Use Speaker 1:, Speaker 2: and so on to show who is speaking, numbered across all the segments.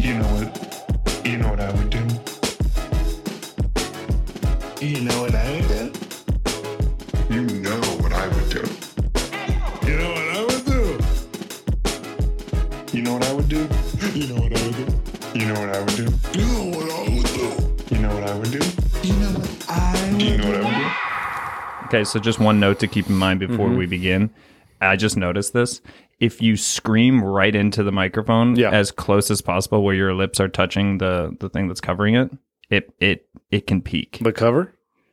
Speaker 1: You know what? You know what I would do?
Speaker 2: You know what I would do?
Speaker 1: You know what I would do.
Speaker 2: You know what I would do?
Speaker 1: You know what I would do?
Speaker 2: You know what I would do?
Speaker 1: You know what I would do?
Speaker 2: You know what
Speaker 1: do? You know what
Speaker 2: I would
Speaker 1: I would do?
Speaker 2: You know what I would do?
Speaker 1: You know what I would do?
Speaker 3: Okay, so just one note to keep in mind before mm-hmm. we begin. I just noticed this. If you scream right into the microphone
Speaker 4: Yeah.
Speaker 3: as close as possible where your lips are touching the the thing that's covering it, it it it can peak.
Speaker 4: The cover?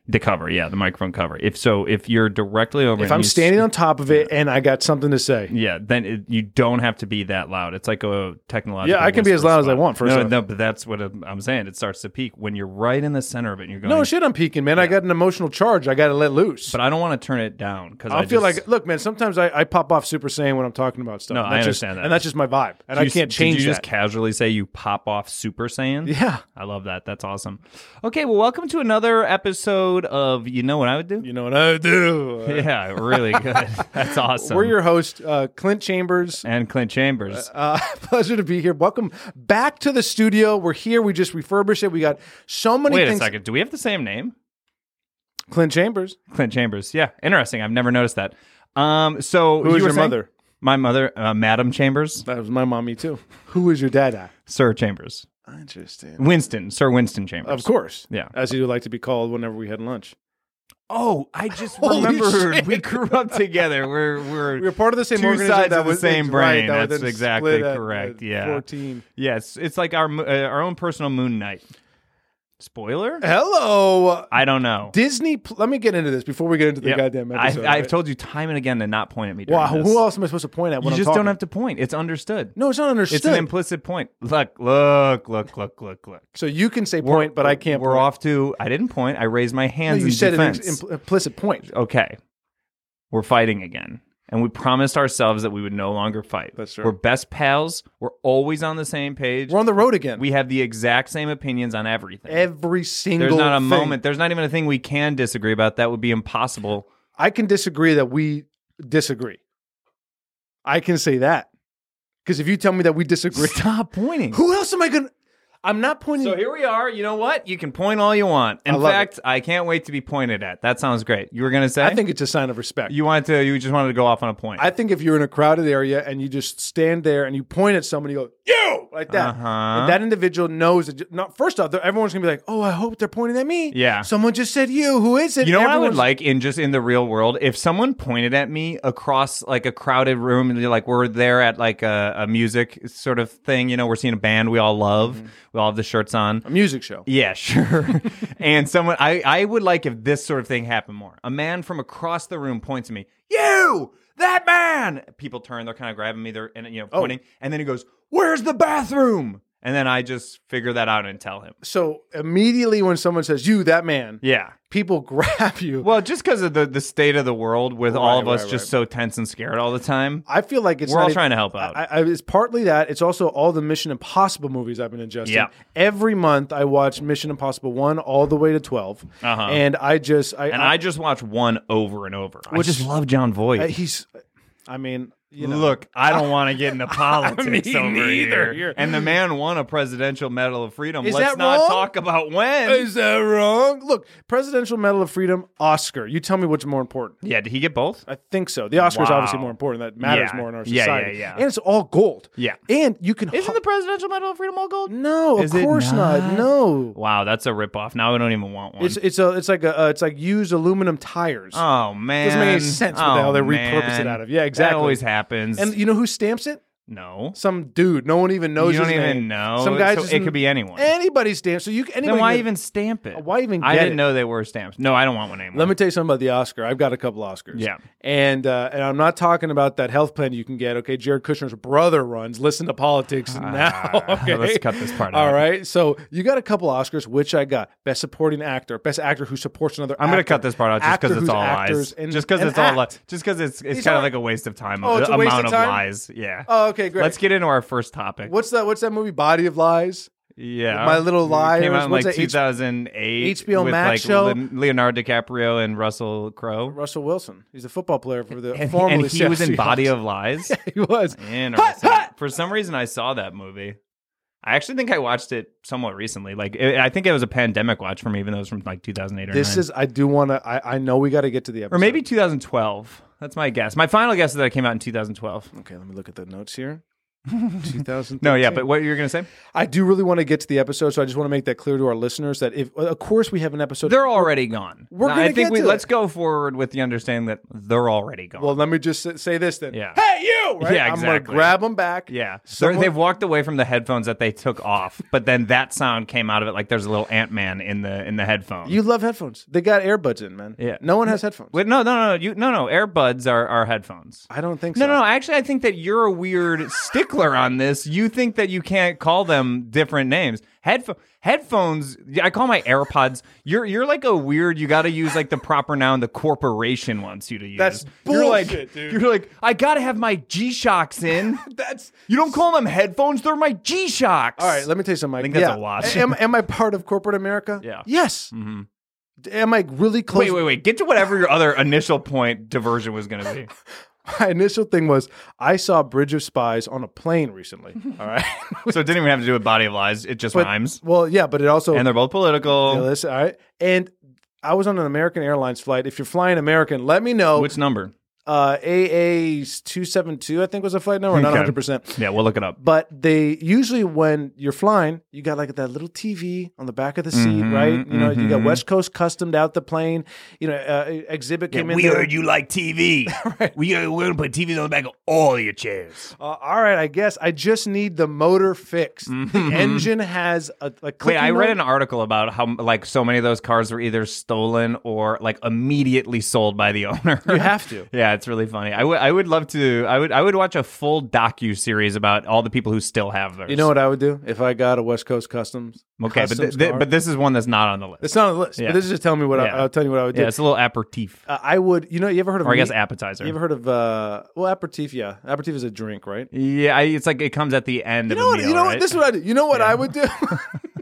Speaker 3: The cover, yeah, the microphone cover. If so, if you're directly over
Speaker 4: If
Speaker 3: it and
Speaker 4: I'm
Speaker 3: you s-
Speaker 4: standing on top of it and I got something to say.
Speaker 3: yeah, then it, you don't have to be that loud. It's like a technological.
Speaker 4: Yeah, I can be as
Speaker 3: whisper
Speaker 4: loud as I
Speaker 3: spot.
Speaker 4: want for a
Speaker 3: no,
Speaker 4: second.
Speaker 3: no, but that's what I'm I'm saying. It starts to peak when you're right in the center of it. and You're going.
Speaker 4: No shit, I'm peeking, man. I got an emotional charge. I got to let loose.
Speaker 3: But I don't want to turn it down because
Speaker 4: I,
Speaker 3: I,
Speaker 4: feel
Speaker 3: just-
Speaker 4: like, look, man. Sometimes I, I pop off Super Saiyan when I'm talking about stuff.
Speaker 3: No,
Speaker 4: and
Speaker 3: I
Speaker 4: that's
Speaker 3: understand
Speaker 4: just,
Speaker 3: that.
Speaker 4: and that's just my vibe, and
Speaker 3: Did
Speaker 4: I
Speaker 3: you-
Speaker 4: can't change
Speaker 3: Did you
Speaker 4: that.
Speaker 3: just casually say you pop off Super Saiyan?
Speaker 4: yeah,
Speaker 3: I love that. That's awesome. Okay, well, welcome to another episode of You Know What I Would Do?
Speaker 4: you know what I do.
Speaker 3: Yeah, really good. That's awesome.
Speaker 4: We're your host, uh, Clint Chambers.
Speaker 3: and Clint Chambers.
Speaker 4: Uh, pleasure to be here. Welcome back to the studio. We're here. We just refurbished it. We got so many
Speaker 3: Wait a
Speaker 4: things.
Speaker 3: second. Do we have the same name?
Speaker 4: Clint Chambers.
Speaker 3: Clint Chambers. Yeah, interesting. I've never noticed that. Um, so
Speaker 4: Who
Speaker 3: you
Speaker 4: is
Speaker 3: were
Speaker 4: your
Speaker 3: saying-
Speaker 4: mother?
Speaker 3: My mother, uh, Madam Chambers,
Speaker 4: That was my mommy too. Who is your dad?
Speaker 3: Sir Chambers,
Speaker 4: Interesting.
Speaker 3: Winston, Sir Winston Chambers.
Speaker 4: Of course.
Speaker 3: Yeah.
Speaker 4: As you would like to be called whenever we had lunch.
Speaker 3: Oh, I just
Speaker 4: Holy
Speaker 3: remembered.
Speaker 4: shit.
Speaker 3: We grew up together. We're we're
Speaker 4: We were part of the same
Speaker 3: Two
Speaker 4: organization.
Speaker 3: sides
Speaker 4: that
Speaker 3: of the
Speaker 4: was
Speaker 3: same
Speaker 4: right,
Speaker 3: brain.
Speaker 4: that was
Speaker 3: That's
Speaker 4: then
Speaker 3: exactly
Speaker 4: split at, uh,
Speaker 3: correct, yeah.
Speaker 4: Fourteen.
Speaker 3: Yes, it's like our mo- uh, our own personal Moon Knight. Spoiler?
Speaker 4: Hello. uh,
Speaker 3: I don't know.
Speaker 4: Disney. Pl- Let me get into this before we get into the
Speaker 3: Yep.
Speaker 4: goddamn
Speaker 3: I've,
Speaker 4: episode.
Speaker 3: I've
Speaker 4: right?
Speaker 3: told you time and again to not point at me. during
Speaker 4: Wow.
Speaker 3: this.
Speaker 4: Who else am I supposed to point at
Speaker 3: You
Speaker 4: when I'm
Speaker 3: just
Speaker 4: talking?
Speaker 3: don't have to point. It's understood.
Speaker 4: No, it's not understood.
Speaker 3: It's an implicit point. Look, look, look, look, look, look.
Speaker 4: so you can say point, but I can't.
Speaker 3: We're
Speaker 4: point.
Speaker 3: off to. I didn't point. I raised my
Speaker 4: No,
Speaker 3: hands.
Speaker 4: you
Speaker 3: in
Speaker 4: said
Speaker 3: defense.
Speaker 4: an ex- impl- implicit point.
Speaker 3: okay, we're fighting again. And we promised ourselves that we would no longer fight.
Speaker 4: That's true.
Speaker 3: We're best pals. We're always on the same page.
Speaker 4: We're on the road again.
Speaker 3: we have the exact same opinions on everything.
Speaker 4: every single.
Speaker 3: There's not a
Speaker 4: thing.
Speaker 3: moment. There's not even a thing we can disagree about. That would be impossible.
Speaker 4: I can disagree that we disagree. I can say that because if you tell me that we disagree,
Speaker 3: Stop pointing.
Speaker 4: who else am I gonna? I'm not pointing.
Speaker 3: So here we are. You know what? You can point all you want. In
Speaker 4: I love
Speaker 3: fact, I can't wait to be pointed at. That sounds great. You were gonna say?
Speaker 4: I think it's a sign of respect.
Speaker 3: you wanted to. You just wanted to go off on a point.
Speaker 4: I think if you're in a crowded area and you just stand there and you point at somebody, you go you like that.
Speaker 3: Uh-huh.
Speaker 4: That individual knows that. Not first off, they're- everyone's gonna be like, "Oh, I hope they're pointing at me."
Speaker 3: Yeah.
Speaker 4: someone just said you. Who is it?
Speaker 3: you know what I would
Speaker 4: Everyone's-
Speaker 3: like in just in the real world if someone pointed at me across like a crowded room and like we're there at like a, a music sort of thing you know we're seeing a band we all love we all have the shirts on
Speaker 4: a music show.
Speaker 3: Yeah, sure. and someone, I, I would like if this sort of thing happened more. A man from across the room points at me, you, that man. People turn, they're kind of grabbing me, they're and you know pointing, and then he goes, "Where's the bathroom?" And then I just figure that out and tell him.
Speaker 4: So immediately when someone says you, that man,
Speaker 3: Yeah.
Speaker 4: people grab you.
Speaker 3: Well, just because of the, the state of the world with all
Speaker 4: Right,
Speaker 3: of us
Speaker 4: right,
Speaker 3: just so tense and scared all the time,
Speaker 4: I feel like it's
Speaker 3: we're
Speaker 4: not
Speaker 3: all
Speaker 4: even-
Speaker 3: trying to help out.
Speaker 4: I, I, it's partly that. It's also all the Mission Impossible movies I've been ingesting.
Speaker 3: Yeah.
Speaker 4: Every month I watch Mission Impossible one all the way to 12
Speaker 3: Uh-huh.
Speaker 4: and I just I,
Speaker 3: and I just watch one over and over. I
Speaker 4: Which-
Speaker 3: just love John Voight.
Speaker 4: I- he's, I mean, uh, you know,
Speaker 3: Look, I don't want to get into politics
Speaker 4: Me
Speaker 3: over
Speaker 4: neither.
Speaker 3: here. And the man won a Presidential Medal of Freedom.
Speaker 4: Is
Speaker 3: Let's
Speaker 4: that
Speaker 3: not
Speaker 4: wrong?
Speaker 3: talk about when.
Speaker 4: Is that wrong? Look, Presidential Medal of Freedom, Oscar. You tell me which more important.
Speaker 3: yeah, did he get both?
Speaker 4: I think so. The Oscar is
Speaker 3: Wow.
Speaker 4: obviously more important. That matters
Speaker 3: Yeah.
Speaker 4: more in our
Speaker 3: Yeah, yeah,
Speaker 4: society.
Speaker 3: yeah.
Speaker 4: And it's all gold.
Speaker 3: Yeah.
Speaker 4: And you can.
Speaker 3: Isn't the Presidential Medal of Freedom all gold?
Speaker 4: no,
Speaker 3: Is
Speaker 4: of
Speaker 3: it
Speaker 4: course
Speaker 3: not?
Speaker 4: No.
Speaker 3: Wow, that's a ripoff. Now I don't even want one.
Speaker 4: It's it's a it's like a uh, it's like used aluminum tires.
Speaker 3: oh man,
Speaker 4: Doesn't make any sense what the
Speaker 3: oh,
Speaker 4: hell they
Speaker 3: man.
Speaker 4: repurpose it out of. Yeah, exactly.
Speaker 3: That always happens.
Speaker 4: and you know who stamps it?
Speaker 3: no,
Speaker 4: Some dude. No one even knows.
Speaker 3: you don't
Speaker 4: his
Speaker 3: even
Speaker 4: name.
Speaker 3: know.
Speaker 4: Some guy.
Speaker 3: So
Speaker 4: just-
Speaker 3: it could be anyone.
Speaker 4: Anybody stamps. So you anybody
Speaker 3: then why
Speaker 4: can-
Speaker 3: even stamp it?
Speaker 4: Why even
Speaker 3: I
Speaker 4: get
Speaker 3: didn't
Speaker 4: it?
Speaker 3: know they were stamps. No, I don't want one anymore.
Speaker 4: Let me tell you something about the Oscar. I've got a couple Oscars.
Speaker 3: Yeah.
Speaker 4: And uh, and I'm not talking about that health plan you can get. Okay, Jared Kushner's brother runs. Listen to politics now. Okay,
Speaker 3: Ah, let's cut this part
Speaker 4: All
Speaker 3: out.
Speaker 4: right. So you got a couple Oscars, which I got best supporting actor, best actor who supports another.
Speaker 3: I'm gonna
Speaker 4: actor,
Speaker 3: cut this part out just
Speaker 4: actor
Speaker 3: because it's
Speaker 4: who's
Speaker 3: all
Speaker 4: actors
Speaker 3: lies.
Speaker 4: and-
Speaker 3: just because
Speaker 4: and
Speaker 3: it's all
Speaker 4: act.
Speaker 3: lies. Just because it's it's
Speaker 4: These
Speaker 3: kind of
Speaker 4: aren't-
Speaker 3: like a waste of time.
Speaker 4: Oh, it's
Speaker 3: the
Speaker 4: a waste
Speaker 3: amount
Speaker 4: of
Speaker 3: of
Speaker 4: time?
Speaker 3: lies. Yeah.
Speaker 4: Oh, okay, great.
Speaker 3: Let's get into our first topic.
Speaker 4: What's that? What's that movie? Body of Lies.
Speaker 3: yeah,
Speaker 4: My Little
Speaker 3: It
Speaker 4: Liars.
Speaker 3: came out in
Speaker 4: What's
Speaker 3: like
Speaker 4: that? H-
Speaker 3: 2008.
Speaker 4: HBO
Speaker 3: with
Speaker 4: Max
Speaker 3: like
Speaker 4: show?
Speaker 3: Leon- Leonardo DiCaprio and Russell Crowe.
Speaker 4: Russell Wilson. He's a football player for the
Speaker 3: And,
Speaker 4: formerly
Speaker 3: and he was in
Speaker 4: Seattle
Speaker 3: Body
Speaker 4: Seahawks.
Speaker 3: of Lies.
Speaker 4: he was.
Speaker 3: Interesting. For some reason, I saw that movie. I actually think I watched it somewhat recently. Like it, I think it was a pandemic watch for me, even though it was from like 2008 or
Speaker 4: This
Speaker 3: 9.
Speaker 4: is I do want to. I, I know we got to get to the episode.
Speaker 3: or maybe 2012. That's my guess. My final guess is that it came out in 2012.
Speaker 4: okay. Let me look at the notes here. 2000.
Speaker 3: No, yeah, but what you're gonna say?
Speaker 4: I do really want to get to the episode, so I just want to make that clear to our listeners that if, of course, we have an episode.
Speaker 3: They're already gone.
Speaker 4: We're
Speaker 3: No,
Speaker 4: gonna
Speaker 3: I think
Speaker 4: get
Speaker 3: we
Speaker 4: to
Speaker 3: let's
Speaker 4: it.
Speaker 3: go forward with the understanding that they're already gone.
Speaker 4: well, let me just say- say this then.
Speaker 3: Yeah.
Speaker 4: Hey, you. Right?
Speaker 3: Yeah,
Speaker 4: I'm gonna
Speaker 3: exactly.
Speaker 4: grab them back.
Speaker 3: yeah, so
Speaker 4: someone-
Speaker 3: they've walked away from the headphones that they took off, but then that sound came out of it like there's a little Ant Man in the in the headphone.
Speaker 4: You love headphones. They got earbuds in, man.
Speaker 3: Yeah.
Speaker 4: No one has headphones.
Speaker 3: Wait, no, no, no, you no, no. Airbuds are are headphones.
Speaker 4: I don't think
Speaker 3: No,
Speaker 4: so.
Speaker 3: no, no. Actually, I think that you're a weird stickler on this. You think that you can't call them different names. Headphone, headphones. I call my AirPods. You're you're like a weird. You got to use like the proper noun the corporation wants you to use.
Speaker 4: That's
Speaker 3: You're like,
Speaker 4: bullshit, dude.
Speaker 3: You're like, I gotta have my G Shocks in.
Speaker 4: That's
Speaker 3: you don't call them headphones. They're my G Shocks.
Speaker 4: all right. Let me tell you something. Mike.
Speaker 3: I think that's
Speaker 4: Yeah.
Speaker 3: a watch.
Speaker 4: am, am I part of corporate America?
Speaker 3: Yeah. Mm-hmm.
Speaker 4: Yes. Am I really close?
Speaker 3: Wait, wait, wait. Get to whatever your other initial point diversion was going to be.
Speaker 4: My initial thing was I saw Bridge of Spies on a plane recently.
Speaker 3: All right. so it didn't even have to do with Body of Lies. It just
Speaker 4: But-
Speaker 3: rhymes.
Speaker 4: Well, yeah, but it also
Speaker 3: And they're both political.
Speaker 4: Yeah, listen, all right. And I was on an American Airlines flight. If you're flying American, let me know.
Speaker 3: Which number?
Speaker 4: uh, AA two seven two, I think was a flight number, not
Speaker 3: Okay.
Speaker 4: hundred percent.
Speaker 3: Yeah, we'll look it up.
Speaker 4: But they usually when you're flying, you got like that little TV on the back of the seat,
Speaker 3: Mhm,
Speaker 4: right? You know, you got
Speaker 3: mhm.
Speaker 4: West Coast customed out the plane. You know, uh, exhibit came in.
Speaker 5: we
Speaker 4: there.
Speaker 5: heard you like TV. We are, we're gonna put TVs on the back of all your chairs.
Speaker 4: Uh, all right, I guess I just need the motor fixed.
Speaker 3: Mhm.
Speaker 4: The engine has a, a
Speaker 3: Wait, I
Speaker 4: clicking
Speaker 3: read
Speaker 4: noise.
Speaker 3: an article about how like so many of those cars were either stolen or like immediately sold by the owner.
Speaker 4: You have to.
Speaker 3: yeah, it's really funny. I would I would love to. I would I would watch a full docu series about all the people who still have theirs.
Speaker 4: You know what I would do if I got a West Coast customs?
Speaker 3: Okay, but th-
Speaker 4: customs
Speaker 3: th-
Speaker 4: car?
Speaker 3: but this is one that's not on the list.
Speaker 4: It's not on the list.
Speaker 3: Yeah.
Speaker 4: But this is just telling me what
Speaker 3: Yeah.
Speaker 4: I, I'll tell you what I would do.
Speaker 3: yeah, it's a little aperitif,
Speaker 4: Uh, I would. You know, you ever heard of?
Speaker 3: or I guess
Speaker 4: meat-
Speaker 3: appetizer.
Speaker 4: You ever heard of? Uh, well, aperitif. Yeah, aperitif is a drink, right?
Speaker 3: yeah, I, it's like it comes at the end
Speaker 4: You
Speaker 3: of
Speaker 4: know
Speaker 3: the
Speaker 4: what?
Speaker 3: meal.
Speaker 4: you know
Speaker 3: right?
Speaker 4: what? This is what I do. You know what I would do.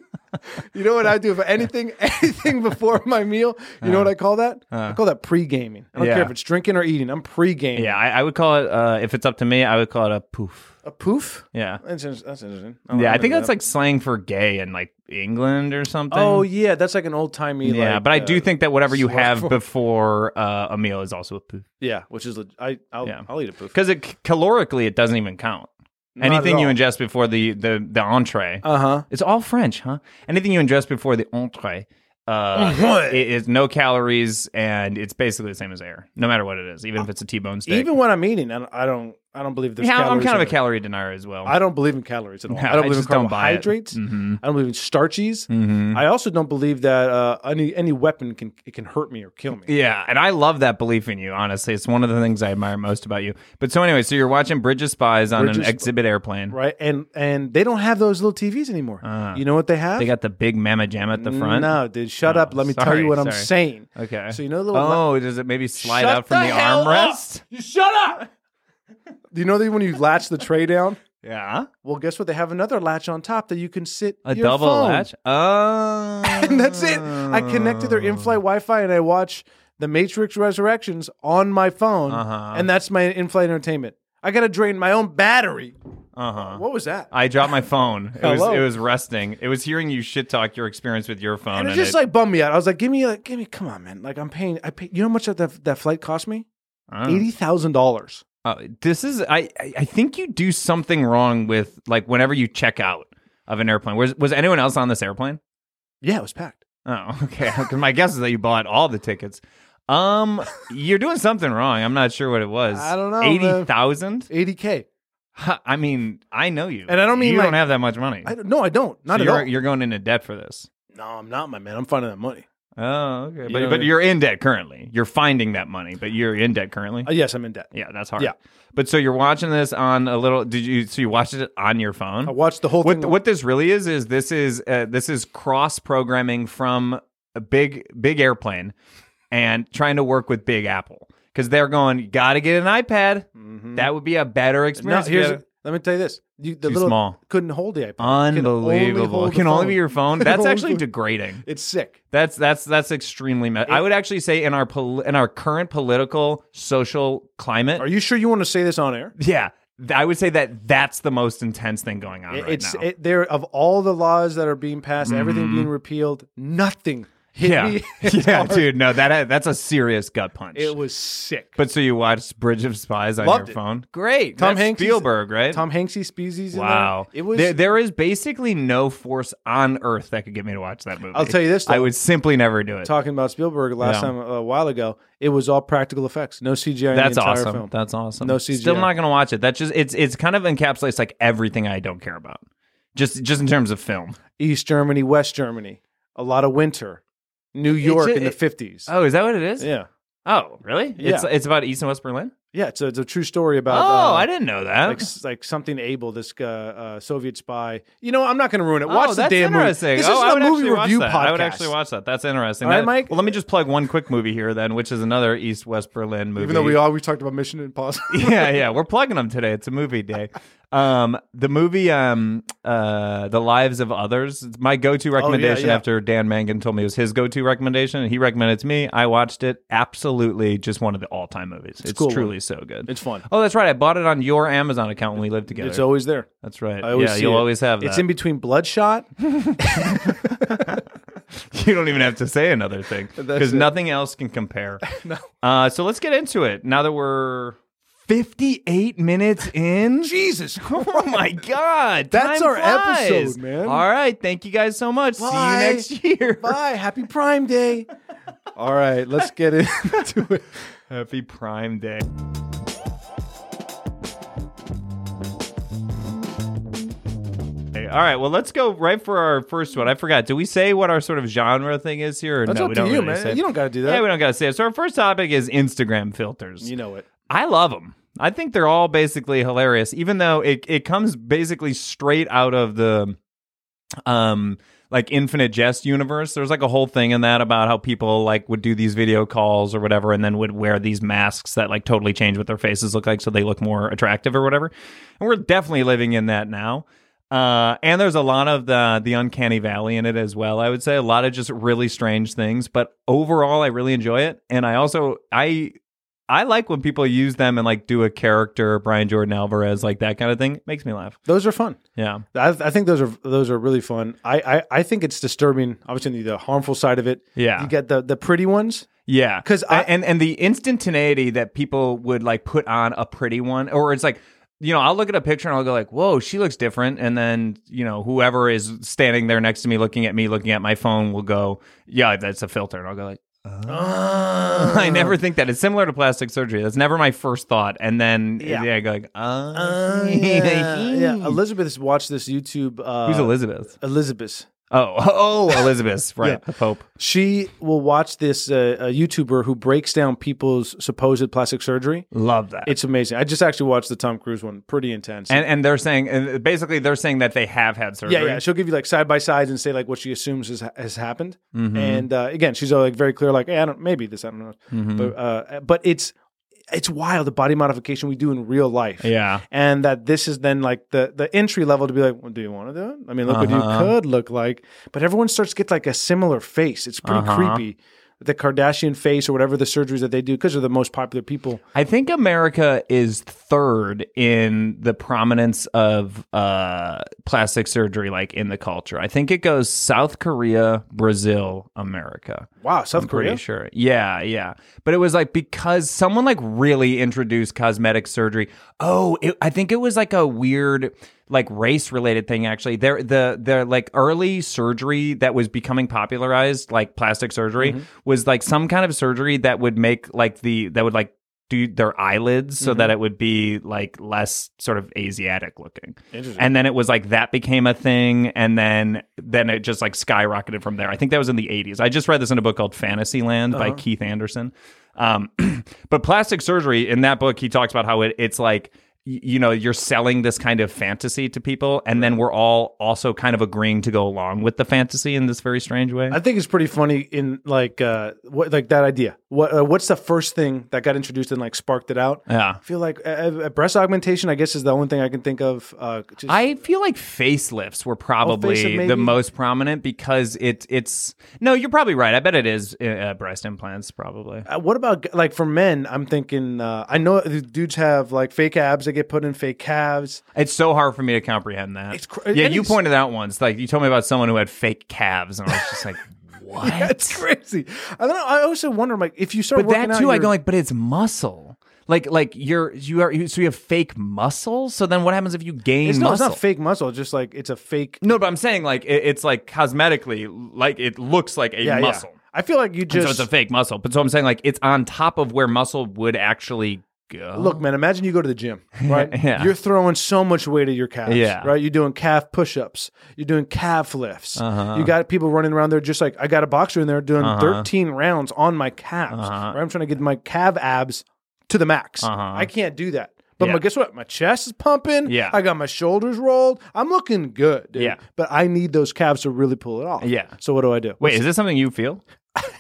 Speaker 4: you know what I do if anything, anything before my meal. You know what I call that? I call that pre gaming. I
Speaker 3: Uh-huh.
Speaker 4: don't
Speaker 3: Yeah.
Speaker 4: care if it's drinking or eating. I'm pre gaming.
Speaker 3: yeah, I, I would call it. Uh, if it's up to me, I would call it a poof.
Speaker 4: A poof.
Speaker 3: Yeah.
Speaker 4: That's, inter- that's interesting.
Speaker 3: Yeah, I think that's
Speaker 4: like.
Speaker 3: like slang for gay in like England or something.
Speaker 4: Oh yeah, that's like an old timey.
Speaker 3: Yeah,
Speaker 4: like,
Speaker 3: but I
Speaker 4: uh,
Speaker 3: do think that whatever you
Speaker 4: slut
Speaker 3: have
Speaker 4: form.
Speaker 3: before uh, a meal is also a poof
Speaker 4: yeah, which is leg- I I'll,
Speaker 3: Yeah.
Speaker 4: I'll eat a poof.
Speaker 3: because it calorically it doesn't even count. Anything you ingest before the the the entree,
Speaker 4: Uh huh.
Speaker 3: it's all French, huh? Anything you ingest before the entree. Uh, it is no calories and it's basically the same as air, no matter what it is, even if it's a T-bone steak.
Speaker 4: Uh, Even when I'm eating, I don't I don't, I don't believe there's.
Speaker 3: yeah, I'm
Speaker 4: calories
Speaker 3: kind of
Speaker 4: in
Speaker 3: a
Speaker 4: it.
Speaker 3: calorie denier as well.
Speaker 4: I don't believe in calories at all.
Speaker 3: No,
Speaker 4: I don't
Speaker 3: I
Speaker 4: believe in
Speaker 3: just don't buy it. Mm-hmm.
Speaker 4: carbohydrates. I don't believe in starches.
Speaker 3: Mhm.
Speaker 4: I also don't believe that uh, any any weapon can it can hurt me or kill me.
Speaker 3: Yeah, and I love that belief in you. Honestly, it's one of the things I admire most about you. But so anyway, so you're watching Bridge of Spies on
Speaker 4: Bridge
Speaker 3: an
Speaker 4: of Sp-
Speaker 3: exhibit airplane.
Speaker 4: Right, and and they don't have those little TVs anymore.
Speaker 3: Ah.
Speaker 4: you know what they have?
Speaker 3: They got the big mamma jam at the front.
Speaker 4: No, dude, shut up.
Speaker 3: Oh,
Speaker 4: Let me tell
Speaker 3: sorry,
Speaker 4: you what I'm
Speaker 3: sorry.
Speaker 4: saying.
Speaker 3: Okay.
Speaker 4: So you know the little
Speaker 3: oh, does it maybe slide
Speaker 4: Shut
Speaker 3: out from the,
Speaker 4: the hell up!
Speaker 3: armrest?
Speaker 4: You shut up. Do you know that when you latch the tray down?
Speaker 3: Yeah,
Speaker 4: Well, guess what? They have another latch on top that you can sit
Speaker 3: a
Speaker 4: your
Speaker 3: double
Speaker 4: phone.
Speaker 3: latch. Oh,
Speaker 4: And that's it. I connect to their in-flight Wi-Fi and I watch The Matrix Resurrections on my phone,
Speaker 3: Uh-huh.
Speaker 4: and that's my in-flight entertainment. I gotta drain my own battery.
Speaker 3: Uh huh.
Speaker 4: What was that?
Speaker 3: I dropped my phone. It was
Speaker 4: Hello.
Speaker 3: it was resting. It was hearing you shit talk your experience with your phone.
Speaker 4: and it
Speaker 3: and
Speaker 4: just
Speaker 3: it-
Speaker 4: like bummed me out. I was like, "Give me, like, give me, come on, man! Like, I'm paying. I pay. You know how much that that, that flight cost me?
Speaker 3: I don't know.
Speaker 4: Eighty thousand dollars.
Speaker 3: Uh, this is I I I think you do something wrong with like whenever you check out of an airplane. Was was anyone else on this airplane?
Speaker 4: Yeah, it was packed.
Speaker 3: Oh, okay. 'Cause my guess is that you bought all the tickets. Um, you're doing something wrong. I'm not sure what it was.
Speaker 4: I don't know, man.
Speaker 3: Eighty thousand.
Speaker 4: Eighty k.
Speaker 3: Ha, I mean, I know you,
Speaker 4: And I don't mean,
Speaker 3: you
Speaker 4: like-
Speaker 3: don't have that much money.
Speaker 4: I don't- no, I don't. Not
Speaker 3: so
Speaker 4: at
Speaker 3: you're,
Speaker 4: all.
Speaker 3: You're going into debt for this.
Speaker 4: no, I'm not, my man. I'm finding that money.
Speaker 3: Oh, okay. But,
Speaker 4: know,
Speaker 3: but
Speaker 4: yeah.
Speaker 3: you're in debt currently. You're finding that money, but you're in debt currently.
Speaker 4: Uh, yes, I'm in debt.
Speaker 3: yeah, that's hard.
Speaker 4: Yeah.
Speaker 3: But so you're watching this on a little. Did you? So you watched it on your phone?
Speaker 4: I watched the whole
Speaker 3: Mm-hmm. what
Speaker 4: thing.
Speaker 3: what this really is is this is uh, this is cross programming from a big big airplane and trying to work with Big Apple because they're going got to get an iPad.
Speaker 4: Mhm.
Speaker 3: That would be a better
Speaker 4: No,
Speaker 3: experience. if you
Speaker 4: here's.
Speaker 3: had a-
Speaker 4: Let me tell you this: you, the
Speaker 3: Too
Speaker 4: little
Speaker 3: small.
Speaker 4: couldn't hold the iPod. Could only hold
Speaker 3: unbelievable. It
Speaker 4: the
Speaker 3: can only be
Speaker 4: phone.
Speaker 3: your phone.
Speaker 4: Could
Speaker 3: That's
Speaker 4: only
Speaker 3: actually
Speaker 4: be-
Speaker 3: degrading.
Speaker 4: It's sick.
Speaker 3: That's that's that's extremely. Me- I would actually say in our pol- in our current political social climate,
Speaker 4: Are you sure you want to say this on air?
Speaker 3: yeah, th- I would say that that's the most intense thing going on right
Speaker 4: it's
Speaker 3: now. Mm-hmm.
Speaker 4: it, there of all the laws that are being passed, everything being repealed, nothing hit
Speaker 3: yeah,
Speaker 4: me.
Speaker 3: yeah, dude. No, that that's a serious gut punch.
Speaker 4: It was sick.
Speaker 3: but so you watched Bridge of Spies on
Speaker 4: Loved
Speaker 3: your
Speaker 4: it.
Speaker 3: phone? Great,
Speaker 4: Tom
Speaker 3: That's
Speaker 4: Hanks is-
Speaker 3: Spielberg, right?
Speaker 4: Tom Hanksy speezies. in
Speaker 3: Wow,
Speaker 4: there. it was.
Speaker 3: There, there is basically no force on earth that could get me to watch that movie.
Speaker 4: I'll tell you this, though.
Speaker 3: I would simply never do it.
Speaker 4: talking about Spielberg last
Speaker 3: Yeah.
Speaker 4: time a while ago. It was all practical effects, no CGI. in
Speaker 3: That's
Speaker 4: the entire
Speaker 3: awesome.
Speaker 4: Film.
Speaker 3: That's awesome.
Speaker 4: No
Speaker 3: Still
Speaker 4: CGI.
Speaker 3: not gonna watch it. That just it's it's kind of encapsulates like everything I don't care about. Just just in terms of film.
Speaker 4: East Germany, West Germany, a lot of winter, New York
Speaker 3: a-
Speaker 4: in the
Speaker 3: it-
Speaker 4: fifties.
Speaker 3: Oh, is that what it is?
Speaker 4: yeah,
Speaker 3: Oh, really? It's
Speaker 4: Yeah.
Speaker 3: it's about East and West Berlin.
Speaker 4: yeah. So it's a true story about.
Speaker 3: oh,
Speaker 4: uh,
Speaker 3: I didn't know that.
Speaker 4: Like, like something Abel, this uh, uh, Soviet spy. You know, what? I'm not going to ruin it.
Speaker 3: Oh,
Speaker 4: Watch the
Speaker 3: that's
Speaker 4: damn movie. This
Speaker 3: interesting.
Speaker 4: is
Speaker 3: oh, I
Speaker 4: a
Speaker 3: would
Speaker 4: movie
Speaker 3: actually watch
Speaker 4: review
Speaker 3: that.
Speaker 4: podcast.
Speaker 3: I would actually watch that. That's interesting.
Speaker 4: All right,
Speaker 3: That-
Speaker 4: Mike?
Speaker 3: Well, let me just plug one quick movie here then, which is another East West Berlin movie.
Speaker 4: Even though we always talked about Mission Impossible.
Speaker 3: yeah, yeah, we're plugging them today. It's a movie day. Um, the movie, um, uh, The Lives of Others. It's my go-to recommendation
Speaker 4: Oh, yeah.
Speaker 3: after Dan Mangan told me it was his go-to recommendation, and he recommended it to me. I watched it. Absolutely, just one of the all-time movies. It's,
Speaker 4: cool one.
Speaker 3: truly so good.
Speaker 4: It's fun.
Speaker 3: Oh, that's right. I bought it on your Amazon account when we lived together.
Speaker 4: It's always there.
Speaker 3: that's right.
Speaker 4: I always
Speaker 3: yeah,
Speaker 4: see
Speaker 3: you'll
Speaker 4: it.
Speaker 3: always have that.
Speaker 4: It's in between Bloodshot.
Speaker 3: you don't even have to say another thing because nothing else can compare. no. Uh, so let's get into it. Now that we're 58 minutes in.
Speaker 4: Jesus Christ.
Speaker 3: Oh my God.
Speaker 4: That's
Speaker 3: time
Speaker 4: our
Speaker 3: flies.
Speaker 4: episode, man.
Speaker 3: All right. Thank you guys so much.
Speaker 4: Bye.
Speaker 3: See you next year.
Speaker 4: Bye. Happy Prime Day. All right, let's get into it.
Speaker 3: Happy Prime Day. Hey, All right, well, let's go right for our first one. I forgot. Do we say what our sort of genre thing is here? Or
Speaker 4: That's
Speaker 3: no,
Speaker 4: up
Speaker 3: we
Speaker 4: to
Speaker 3: don't
Speaker 4: you,
Speaker 3: really
Speaker 4: man.
Speaker 3: say?
Speaker 4: You don't gotta do
Speaker 3: Yeah,
Speaker 4: that.
Speaker 3: we don't gotta say it. So our first topic is Instagram filters.
Speaker 4: You know it.
Speaker 3: I love them. I think they're all basically hilarious, even though it, it comes basically straight out of the um like infinite jest universe. There's like a whole thing in that about how people like would do these video calls or whatever and then would wear these masks that like totally change what their faces look like so they look more attractive or whatever. And we're definitely living in that now. Uh, and there's a lot of the the uncanny valley in it as well. I would say a lot of just really strange things, but overall, I really enjoy it. And I also I I like when people use them and like do a character, Brian Jordan Alvarez, like that kind of thing. makes me laugh.
Speaker 4: Those are fun.
Speaker 3: Yeah.
Speaker 4: I, I think those are those are really fun. I, I, I think it's disturbing. Obviously, the harmful side of it.
Speaker 3: Yeah.
Speaker 4: you get the the pretty ones.
Speaker 3: Yeah,
Speaker 4: 'Cause I-
Speaker 3: and and the instantaneity that people would like put on a pretty one, or it's like. You know, I'll look at a picture and I'll go like, "Whoa, she looks different." And then, you know, whoever is standing there next to me, looking at me, looking at my phone, will go, "Yeah, that's a filter." And I'll go like,
Speaker 4: Ah.
Speaker 3: "Oh."
Speaker 4: Uh-huh.
Speaker 3: I never think that. It's similar to plastic surgery. That's never my first thought. And then, yeah,
Speaker 4: Yeah. Uh,
Speaker 3: I go like, "Oh,
Speaker 4: yeah. Elizabeth's watched this YouTube. Uh,
Speaker 3: Who's Elizabeth?
Speaker 4: Elizabeth.
Speaker 3: Oh, oh, Elizabeth, right? The Pope.
Speaker 4: She will watch this uh, a YouTuber who breaks down people's supposed plastic surgery.
Speaker 3: Love that.
Speaker 4: It's amazing. I just actually watched the Tom Cruise one. Pretty intense.
Speaker 3: and and they're saying, and basically, they're saying that they have had surgery.
Speaker 4: yeah, yeah. She'll give you like side by sides and say like what she assumes has, has happened.
Speaker 3: Mm-hmm.
Speaker 4: And uh, again, she's uh, like very clear, like hey, I don't maybe this I don't know,
Speaker 3: Mm-hmm.
Speaker 4: but uh, but it's it's wild the body modification we do in real life.
Speaker 3: Yeah.
Speaker 4: and that this is then like the the entry level to be like, well, do you want to do it? I mean, look
Speaker 3: Uh-huh.
Speaker 4: what you could look like. But everyone starts to get like a similar face. It's pretty
Speaker 3: Uh-huh.
Speaker 4: creepy. The Kardashian face or whatever the surgeries that they do because they're the most popular people.
Speaker 3: I think America is third in the prominence of uh, plastic surgery, like in the culture. I think it goes South Korea, Brazil, America.
Speaker 4: Wow, South
Speaker 3: Pretty
Speaker 4: Korea.
Speaker 3: sure. Yeah, yeah. But it was like because someone like really introduced cosmetic surgery. Oh, it, I think it was like a weird like race related thing actually. There the the like early surgery that was becoming popularized like plastic surgery
Speaker 4: Mm-hmm.
Speaker 3: was like some kind of surgery that would make like the that would like do their eyelids so
Speaker 4: Mm-hmm.
Speaker 3: that it would be like less sort of Asiatic looking.
Speaker 4: Interesting.
Speaker 3: And then it was like that became a thing, and then then it just like skyrocketed from there. I think that was in the eighties. I just read this in a book called Fantasyland
Speaker 4: Uh-huh.
Speaker 3: by Keith Anderson. Um, but plastic surgery in that book, he talks about how it it's like y- you know you're selling this kind of fantasy to people and then we're all also kind of agreeing to go along with the fantasy in this very strange way
Speaker 4: I think it's pretty funny in like uh what like that idea. What uh, what's the first thing that got introduced and like sparked it out?
Speaker 3: yeah
Speaker 4: I feel like uh, uh, breast augmentation, I guess, is the only thing I can think of. Uh, just,
Speaker 3: I feel like facelifts were
Speaker 4: facelift
Speaker 3: probably
Speaker 4: Oh, maybe?
Speaker 3: the most prominent because it it's no, you're probably right. I bet it is uh, uh, breast implants probably.
Speaker 4: Uh, what about like for men? I'm thinking. Uh, I know the dudes have like fake abs that get put in fake calves.
Speaker 3: It's so hard for me to comprehend that.
Speaker 4: It's cra-
Speaker 3: yeah,
Speaker 4: and
Speaker 3: you
Speaker 4: it's-
Speaker 3: pointed out once, like you told me about someone who had fake calves, and I was just like, what?
Speaker 4: That's crazy. I don't know. I also wonder, like, if you start
Speaker 3: but
Speaker 4: working
Speaker 3: that
Speaker 4: out
Speaker 3: too, I
Speaker 4: your-
Speaker 3: go like, but it's muscle. Like, like you're you are you, so you have fake muscle. So then, what happens if you gain
Speaker 4: it's, no, it's
Speaker 3: muscle?
Speaker 4: not fake muscle. It's just like it's a fake
Speaker 3: No, but I'm saying like it, it's like cosmetically, like it looks like a
Speaker 4: yeah, yeah.
Speaker 3: muscle.
Speaker 4: I feel like you
Speaker 3: And
Speaker 4: just
Speaker 3: so it's a fake muscle. But so I'm saying like it's on top of where muscle would actually go.
Speaker 4: Look, man, imagine you go to the gym, right?
Speaker 3: Yeah.
Speaker 4: You're throwing so much weight at your calves,
Speaker 3: Yeah.
Speaker 4: right? You're doing calf push ups, you're doing calf lifts.
Speaker 3: Uh-huh.
Speaker 4: You got people running around there just like, I got a boxer in there doing 13 rounds on my calves,
Speaker 3: Uh-huh.
Speaker 4: right? I'm trying to get my calf abs to the max. I can't do that. But
Speaker 3: Yeah.
Speaker 4: my- guess what? My chest is pumping.
Speaker 3: Yeah.
Speaker 4: I got my shoulders rolled. I'm looking good, dude.
Speaker 3: Yeah.
Speaker 4: But I need those calves to really pull it off.
Speaker 3: Yeah.
Speaker 4: So what do I do?
Speaker 3: Wait, is this something you feel?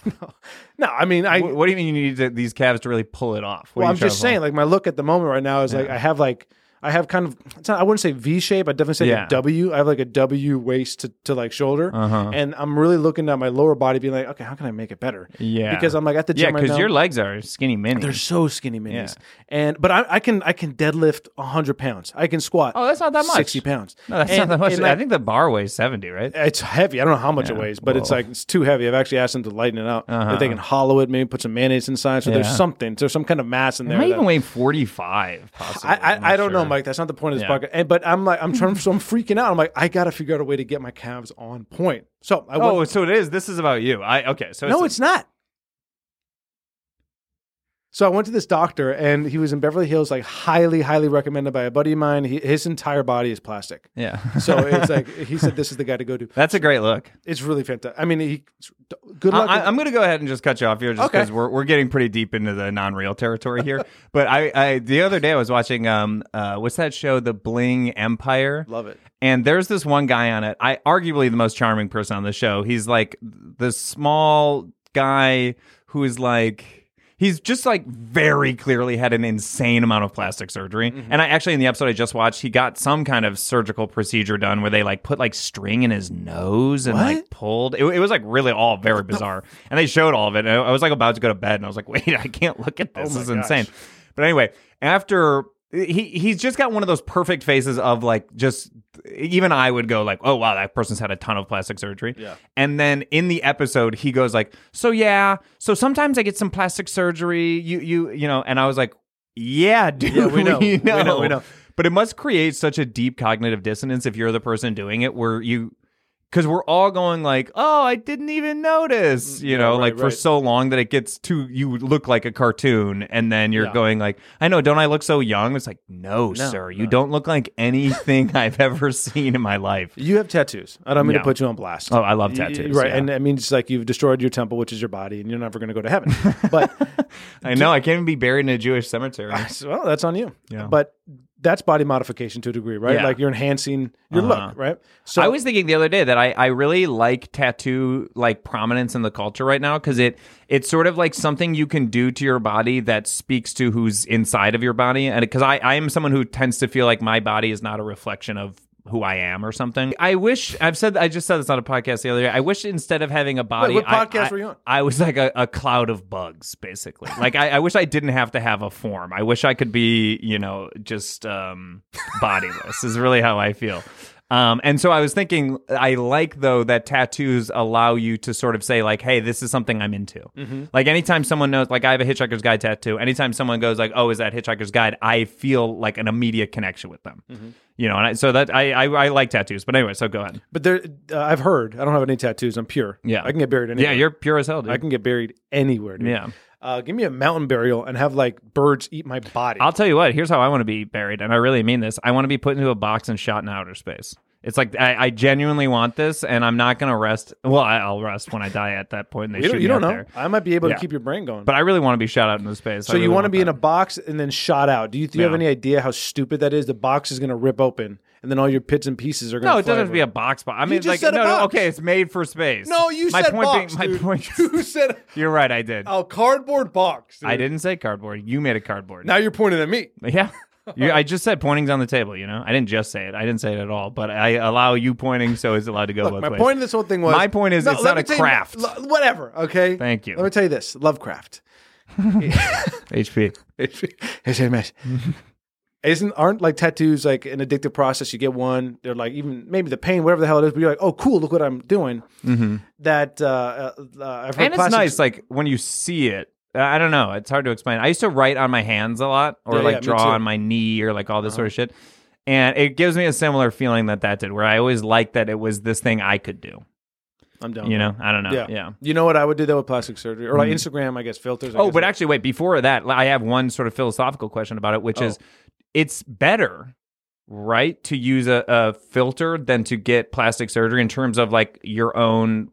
Speaker 4: no, I mean, I,
Speaker 3: Wh- what do you mean you need to, these calves to really pull it off? What
Speaker 4: Well,
Speaker 3: are you
Speaker 4: I'm
Speaker 3: trying
Speaker 4: just
Speaker 3: to pull?
Speaker 4: saying, like my look at the moment right now is like I have like I have kind of it's not, I wouldn't say V shape. I definitely say
Speaker 3: Yeah.
Speaker 4: like W. I have like a W waist to, to like shoulder,
Speaker 3: Uh-huh.
Speaker 4: and I'm really looking at my lower body, being like, okay, how can I make it better?
Speaker 3: Yeah.
Speaker 4: because I'm like at the
Speaker 3: Yeah,
Speaker 4: gym right
Speaker 3: because
Speaker 4: now.
Speaker 3: your legs are skinny mini.
Speaker 4: they're so skinny minis, and but I, I can I can deadlift 100 pounds. I can squat.
Speaker 3: Oh, that's not that much.
Speaker 4: 60 pounds.
Speaker 3: No, that's
Speaker 4: And-
Speaker 3: not that much.
Speaker 4: and, like,
Speaker 3: I think the bar weighs 70, right?
Speaker 4: it's heavy. I don't know how much it weighs, but it's
Speaker 3: Whoa. Uh-huh.
Speaker 4: like it's too heavy. I've actually asked them to lighten it out. If they can hollow it, maybe put some mayonnaise inside. So
Speaker 3: Yeah.
Speaker 4: there's something. There's some kind of mass in
Speaker 3: It
Speaker 4: there.
Speaker 3: might
Speaker 4: that-
Speaker 3: even weigh 45, possibly.
Speaker 4: I,
Speaker 3: I'm
Speaker 4: I,
Speaker 3: not
Speaker 4: I don't know,
Speaker 3: sure.
Speaker 4: Mike. That's not the point of this
Speaker 3: Yeah.
Speaker 4: podcast. And, but I'm like, I'm trying, so I'm freaking out. I'm like, I gotta figure out a way to get my calves on point. So I
Speaker 3: Oh,
Speaker 4: went,
Speaker 3: so it is. This is about you. I okay. So
Speaker 4: no,
Speaker 3: it's,
Speaker 4: it's not. So I went to this doctor, and he was in Beverly Hills, like highly, highly recommended by a buddy of mine. He, his entire body is plastic.
Speaker 3: yeah.
Speaker 4: So it's like he said, this is the guy to go to.
Speaker 3: that's a great look.
Speaker 4: It's really fantastic. I mean, he, good luck.
Speaker 3: I, I- I'm going to go ahead and just cut you off here, just
Speaker 4: Okay.
Speaker 3: because we're we're getting pretty deep into the non-real territory here. but I, I the other day I was watching um uh what's that show The Bling Empire?
Speaker 4: Love it.
Speaker 3: And there's this one guy on it. I arguably the most charming person on the show. He's like the small guy who is like. He's just like very clearly had an insane amount of plastic surgery.
Speaker 4: Mm-hmm.
Speaker 3: And I actually, in the episode I just watched, he got some kind of surgical procedure done where they like put like string in his nose and
Speaker 4: What?
Speaker 3: like pulled. It, it was like really all very bizarre. And they showed all of it. And I, I was like about to go to bed and I was like, wait, I can't look at
Speaker 4: Oh
Speaker 3: this. this is insane. But anyway, after he he's just got one of those perfect faces of like just even I would go like, oh wow, that person's had a ton of plastic surgery. Yeah. And then in the episode, he goes like, so yeah, so sometimes I get some plastic surgery. You you you know, and I was like, yeah, dude,
Speaker 4: Yeah, we know.
Speaker 3: we
Speaker 4: We know, we
Speaker 3: know.
Speaker 4: know.
Speaker 3: But it must create such a deep cognitive dissonance if you're the person doing it, where you because we're all going like, oh, I didn't even notice, you know,
Speaker 4: Mm, right,
Speaker 3: like for
Speaker 4: right.
Speaker 3: so long that it gets too, you look like a cartoon, and then you're going like, I know, don't I look so young? It's like, no, sir, you don't look like anything I've ever seen in my life.
Speaker 4: you have tattoos. I don't mean
Speaker 3: Yeah.
Speaker 4: to put you on blast.
Speaker 3: Oh, I love
Speaker 4: Y-
Speaker 3: tattoos,
Speaker 4: right?
Speaker 3: yeah.
Speaker 4: And I mean, it's like you've destroyed your temple, which is your body, and you're never going to go to heaven. But
Speaker 3: I know I can't even be buried in a Jewish cemetery.
Speaker 4: So, well, that's on you.
Speaker 3: Yeah.
Speaker 4: But that's body modification to a degree, right?
Speaker 3: Yeah. Uh-huh.
Speaker 4: Like you're enhancing your look, right? So
Speaker 3: I was thinking the other day that I, I really like tattoo like prominence in the culture right now because it it's sort of like something you can do to your body that speaks to who's inside of your body and because I, I am someone who tends to feel like my body is not a reflection of who I am or something. I wish I've said I just said this on a podcast the other day. I wish instead of having a body,
Speaker 4: what
Speaker 3: I-
Speaker 4: podcast
Speaker 3: I-
Speaker 4: were you on?
Speaker 3: I was like a, a cloud of bugs, basically. Like I, I wish I didn't have to have a form. I wish I could be, you know, just um, bodiless. is really how I feel. Um, and so I was thinking, I like though that tattoos allow you to sort of say like, "Hey, this is something I'm into."
Speaker 4: Mm-hmm.
Speaker 3: Like anytime someone knows, like I have a Hitchhiker's Guide tattoo. Anytime someone goes like, "Oh, is that Hitchhiker's Guide?" I feel like an immediate connection with them.
Speaker 4: Mm-hmm.
Speaker 3: You know, and I, so that I, I I like tattoos. But anyway, so go ahead.
Speaker 4: but there, uh, I've heard. I don't have any tattoos. I'm pure.
Speaker 3: Yeah.
Speaker 4: I can get buried anywhere.
Speaker 3: Yeah, you're pure as hell, dude.
Speaker 4: I can get buried anywhere. Dude.
Speaker 3: Yeah.
Speaker 4: Uh, give me a mountain burial and have like birds eat my body.
Speaker 3: I'll tell you what. Here's how I want to be buried, and I really mean this. I want to be put into a box and shot in outer space. It's like I, I genuinely want this, and I'm not going to rest. Well, I, I'll rest when I die at that point. And they
Speaker 4: you
Speaker 3: shoot
Speaker 4: don't,
Speaker 3: me
Speaker 4: you don't
Speaker 3: out
Speaker 4: know.
Speaker 3: there.
Speaker 4: I might be able
Speaker 3: Yeah.
Speaker 4: to keep your brain going.
Speaker 3: But I really want to be shot out into space.
Speaker 4: so you want to be in a box and then shot out. Do you, do you have
Speaker 3: Yeah.
Speaker 4: any idea how stupid that is? The box is going to rip open and then all your bits and pieces are going
Speaker 3: No,
Speaker 4: to
Speaker 3: it doesn't have to be a box. But I mean,
Speaker 4: just
Speaker 3: like,
Speaker 4: said a
Speaker 3: no, no,
Speaker 4: box.
Speaker 3: okay, it's made for space.
Speaker 4: No, you
Speaker 3: my
Speaker 4: said
Speaker 3: point
Speaker 4: box,
Speaker 3: Being,
Speaker 4: dude.
Speaker 3: My point.
Speaker 4: You said
Speaker 3: You're right. I did.
Speaker 4: a cardboard box.
Speaker 3: I
Speaker 4: dude.
Speaker 3: didn't say cardboard. You made a cardboard.
Speaker 4: Now you're pointing at me.
Speaker 3: Yeah. You, I just said pointing's on the table. You know, I didn't just say it. I didn't say it at all. But I allow you pointing, so it's allowed to go both
Speaker 4: My
Speaker 3: ways.
Speaker 4: point of this whole thing was
Speaker 3: My point is it's not
Speaker 4: let me
Speaker 3: a
Speaker 4: tell you-
Speaker 3: craft.
Speaker 4: lo- whatever. Okay.
Speaker 3: Thank you.
Speaker 4: Let me tell you this: Lovecraft.
Speaker 3: HP.
Speaker 4: HMS. Isn't aren't like tattoos like an addictive process? You get one, they're like even maybe the pain, whatever the hell it is, but you're like, oh, cool, look what I'm doing.
Speaker 3: Mm-hmm.
Speaker 4: That uh, uh, uh, I've heard
Speaker 3: and it's
Speaker 4: plastic-
Speaker 3: nice like when you see it i don't know it's hard to explain i used to write on my hands a lot or
Speaker 4: Yeah,
Speaker 3: like
Speaker 4: yeah, me
Speaker 3: draw
Speaker 4: too. Uh-huh.
Speaker 3: on my knee or like all this sort of shit and it gives me a similar feeling that that did where i always liked that it was this thing i could do
Speaker 4: I'm down.
Speaker 3: you know i don't know yeah,
Speaker 4: Yeah. You know what I would do though with plastic surgery or like Instagram, I guess filters. I
Speaker 3: oh
Speaker 4: guess,
Speaker 3: but
Speaker 4: like-
Speaker 3: actually wait before that i have one sort of philosophical question about it
Speaker 4: Oh.
Speaker 3: which is it's better right to use a, a filter than to get plastic surgery in terms of like your own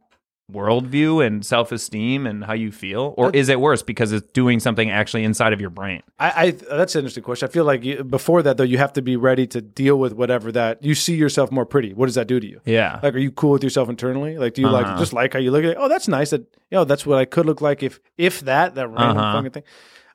Speaker 3: worldview and self-esteem and how you feel or is it worse because it's doing something actually inside of your brain
Speaker 4: I, I that's an interesting question. I feel like you, before that though, you have to be ready to deal with whatever that you see yourself more pretty. What does that do to you?
Speaker 3: yeah
Speaker 4: Like, are you cool with yourself internally? Like, do you
Speaker 3: Uh-huh.
Speaker 4: like just like how you look at it? Oh, that's nice. That you know, that's what I could look like if if that that random
Speaker 3: Uh-huh.
Speaker 4: fucking thing.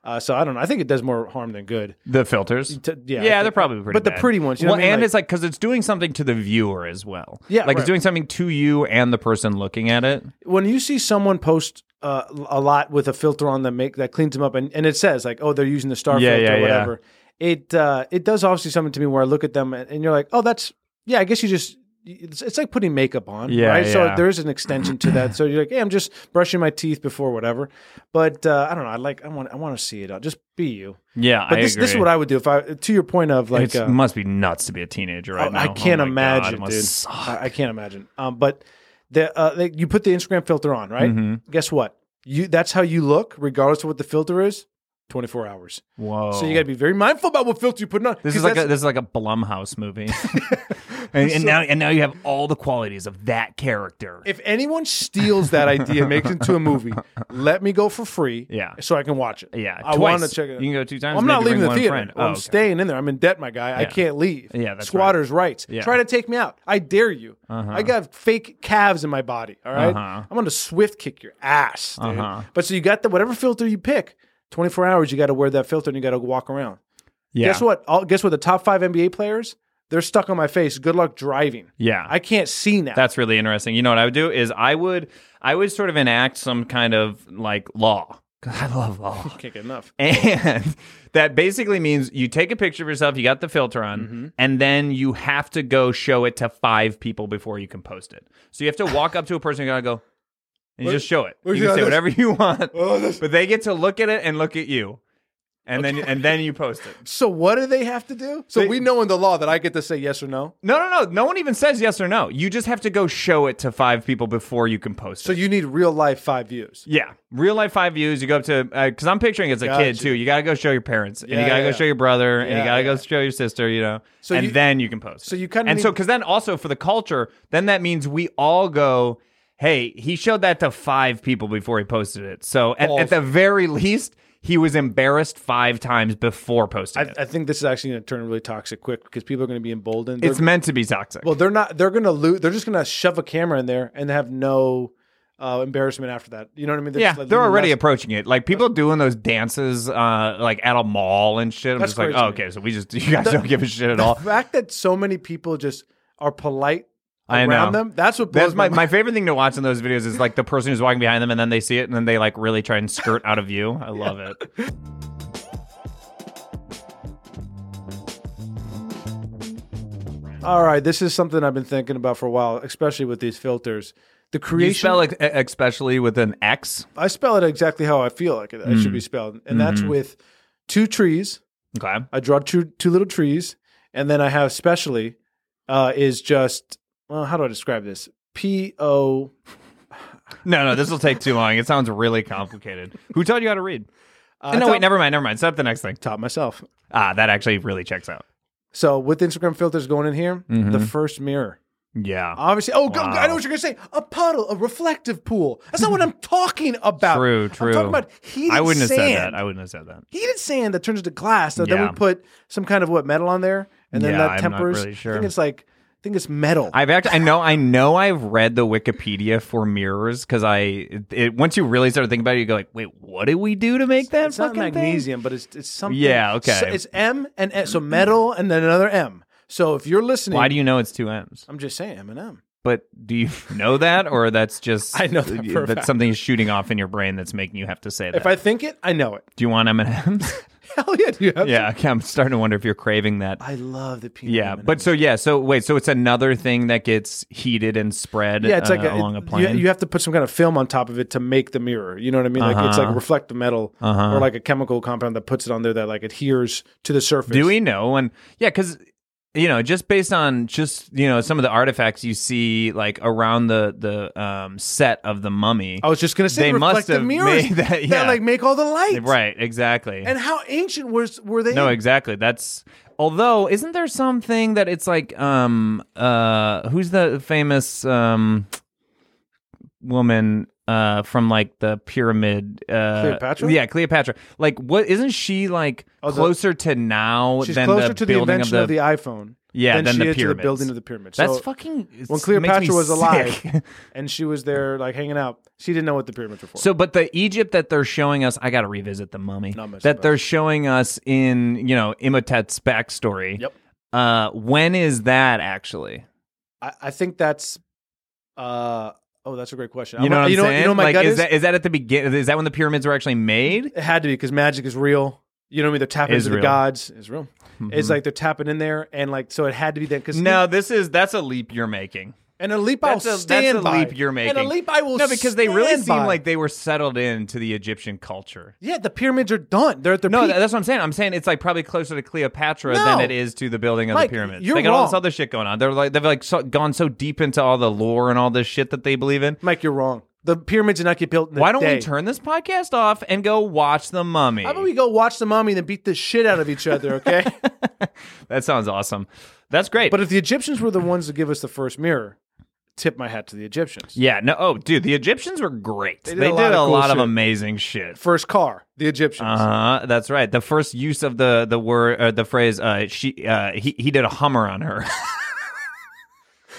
Speaker 4: Uh, so I don't know. I think it does more harm than good.
Speaker 3: the filters
Speaker 4: To- yeah,
Speaker 3: yeah,
Speaker 4: I think-
Speaker 3: they're probably pretty
Speaker 4: But
Speaker 3: bad.
Speaker 4: the pretty ones, you know
Speaker 3: well,
Speaker 4: what I mean?
Speaker 3: and
Speaker 4: Like-
Speaker 3: it's like because it's doing something to the viewer as well.
Speaker 4: Yeah,
Speaker 3: like it's
Speaker 4: right.
Speaker 3: doing something to you and the person looking at it.
Speaker 4: when you see someone post uh, a lot with a filter on that make that cleans them up, and, and it says like, oh, they're using the star
Speaker 3: Yeah,
Speaker 4: filter
Speaker 3: yeah, yeah.
Speaker 4: or whatever. It uh, it does obviously something to me where I look at them and, and you're like, oh, that's yeah. I guess you just it's, it's like putting makeup on,
Speaker 3: Yeah,
Speaker 4: right?
Speaker 3: yeah.
Speaker 4: So there is an extension to that. So you're like, hey, I'm just brushing my teeth before whatever. But uh, I don't know. I like I want I want to see it. all. Just be you.
Speaker 3: Yeah,
Speaker 4: But
Speaker 3: I
Speaker 4: this
Speaker 3: agree.
Speaker 4: this is what I would do if I to your point of like
Speaker 3: It's-
Speaker 4: uh,
Speaker 3: must be nuts to be a teenager right
Speaker 4: Oh,
Speaker 3: now.
Speaker 4: I
Speaker 3: Oh
Speaker 4: can't
Speaker 3: my God,
Speaker 4: imagine,
Speaker 3: it must
Speaker 4: dude.
Speaker 3: suck.
Speaker 4: I, I can't imagine. Um, but the uh, like you put the Instagram filter on, right?
Speaker 3: Mhm.
Speaker 4: Guess what? You that's how you look, regardless of what the filter is. Twenty four hours.
Speaker 3: Whoa.
Speaker 4: So you got to be very mindful about what filter you put on.
Speaker 3: Oh. This
Speaker 4: 'cause
Speaker 3: is like a,
Speaker 4: that's-
Speaker 3: this is like a Blumhouse movie.
Speaker 5: And, and now and now you have all the qualities of that character.
Speaker 4: if anyone steals that idea, and makes it into a movie, let me go for free.
Speaker 3: Yeah.
Speaker 4: so I can watch it.
Speaker 3: yeah,
Speaker 4: I want to check it. out.
Speaker 3: You can go two times.
Speaker 4: I'm
Speaker 3: and
Speaker 4: not
Speaker 3: maybe
Speaker 4: leaving
Speaker 3: bring
Speaker 4: the
Speaker 3: one
Speaker 4: theater.
Speaker 3: friend.
Speaker 4: I'm
Speaker 3: Oh, okay.
Speaker 4: staying in there. I'm in debt, my guy. I
Speaker 3: Yeah.
Speaker 4: can't leave.
Speaker 3: Yeah, that's
Speaker 4: squatters' rights.
Speaker 3: Yeah.
Speaker 4: Try to take me out. I dare you. I got fake calves in my body. All right?
Speaker 3: Uh-huh.
Speaker 4: I'm going to swift kick your ass, dude.
Speaker 3: Uh-huh.
Speaker 4: But so you got the whatever filter you pick. 24 hours, you got to wear that filter and you got to walk around.
Speaker 3: Yeah.
Speaker 4: Guess what? All, guess what? The top five NBA players, they're stuck on my face. Good luck driving.
Speaker 3: Yeah.
Speaker 4: I can't see now.
Speaker 3: That's really interesting. You know what I would do is I would I would sort of enact some kind of like law. 'Cause I love law.
Speaker 4: can't get enough.
Speaker 3: And that basically means you take a picture of yourself, you got the filter on,
Speaker 2: Mm-hmm.
Speaker 3: and then you have to go show it to five people before you can post it. So you have to walk up to a person and you gotta go and you just show it. You
Speaker 2: where's the
Speaker 3: can say
Speaker 2: others?
Speaker 3: whatever you want.
Speaker 2: Oh, this-
Speaker 3: But they get to look at it and look at you. And then and then you post it.
Speaker 4: So what do they have to do? So we know in the law that I get to say yes or no.
Speaker 3: No, no, no. No one even says yes or no. You just have to go show it to five people before you can post it.
Speaker 4: So you need real life five views.
Speaker 3: Yeah, real life five views. You go up to because I'm picturing as a
Speaker 4: Gotcha.
Speaker 3: kid too. You got to go show your parents, and you
Speaker 4: Yeah,
Speaker 3: got to
Speaker 4: yeah,
Speaker 3: go
Speaker 4: yeah.
Speaker 3: show your brother, and you
Speaker 4: Yeah,
Speaker 3: got to go
Speaker 4: yeah.
Speaker 3: show your sister. You know,
Speaker 4: So
Speaker 3: and
Speaker 4: you-
Speaker 3: then you can post.
Speaker 4: so you kinda
Speaker 3: and so
Speaker 4: need-
Speaker 3: because then also for the culture, then that means we all go. Hey, he showed that to five people before he posted it. So at, at
Speaker 4: Balls.
Speaker 3: the very least, he was embarrassed five times before posting
Speaker 4: I,
Speaker 3: it.
Speaker 4: I think this is actually going to turn really toxic quick because people are going to be emboldened.
Speaker 3: it's
Speaker 4: They're-
Speaker 3: meant to be toxic.
Speaker 4: well, they're not. They're going to lose. They're just going to shove a camera in there and have no uh, embarrassment after that. You know what I mean?
Speaker 3: yeah,
Speaker 4: just like
Speaker 3: they're
Speaker 4: leaving
Speaker 3: already
Speaker 4: less-
Speaker 3: approaching it. Like people doing those dances, uh, like at a mall and shit. I'm
Speaker 4: That's
Speaker 3: just like,
Speaker 4: crazy.
Speaker 3: oh, okay, so we just you guys don't give a shit at all.
Speaker 4: The fact that so many people just are polite
Speaker 3: I
Speaker 4: around
Speaker 3: know.
Speaker 4: them. That's what blows
Speaker 3: That's my,
Speaker 4: mind.
Speaker 3: my favorite thing to watch in those videos is like the person who's walking behind them and then they see it and then they like really try and skirt out of view. I love it.
Speaker 4: All right, this is something I've been thinking about for a while, especially with these filters. The
Speaker 3: You
Speaker 4: creation.
Speaker 3: spell ex- e, especially with an X.
Speaker 4: I spell it exactly how I feel like it, it should be
Speaker 3: Mm.
Speaker 4: spelled, and that's
Speaker 3: Mm-hmm.
Speaker 4: with two trees.
Speaker 3: Okay.
Speaker 4: I draw two two little trees, and then I have specially uh, is just well, how do I describe this? P O.
Speaker 3: No, no, this will take too long. It sounds really complicated. Who taught you how to read?
Speaker 4: Uh,
Speaker 3: no,
Speaker 4: I
Speaker 3: wait,
Speaker 4: taught-
Speaker 3: never mind, never mind. Set up the next thing.
Speaker 4: taught myself.
Speaker 3: Ah, that actually really checks out.
Speaker 4: So with Instagram filters going in here,
Speaker 3: Mm-hmm.
Speaker 4: the first mirror.
Speaker 3: Yeah.
Speaker 4: Obviously, oh, go-
Speaker 3: Wow.
Speaker 4: I know what you're gonna say. A puddle, a reflective pool. That's not what I'm talking about.
Speaker 3: True,
Speaker 4: I'm
Speaker 3: true.
Speaker 4: talking about heated
Speaker 3: I wouldn't have said that.
Speaker 4: sand.
Speaker 3: I wouldn't have said that.
Speaker 4: heated sand that turns into glass. So Then
Speaker 3: Yeah.
Speaker 4: we put some kind of what metal on there, and then
Speaker 3: Yeah,
Speaker 4: that
Speaker 3: I'm not
Speaker 4: tempers.
Speaker 3: really sure.
Speaker 4: I think it's like I think it's metal.
Speaker 3: I've actually, I know, I know, I've read the Wikipedia for mirrors because I, it, it- once you really start thinking about it, you go like, wait, what did we do to make that
Speaker 4: it's not
Speaker 3: fucking thing?
Speaker 4: magnesium, but it's it's something.
Speaker 3: Yeah, okay.
Speaker 4: So it's M and N, so metal and then another M. So if you're listening,
Speaker 3: Why do you know it's two M's?
Speaker 4: I'm just saying M and M.
Speaker 3: But do you know that, or that's just
Speaker 4: I know that for a
Speaker 3: that
Speaker 4: fact.
Speaker 3: something is shooting off in your brain that's making you have to say that?
Speaker 4: If I think it, I know it.
Speaker 3: do you want M and M's?
Speaker 4: Hell yeah, do you have
Speaker 3: Yeah, okay, I'm starting to wonder if you're craving that.
Speaker 4: I love the peanut.
Speaker 3: yeah,
Speaker 4: M&Ms.
Speaker 3: but so yeah, so wait, so it's another thing that gets heated and spread.
Speaker 4: yeah, it's
Speaker 3: uh,
Speaker 4: like a,
Speaker 3: along a
Speaker 4: you-
Speaker 3: plane.
Speaker 4: You, have to put some kind of film on top of it to make the mirror. You know what I mean? Like it's
Speaker 3: Uh-huh.
Speaker 4: like reflective metal or like a chemical compound that puts it on there that like adheres to the surface.
Speaker 3: Do we know? And yeah, because you know, just based on just you know some of the artifacts you see like around the the um, set of the mummy.
Speaker 4: I was just gonna
Speaker 3: They
Speaker 4: say
Speaker 3: must
Speaker 4: reflective
Speaker 3: have
Speaker 4: mirrors
Speaker 3: made that- yeah.
Speaker 4: like make all the lights.
Speaker 3: right, exactly.
Speaker 4: And how ancient was were they?
Speaker 3: no, exactly. That's although isn't there something that it's like um uh who's the famous um woman uh from like the pyramid uh
Speaker 4: Cleopatra? Oh,
Speaker 3: yeah cleopatra like what isn't she like
Speaker 4: the-
Speaker 3: closer to now
Speaker 4: She's
Speaker 3: than
Speaker 4: closer
Speaker 3: the
Speaker 4: to the
Speaker 3: building
Speaker 4: invention
Speaker 3: of
Speaker 4: of the, iPhone.
Speaker 3: Yeah,
Speaker 4: than
Speaker 3: than
Speaker 4: she
Speaker 3: the
Speaker 4: is to the
Speaker 3: pyramids.
Speaker 4: building of the pyramids.
Speaker 3: That's
Speaker 4: so
Speaker 3: fucking. it's-
Speaker 4: when
Speaker 3: makes me
Speaker 4: Cleopatra was alive
Speaker 3: sick.
Speaker 4: and she was there like hanging out, she didn't know what the pyramids were for.
Speaker 3: so, but the Egypt that they're showing us, I got to revisit the mummy.
Speaker 4: Not much
Speaker 3: That
Speaker 4: about
Speaker 3: they're showing us in, you know, Imhotep's backstory.
Speaker 4: Yep.
Speaker 3: Uh, when is that actually?
Speaker 4: I, I think that's uh oh, that's a great question.
Speaker 3: You
Speaker 4: I'm-
Speaker 3: know what I'm
Speaker 4: you know,
Speaker 3: saying?
Speaker 4: you know what my
Speaker 3: like,
Speaker 4: gut
Speaker 3: is,
Speaker 4: is?
Speaker 3: that is that at the beginning? Is that when the pyramids were actually made?
Speaker 4: It had to be because magic is real. You know what I mean? They're tapping
Speaker 3: Israel.
Speaker 4: into the gods. Israel.
Speaker 3: Mm-hmm.
Speaker 4: It's like they're tapping in there, and like so it had to be then. Because
Speaker 3: No, this is that's a leap you're making.
Speaker 4: and a leap I'll
Speaker 3: That's a,
Speaker 4: stand
Speaker 3: that's a
Speaker 4: by.
Speaker 3: leap you're making.
Speaker 4: And a leap I will.
Speaker 3: No, because they really
Speaker 4: stand
Speaker 3: seem
Speaker 4: by.
Speaker 3: like they were settled into the Egypthan culture.
Speaker 4: yeah, the pyramids are done. They're at their
Speaker 3: No,
Speaker 4: peak.
Speaker 3: tha- that's what I'm saying. I'm saying it's like probably closer to Cleopatra
Speaker 4: No.
Speaker 3: than it is to the building of
Speaker 4: Mike,
Speaker 3: the pyramids.
Speaker 4: you're
Speaker 3: they got all this
Speaker 4: wrong.
Speaker 3: other shit going on. They're like they've like so, gone so deep into all the lore and all this shit that they believe in.
Speaker 4: Mike, you're wrong. The pyramids did not get built. In the
Speaker 3: Why don't
Speaker 4: day.
Speaker 3: we turn this podcast off and go watch the Mummy?
Speaker 4: How about we go watch the mummy and then beat the shit out of each other? Okay.
Speaker 3: that sounds awesome. That's great.
Speaker 4: but if the Egyptians were the ones to give us the first mirror, tip my hat to the Egyptians.
Speaker 3: yeah, no. Oh, dude, the Egyptians were great. They
Speaker 4: did
Speaker 3: did,
Speaker 4: a lot
Speaker 3: a
Speaker 4: of cool
Speaker 3: lot of
Speaker 4: shit.
Speaker 3: amazing shit.
Speaker 4: First car, the Egyptians.
Speaker 3: Uh, that's right. The first use of the the word uh, the phrase uh, she uh, he he did a hummer on her.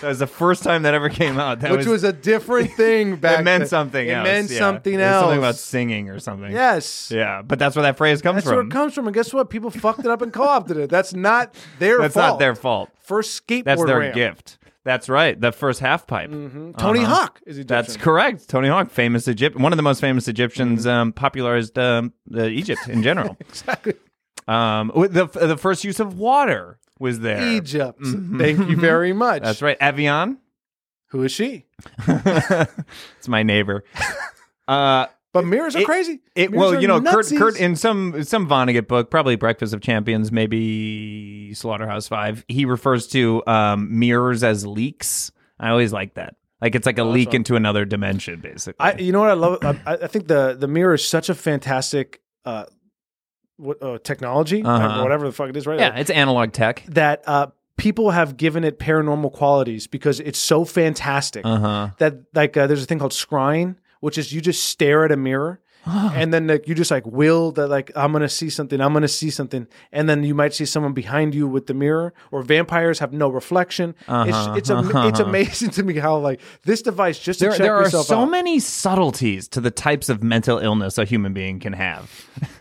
Speaker 3: that was the first time that ever came out. That
Speaker 4: which was, a different thing back
Speaker 3: it meant
Speaker 4: then.
Speaker 3: something
Speaker 4: It
Speaker 3: else.
Speaker 4: meant
Speaker 3: yeah.
Speaker 4: something
Speaker 3: It was
Speaker 4: else.
Speaker 3: Something about singing or something.
Speaker 4: yes.
Speaker 3: Yeah, but that's where that phrase comes
Speaker 4: That's where
Speaker 3: from.
Speaker 4: it comes from. And guess what? People fucked it up and co-opted it. That's not their
Speaker 3: that's
Speaker 4: fault.
Speaker 3: not their fault.
Speaker 4: First skateboard
Speaker 3: That's their
Speaker 4: ramp.
Speaker 3: gift. That's right. The first half pipe.
Speaker 4: Tony Hawk is Egyptian.
Speaker 3: That's correct. Tony Hawk, famous Egypt, one of the most famous
Speaker 4: Mm-hmm.
Speaker 3: Egyptians, um, popularized um, the Egypt in general.
Speaker 4: exactly
Speaker 3: um, with the the first use of water was there.
Speaker 4: Egypt. Thank you very much.
Speaker 3: Mm-hmm. That's right. Evian.
Speaker 4: Who is she?
Speaker 3: it's my neighbor. Uh,
Speaker 4: But mirrors are
Speaker 3: it-
Speaker 4: crazy.
Speaker 3: It,
Speaker 4: Mirrors
Speaker 3: well,
Speaker 4: are
Speaker 3: you know, Kurt,
Speaker 4: nutsies.
Speaker 3: Kurt in some some Vonnegut book, probably Breakfast of Champions, maybe Slaughterhouse Five. He refers to um, mirrors as leaks. I always like that. Like it's like a leak into another dimension, basically.
Speaker 4: Oh, I, you know what I love? I, I think the the mirror is such a fantastic uh, what, uh, technology,
Speaker 3: Uh-huh.
Speaker 4: or whatever the fuck it is, right?
Speaker 3: yeah, it's analog tech.
Speaker 4: that uh, people have given it paranormal qualities because it's so fantastic
Speaker 3: Uh-huh.
Speaker 4: that like uh, there's a thing called scrying, which is you just stare at a mirror. And then like you just like will that like I'm gonna see something I'm gonna see something and then you might see someone behind you with the mirror or vampires have no reflection. It's it's, am- it's amazing to me how like this device just to
Speaker 3: Uh-huh. There,
Speaker 4: check
Speaker 3: there are
Speaker 4: yourself
Speaker 3: so
Speaker 4: out.
Speaker 3: many subtleties to the types of mental illness a human being can have.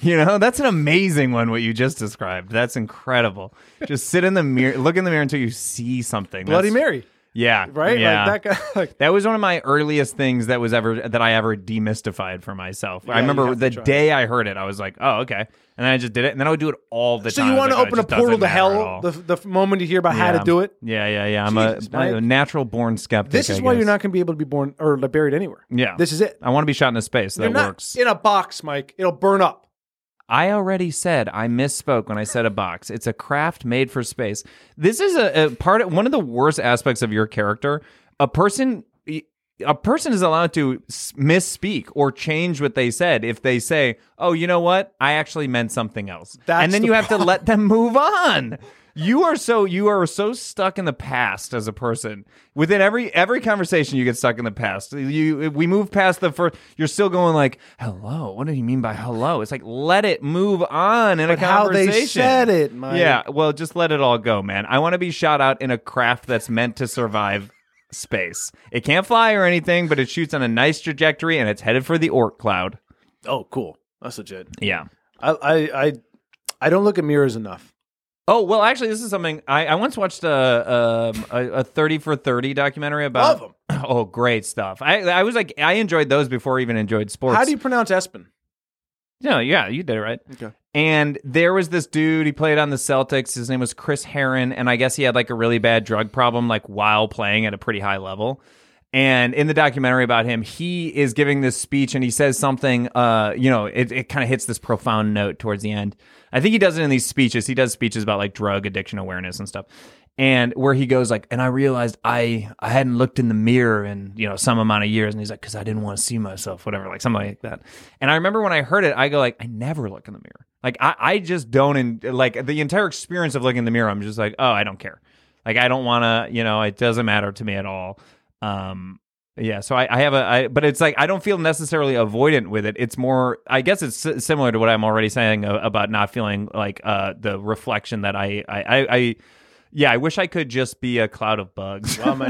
Speaker 3: you know, that's an amazing one. What you just described, that's incredible. just sit in the mirror, look in the mirror until you see something.
Speaker 4: Bloody
Speaker 3: That's-
Speaker 4: Mary,
Speaker 3: Yeah.
Speaker 4: right?
Speaker 3: Yeah.
Speaker 4: Like that guy. Like
Speaker 3: That was one of my earliest things that was ever that I ever demystified for myself. I
Speaker 4: you
Speaker 3: remember
Speaker 4: have to
Speaker 3: the
Speaker 4: try.
Speaker 3: day I heard it, I was like, "Oh, okay," and then I just did it, and then I would do it all the
Speaker 4: so
Speaker 3: time.
Speaker 4: you
Speaker 3: I was
Speaker 4: want to
Speaker 3: like, oh, it
Speaker 4: open a
Speaker 3: just doesn't
Speaker 4: portal to
Speaker 3: matter at
Speaker 4: hell
Speaker 3: all.
Speaker 4: the, the moment you hear about how
Speaker 3: Yeah.
Speaker 4: to do it.
Speaker 3: Yeah, yeah, yeah. I'm
Speaker 4: Jesus,
Speaker 3: a, I'm a
Speaker 4: Mike.
Speaker 3: natural born skeptic.
Speaker 4: This is
Speaker 3: I
Speaker 4: why you're
Speaker 3: guess.
Speaker 4: not going to be able to be born or like, buried anywhere.
Speaker 3: Yeah.
Speaker 4: This is it.
Speaker 3: I want to be shot into space. So
Speaker 4: You're
Speaker 3: that
Speaker 4: not
Speaker 3: works.
Speaker 4: in a box, Mike. It'll burn up.
Speaker 3: I already said I misspoke when I said a box. It's a craft made for space. This is a, a part of one of the worst aspects of your character. A person a person is allowed to s- misspeak or change what they said if they say, "Oh, you know what? I actually meant something else."
Speaker 4: That's
Speaker 3: and then
Speaker 4: the
Speaker 3: you have to let them move on. You are so you are so stuck in the past as a person. Within every every conversation, you get stuck in the past. You we move past the first. You're still going like, "Hello." What do you mean by hello? It's like let it move on in a
Speaker 4: But how they
Speaker 3: conversation.
Speaker 4: said it, Mike.
Speaker 3: Yeah. Well, just let it all go, man. I want to be shot out in a craft that's meant to survive space. It can't fly or anything, but it shoots on a nice trajectory and it's headed for the Oort cloud.
Speaker 4: Oh, cool. That's legit.
Speaker 3: Yeah.
Speaker 4: I I I, I don't look at mirrors enough.
Speaker 3: Oh well, actually, this is something I, I once watched a, um, a a thirty for thirty documentary about.
Speaker 4: Love
Speaker 3: Oh, great stuff! I I was like I enjoyed those before I even enjoyed sports.
Speaker 4: How do you pronounce Espen?
Speaker 3: No, yeah, you did it right.
Speaker 4: Okay.
Speaker 3: And there was this dude, he played on the Celtics. His name was Chris Heron. And I guess he had like a really bad drug problem, like while playing at a pretty high level. And in the documentary about him, he is giving this speech and he says something, uh, you know, it, it kind of hits this profound note towards the end. I think he does it in these speeches. He does speeches about like drug addiction awareness and stuff. And where he goes like, and I realized I I hadn't looked in the mirror in you know some amount of years, and he's like, because I didn't want to see myself, whatever, like something like that. And I remember when I heard it, I go like, I never look in the mirror. Like I, I just don't and like the entire experience of looking in the mirror, I'm just like, oh, I don't care. Like I don't wanna, you know, it doesn't matter to me at all. Um yeah, so I, I have a, I, but it's like I don't feel necessarily avoidant with it. It's more, I guess it's si- similar to what I'm already saying a- about not feeling like uh, the reflection that I, I, I, I, yeah, I wish I could just be a cloud of bugs.
Speaker 4: Lot,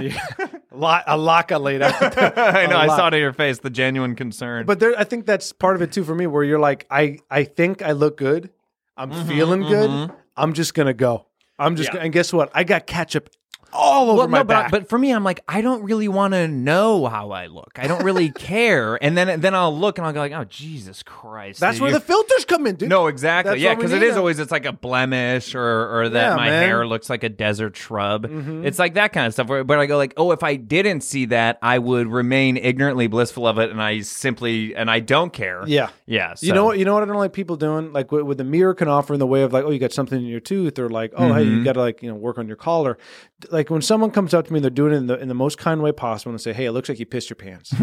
Speaker 4: a laka laid out.
Speaker 3: I know, I
Speaker 4: lot.
Speaker 3: saw it in your face, the genuine concern.
Speaker 4: But there, I think that's part of it too for me, where you're like, I, I think I look good. I'm
Speaker 3: Mm-hmm,
Speaker 4: feeling good. I'm just gonna go. I'm just gonna, and guess what? I got ketchup all over my
Speaker 3: but, I-
Speaker 4: back.
Speaker 3: but for me, I'm like, I don't really want to know how I look. I don't really care. And then then I'll look and I'll go like, oh Jesus Christ.
Speaker 4: that's
Speaker 3: dude,
Speaker 4: where
Speaker 3: you-
Speaker 4: the filters come in, dude.
Speaker 3: no, exactly.
Speaker 4: That's
Speaker 3: yeah,
Speaker 4: what we
Speaker 3: because it
Speaker 4: need
Speaker 3: is
Speaker 4: now.
Speaker 3: always it's like a blemish or or that
Speaker 4: Yeah,
Speaker 3: my
Speaker 4: man. Mm-hmm.
Speaker 3: hair looks like a desert shrub. It's like that kind of stuff. Where, but I go like, oh, if I didn't see that, I would remain ignorantly blissful of it, and I simply and I don't care.
Speaker 4: Yeah.
Speaker 3: yeah. So.
Speaker 4: You know what? You know what I don't like people doing, like what, what the mirror can offer in the way of like, oh, you got something in your tooth, or like, oh, hey,
Speaker 3: Mm-hmm.
Speaker 4: you got to like, you know, work on your collar. D- Like when someone comes up to me, and they're doing it in the in the most kind way possible, and say, hey, it looks like you pissed your pants.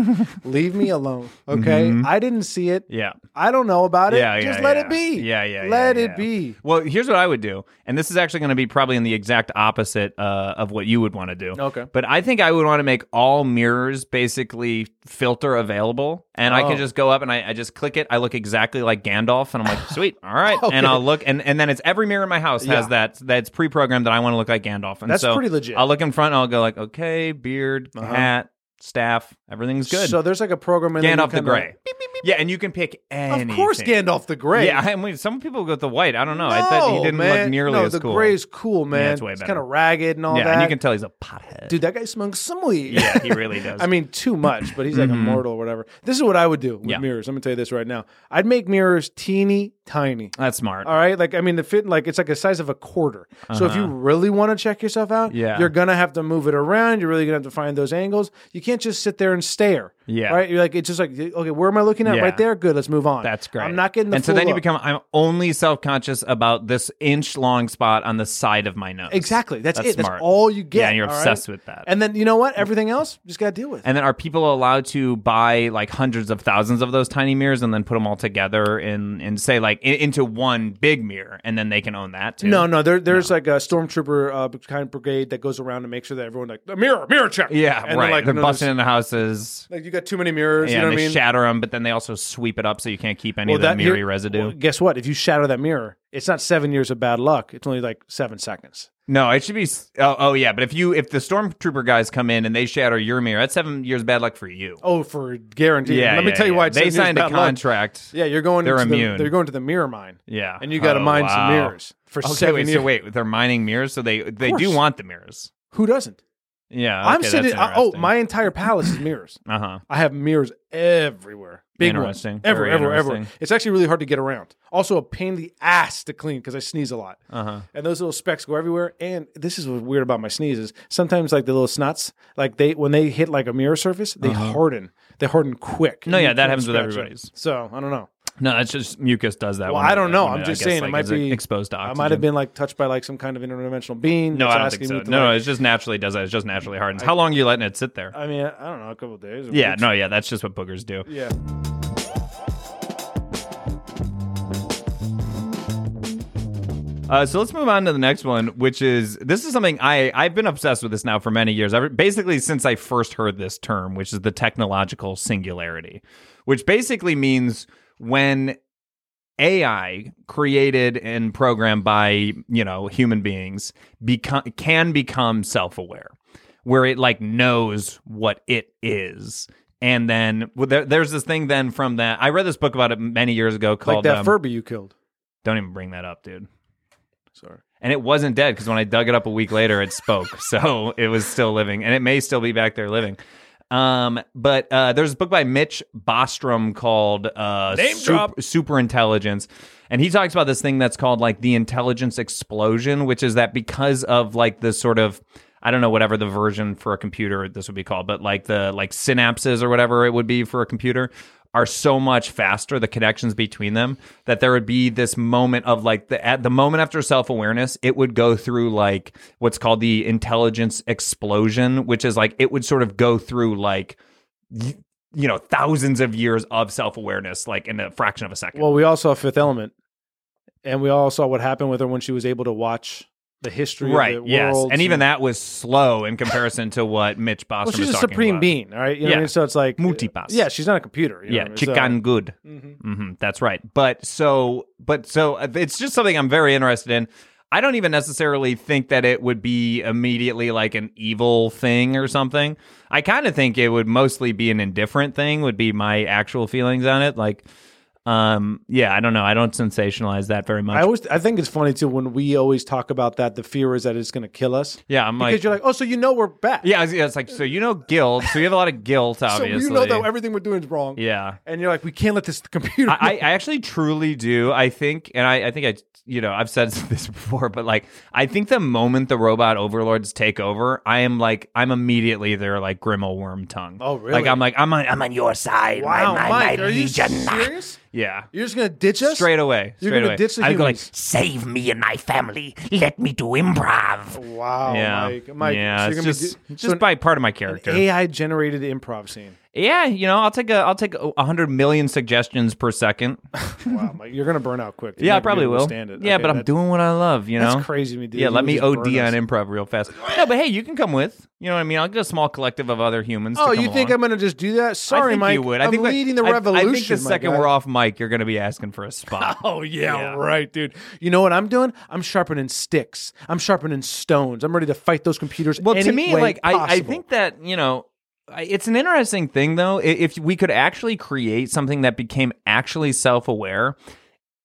Speaker 4: Leave me alone, okay? I didn't see it.
Speaker 3: Mm-hmm. Yeah.
Speaker 4: I don't know about it.
Speaker 3: Yeah,
Speaker 4: just
Speaker 3: yeah,
Speaker 4: let
Speaker 3: yeah.
Speaker 4: it be.
Speaker 3: Yeah, yeah, yeah,
Speaker 4: Let
Speaker 3: yeah.
Speaker 4: it be.
Speaker 3: Well, here's what I would do, and this is actually going to be probably in the exact opposite uh, of what you would want to do.
Speaker 4: Okay.
Speaker 3: But I think I would want to make all mirrors basically filter available, and I can
Speaker 4: Oh.
Speaker 3: just go up and I, I just click it. I look exactly like Gandalf, and I'm like, sweet, all right. And I'll look, and, and then it's every mirror in my house has
Speaker 4: Yeah.
Speaker 3: that that's pre-programmed that I want to look like Gandalf, and
Speaker 4: That's
Speaker 3: so
Speaker 4: pretty legit. Uh-huh.
Speaker 3: I'll look in front, and I'll go like, okay, beard, hat, staff, everything's good.
Speaker 4: So there's like a program in there you
Speaker 3: Gandalf the
Speaker 4: can,
Speaker 3: Grey.
Speaker 4: like-
Speaker 3: Yeah, and you can pick anything.
Speaker 4: Of course, Gandalf the Grey.
Speaker 3: Yeah, I mean, some people go with the white. I don't know. I thought he
Speaker 4: No,
Speaker 3: didn't
Speaker 4: man.
Speaker 3: look nearly
Speaker 4: no,
Speaker 3: as
Speaker 4: the
Speaker 3: cool.
Speaker 4: Grey is cool, man.
Speaker 3: it's way better.
Speaker 4: kind of ragged and all
Speaker 3: yeah,
Speaker 4: that.
Speaker 3: and you can tell he's a pothead.
Speaker 4: Dude, that guy smokes some weed.
Speaker 3: yeah, he really does. Mm-hmm.
Speaker 4: I mean, too much, but he's like immortal or whatever. This is what I would do with
Speaker 3: Yeah.
Speaker 4: mirrors. I'm gonna tell you this right now. I'd make mirrors teeny tiny.
Speaker 3: that's smart.
Speaker 4: All right, like I mean, the fit like it's like the size of a quarter. So if you really want to check yourself out,
Speaker 3: Uh-huh. Yeah.
Speaker 4: you're gonna have to move it around. You're really gonna have to find those angles. You can't just sit there and stare.
Speaker 3: Yeah.
Speaker 4: right. You're like it's just like okay, where am I looking at
Speaker 3: Yeah.
Speaker 4: right there? Good, let's move on.
Speaker 3: That's great.
Speaker 4: I'm not getting the.
Speaker 3: and so
Speaker 4: full
Speaker 3: then you
Speaker 4: look.
Speaker 3: become. I'm only self conscious about this inch long spot on the side of my nose.
Speaker 4: exactly. That's,
Speaker 3: That's
Speaker 4: it.
Speaker 3: smart.
Speaker 4: That's all you get.
Speaker 3: Yeah, and you're
Speaker 4: all right?
Speaker 3: obsessed with that.
Speaker 4: And then you know what? Everything else, just gotta deal with.
Speaker 3: And then are people allowed to buy like hundreds of thousands of those tiny mirrors and then put them all together in and say like in, into one big mirror and then they can own that too?
Speaker 4: No, no. There, there's like a stormtrooper uh, kind of brigade that goes around to make sure that everyone like mirror, mirror check.
Speaker 3: Yeah,
Speaker 4: and
Speaker 3: right.
Speaker 4: They're like,
Speaker 3: they're
Speaker 4: no, there's-
Speaker 3: busting into houses.
Speaker 4: like you got too many mirrors.
Speaker 3: Yeah,
Speaker 4: you know
Speaker 3: and
Speaker 4: what I
Speaker 3: they
Speaker 4: mean?
Speaker 3: shatter them, but then they also sweep it up so you can't keep any
Speaker 4: Well,
Speaker 3: of the
Speaker 4: here-
Speaker 3: mirror residue.
Speaker 4: well, guess what? If you shatter that mirror, it's not seven years of bad luck. It's only like seven seconds.
Speaker 3: no, it should be. s- Oh, oh, yeah, but if you if the stormtrooper guys come in and they shatter your mirror, that's seven years bad luck for you.
Speaker 4: Oh, for guarantee.
Speaker 3: yeah,
Speaker 4: Let me
Speaker 3: yeah,
Speaker 4: tell you
Speaker 3: yeah.
Speaker 4: why it's
Speaker 3: they
Speaker 4: seven years
Speaker 3: signed a
Speaker 4: bad luck.
Speaker 3: contract.
Speaker 4: Yeah, you're going.
Speaker 3: They're
Speaker 4: to
Speaker 3: immune.
Speaker 4: The, they're going to the mirror mine.
Speaker 3: Yeah.
Speaker 4: and you got to
Speaker 3: Oh,
Speaker 4: mine
Speaker 3: wow.
Speaker 4: some mirrors for
Speaker 3: Okay,
Speaker 4: seven
Speaker 3: wait,
Speaker 4: years.
Speaker 3: so wait, they're mining mirrors, so they they do
Speaker 4: course.
Speaker 3: want the mirrors.
Speaker 4: Who doesn't?
Speaker 3: Yeah,
Speaker 4: I'm
Speaker 3: okay,
Speaker 4: sitting.
Speaker 3: that's
Speaker 4: I- oh,
Speaker 3: interesting.
Speaker 4: my entire palace is mirrors.
Speaker 3: Uh huh.
Speaker 4: I have mirrors everywhere. Big
Speaker 3: Interesting.
Speaker 4: ones. Ever,
Speaker 3: Very
Speaker 4: ever, ever.
Speaker 3: interesting.
Speaker 4: It's actually really hard to get around. Also, a pain in the ass to clean because I sneeze a lot.
Speaker 3: Uh huh.
Speaker 4: And those little specks go everywhere. And this is what's weird about my sneezes. Sometimes, like the little snots, like they when they hit like a mirror surface, they harden. They harden quick.
Speaker 3: Uh-huh. No,
Speaker 4: And
Speaker 3: yeah,
Speaker 4: you
Speaker 3: that
Speaker 4: can't
Speaker 3: happens with
Speaker 4: scratch it.
Speaker 3: everybody's.
Speaker 4: So I don't know.
Speaker 3: No, that's just mucus does that.
Speaker 4: Well,
Speaker 3: when
Speaker 4: I
Speaker 3: it-
Speaker 4: don't know.
Speaker 3: when
Speaker 4: I'm just
Speaker 3: I guess,
Speaker 4: saying
Speaker 3: like,
Speaker 4: it might
Speaker 3: is
Speaker 4: be
Speaker 3: exposed to oxygen.
Speaker 4: I might have been like touched by like some kind of interdimensional being.
Speaker 3: No,
Speaker 4: that's
Speaker 3: I don't
Speaker 4: asking
Speaker 3: think so.
Speaker 4: me
Speaker 3: No,
Speaker 4: to,
Speaker 3: no,
Speaker 4: like-
Speaker 3: it's just naturally does that. It's just naturally hardens. How long are you letting it sit there?
Speaker 4: I mean, I don't know, a couple of days. or
Speaker 3: Yeah,
Speaker 4: weeks.
Speaker 3: no, yeah, that's just what boogers do.
Speaker 4: Yeah.
Speaker 3: Uh, so let's move on to the next one, which is this is something I I've been obsessed with this now for many years. I've, basically, since I first heard this term, which is the technological singularity, which basically means when AI created and programmed by you know human beings become can become self aware, where it like knows what it is. And then well, there, there's this thing. Then from that, I read this book about it many years ago
Speaker 4: Like
Speaker 3: called
Speaker 4: that
Speaker 3: um,
Speaker 4: Furby you killed.
Speaker 3: Don't even bring that up, dude.
Speaker 4: Sorry.
Speaker 3: And it wasn't dead because when I dug it up a week later, it spoke. So it was still living, and it may still be back there living. Um, but uh, there's a book by Mitch Bostrom called uh,
Speaker 5: Name drop.
Speaker 3: super intelligence and he talks about this thing that's called like the intelligence explosion which is that because of like the sort of i don't know whatever the version for a computer this would be called but like the like synapses or whatever it would be for a computer are so much faster the connections between them that there would be this moment of like the at the moment after self-awareness it would go through like what's called the intelligence explosion which is like it would sort of go through like y- you know thousands of years of self-awareness like in a fraction of a second
Speaker 4: Well, we all saw Fifth Element, and we all saw what happened with her when she was able to watch the history
Speaker 3: right
Speaker 4: of the
Speaker 3: yes
Speaker 4: world.
Speaker 3: and even that was slow in comparison to what mitch Bostrom
Speaker 4: Well, she's
Speaker 3: was
Speaker 4: a
Speaker 3: talking
Speaker 4: supreme
Speaker 3: about.
Speaker 4: being, all right? You know what I
Speaker 3: Yeah.
Speaker 4: mean? So it's like
Speaker 3: Multipass.
Speaker 4: Yeah, she's not a computer. you know
Speaker 3: yeah
Speaker 4: what I mean? So-
Speaker 3: chicken good
Speaker 4: Mhm.
Speaker 3: hmm that's right but so but so uh, it's just something i'm very interested in i don't even necessarily think that it would be immediately like an evil thing or something i kind of think it would mostly be an indifferent thing would be my actual feelings on it like um yeah i don't know i don't sensationalize that very much
Speaker 4: I always I think it's funny too when we always talk about that. The fear is that it's going to kill us.
Speaker 3: yeah i'm
Speaker 4: because
Speaker 3: like
Speaker 4: you're like, oh, so you know we're bad.
Speaker 3: Yeah, I was- yeah, it's like so you know guilt, so you have a lot of guilt,
Speaker 4: so
Speaker 3: obviously.
Speaker 4: you know that everything we're doing is wrong.
Speaker 3: yeah,
Speaker 4: and you're like, we can't let this computer.
Speaker 3: I, I I actually truly do. I think, and I, I think I, you know, I've said this before, but like, I think the moment the robot overlords take over, I am like, I'm immediately their like Grimmel worm tongue.
Speaker 4: Oh, really?
Speaker 3: Like I'm like I'm on, I'm
Speaker 5: I'm
Speaker 3: on,
Speaker 5: on your side.
Speaker 4: wow,
Speaker 5: my, my,
Speaker 4: Mike,
Speaker 5: my
Speaker 4: are you
Speaker 5: legion.
Speaker 4: serious?
Speaker 3: yeah,
Speaker 4: You're just going to ditch us
Speaker 3: straight away.
Speaker 4: You're
Speaker 3: straight
Speaker 4: gonna
Speaker 3: away.
Speaker 4: ditch the
Speaker 3: I go like,
Speaker 4: humans.
Speaker 5: Save me and my family. Let me do improv.
Speaker 4: Wow,
Speaker 3: yeah,
Speaker 4: Oh, Mike. Mike,
Speaker 3: yeah,
Speaker 4: so
Speaker 3: it's
Speaker 4: you're gonna
Speaker 3: just
Speaker 4: be di-
Speaker 3: just
Speaker 4: so an
Speaker 3: by part of my character.
Speaker 4: AI generated improv scene.
Speaker 3: yeah, you know, I'll take a, I'll take a hundred million suggestions per second.
Speaker 4: Wow, Mike, you're gonna burn out quick. You're
Speaker 3: Yeah, I
Speaker 4: not gonna
Speaker 3: probably
Speaker 4: be able to
Speaker 3: will.
Speaker 4: stand it.
Speaker 3: Yeah,
Speaker 4: Okay,
Speaker 3: but I'm
Speaker 4: that-
Speaker 3: doing what I love. You know,
Speaker 4: that's crazy to me, dude.
Speaker 3: Yeah,
Speaker 4: You
Speaker 3: let me
Speaker 4: just burn
Speaker 3: OD on
Speaker 4: us.
Speaker 3: improv real fast. No, but hey, you can come with. You know what I mean? I'll get a small collective of other humans.
Speaker 4: Oh,
Speaker 3: to come
Speaker 4: you think
Speaker 3: along.
Speaker 4: I'm gonna just do that?
Speaker 3: I
Speaker 4: Sorry,
Speaker 3: think
Speaker 4: Mike.
Speaker 3: You would. I
Speaker 4: I'm
Speaker 3: think like-
Speaker 4: leading the
Speaker 3: I-
Speaker 4: revolution.
Speaker 3: I think the
Speaker 4: my
Speaker 3: second
Speaker 4: guy.
Speaker 3: we're off mic, you're going to be asking for a spot.
Speaker 4: Oh yeah,
Speaker 3: Yeah.
Speaker 4: right, dude. You know what I'm doing? I'm sharpening sticks. I'm sharpening stones. I'm ready to fight those computers.
Speaker 3: well,
Speaker 4: any
Speaker 3: to me,
Speaker 4: way
Speaker 3: like I, I
Speaker 4: possible.
Speaker 3: think that you know, I, it's an interesting thing though. I- If we could actually create something that became actually self-aware,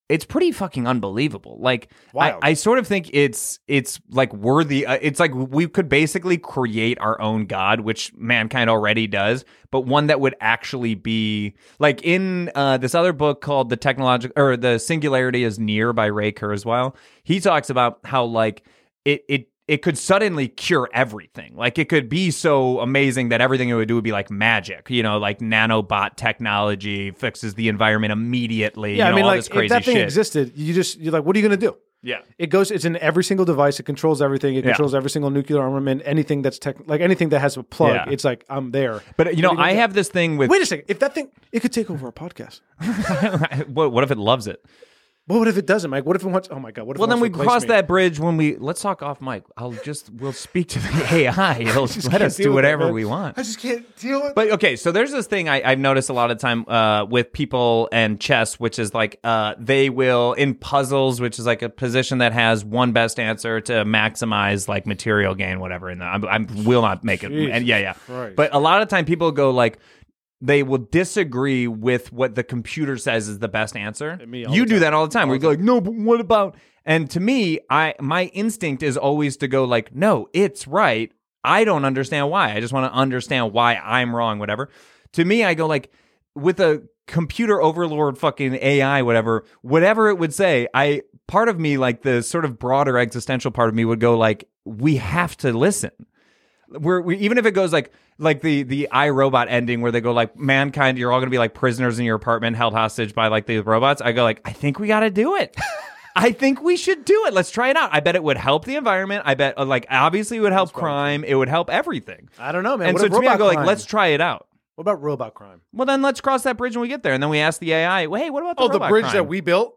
Speaker 3: it's pretty fucking unbelievable. Like I,
Speaker 4: Wild.
Speaker 3: I sort of think it's it's like worthy. Uh, it's like we could basically create our own god, which mankind already does, but one that would actually be like in uh, this other book called "The Technological" or "The Singularity Is Near" by Ray Kurzweil. He talks about how like it it it could suddenly cure everything. Like it could be so amazing that everything it would do would be like magic. You know, like nanobot technology fixes the environment immediately.
Speaker 4: yeah,
Speaker 3: you know,
Speaker 4: I mean,
Speaker 3: all
Speaker 4: like
Speaker 3: this crazy
Speaker 4: if that thing
Speaker 3: shit.
Speaker 4: existed, you just you're like, what are you gonna do?
Speaker 3: yeah.
Speaker 4: It goes. It's in every single device. It controls everything. It
Speaker 3: Yeah.
Speaker 4: controls every single nuclear armament. Anything that's tech, like anything that has a plug.
Speaker 3: Yeah.
Speaker 4: It's like I'm there.
Speaker 3: But you know,
Speaker 4: What are
Speaker 3: I
Speaker 4: you gonna
Speaker 3: have this thing with
Speaker 4: do? Wait a second. If that thing, it could take over our podcast.
Speaker 3: what, what if it loves it?
Speaker 4: But what if it doesn't, Mike? What if it wants? Oh my god! What if
Speaker 3: Well,
Speaker 4: it
Speaker 3: then we
Speaker 4: wants to replace
Speaker 3: cross
Speaker 4: me?
Speaker 3: that bridge when we let's talk off mic. I'll just we'll speak to the AI. It'll let
Speaker 4: can't
Speaker 3: us
Speaker 4: deal
Speaker 3: do
Speaker 4: with that,
Speaker 3: whatever
Speaker 4: man.
Speaker 3: we want.
Speaker 4: I just can't deal with.
Speaker 3: But okay, so there's this thing I, I've noticed a lot of time uh, with people and chess, which is like uh, they will in puzzles, which is like a position that has one best answer to maximize like material gain, whatever. And I am will not make it.
Speaker 4: Jesus
Speaker 3: And yeah, yeah.
Speaker 4: Christ.
Speaker 3: But a lot of time people go like. They will disagree with what the computer says is the best answer.
Speaker 4: me all
Speaker 3: you
Speaker 4: the
Speaker 3: do
Speaker 4: time.
Speaker 3: that all the time. Where you go like, no, but what about? And to me, I my instinct is always to go like, no, it's right. I don't understand why. I just want to understand why I'm wrong, whatever. To me, I go like with a computer overlord fucking AI, whatever, whatever it would say, I part of me, like the sort of broader existential part of me would go like, we have to listen we're we, even if it goes like like the the iRobot ending where they go like mankind you're all gonna be like prisoners in your apartment held hostage by like the robots I go like I think we gotta do it I think we should do it let's try it out I bet it would help the environment I bet uh, like obviously it would help crime it would help everything
Speaker 4: I don't know, man.
Speaker 3: and
Speaker 4: what
Speaker 3: so
Speaker 4: if
Speaker 3: to me I
Speaker 4: robot
Speaker 3: go like
Speaker 4: crime?
Speaker 3: let's try it out
Speaker 4: What about robot crime?
Speaker 3: well then let's cross that bridge when we get there and then we ask the AI well, hey what about the
Speaker 4: Oh, the
Speaker 3: robot
Speaker 4: bridge
Speaker 3: crime?
Speaker 4: that we built.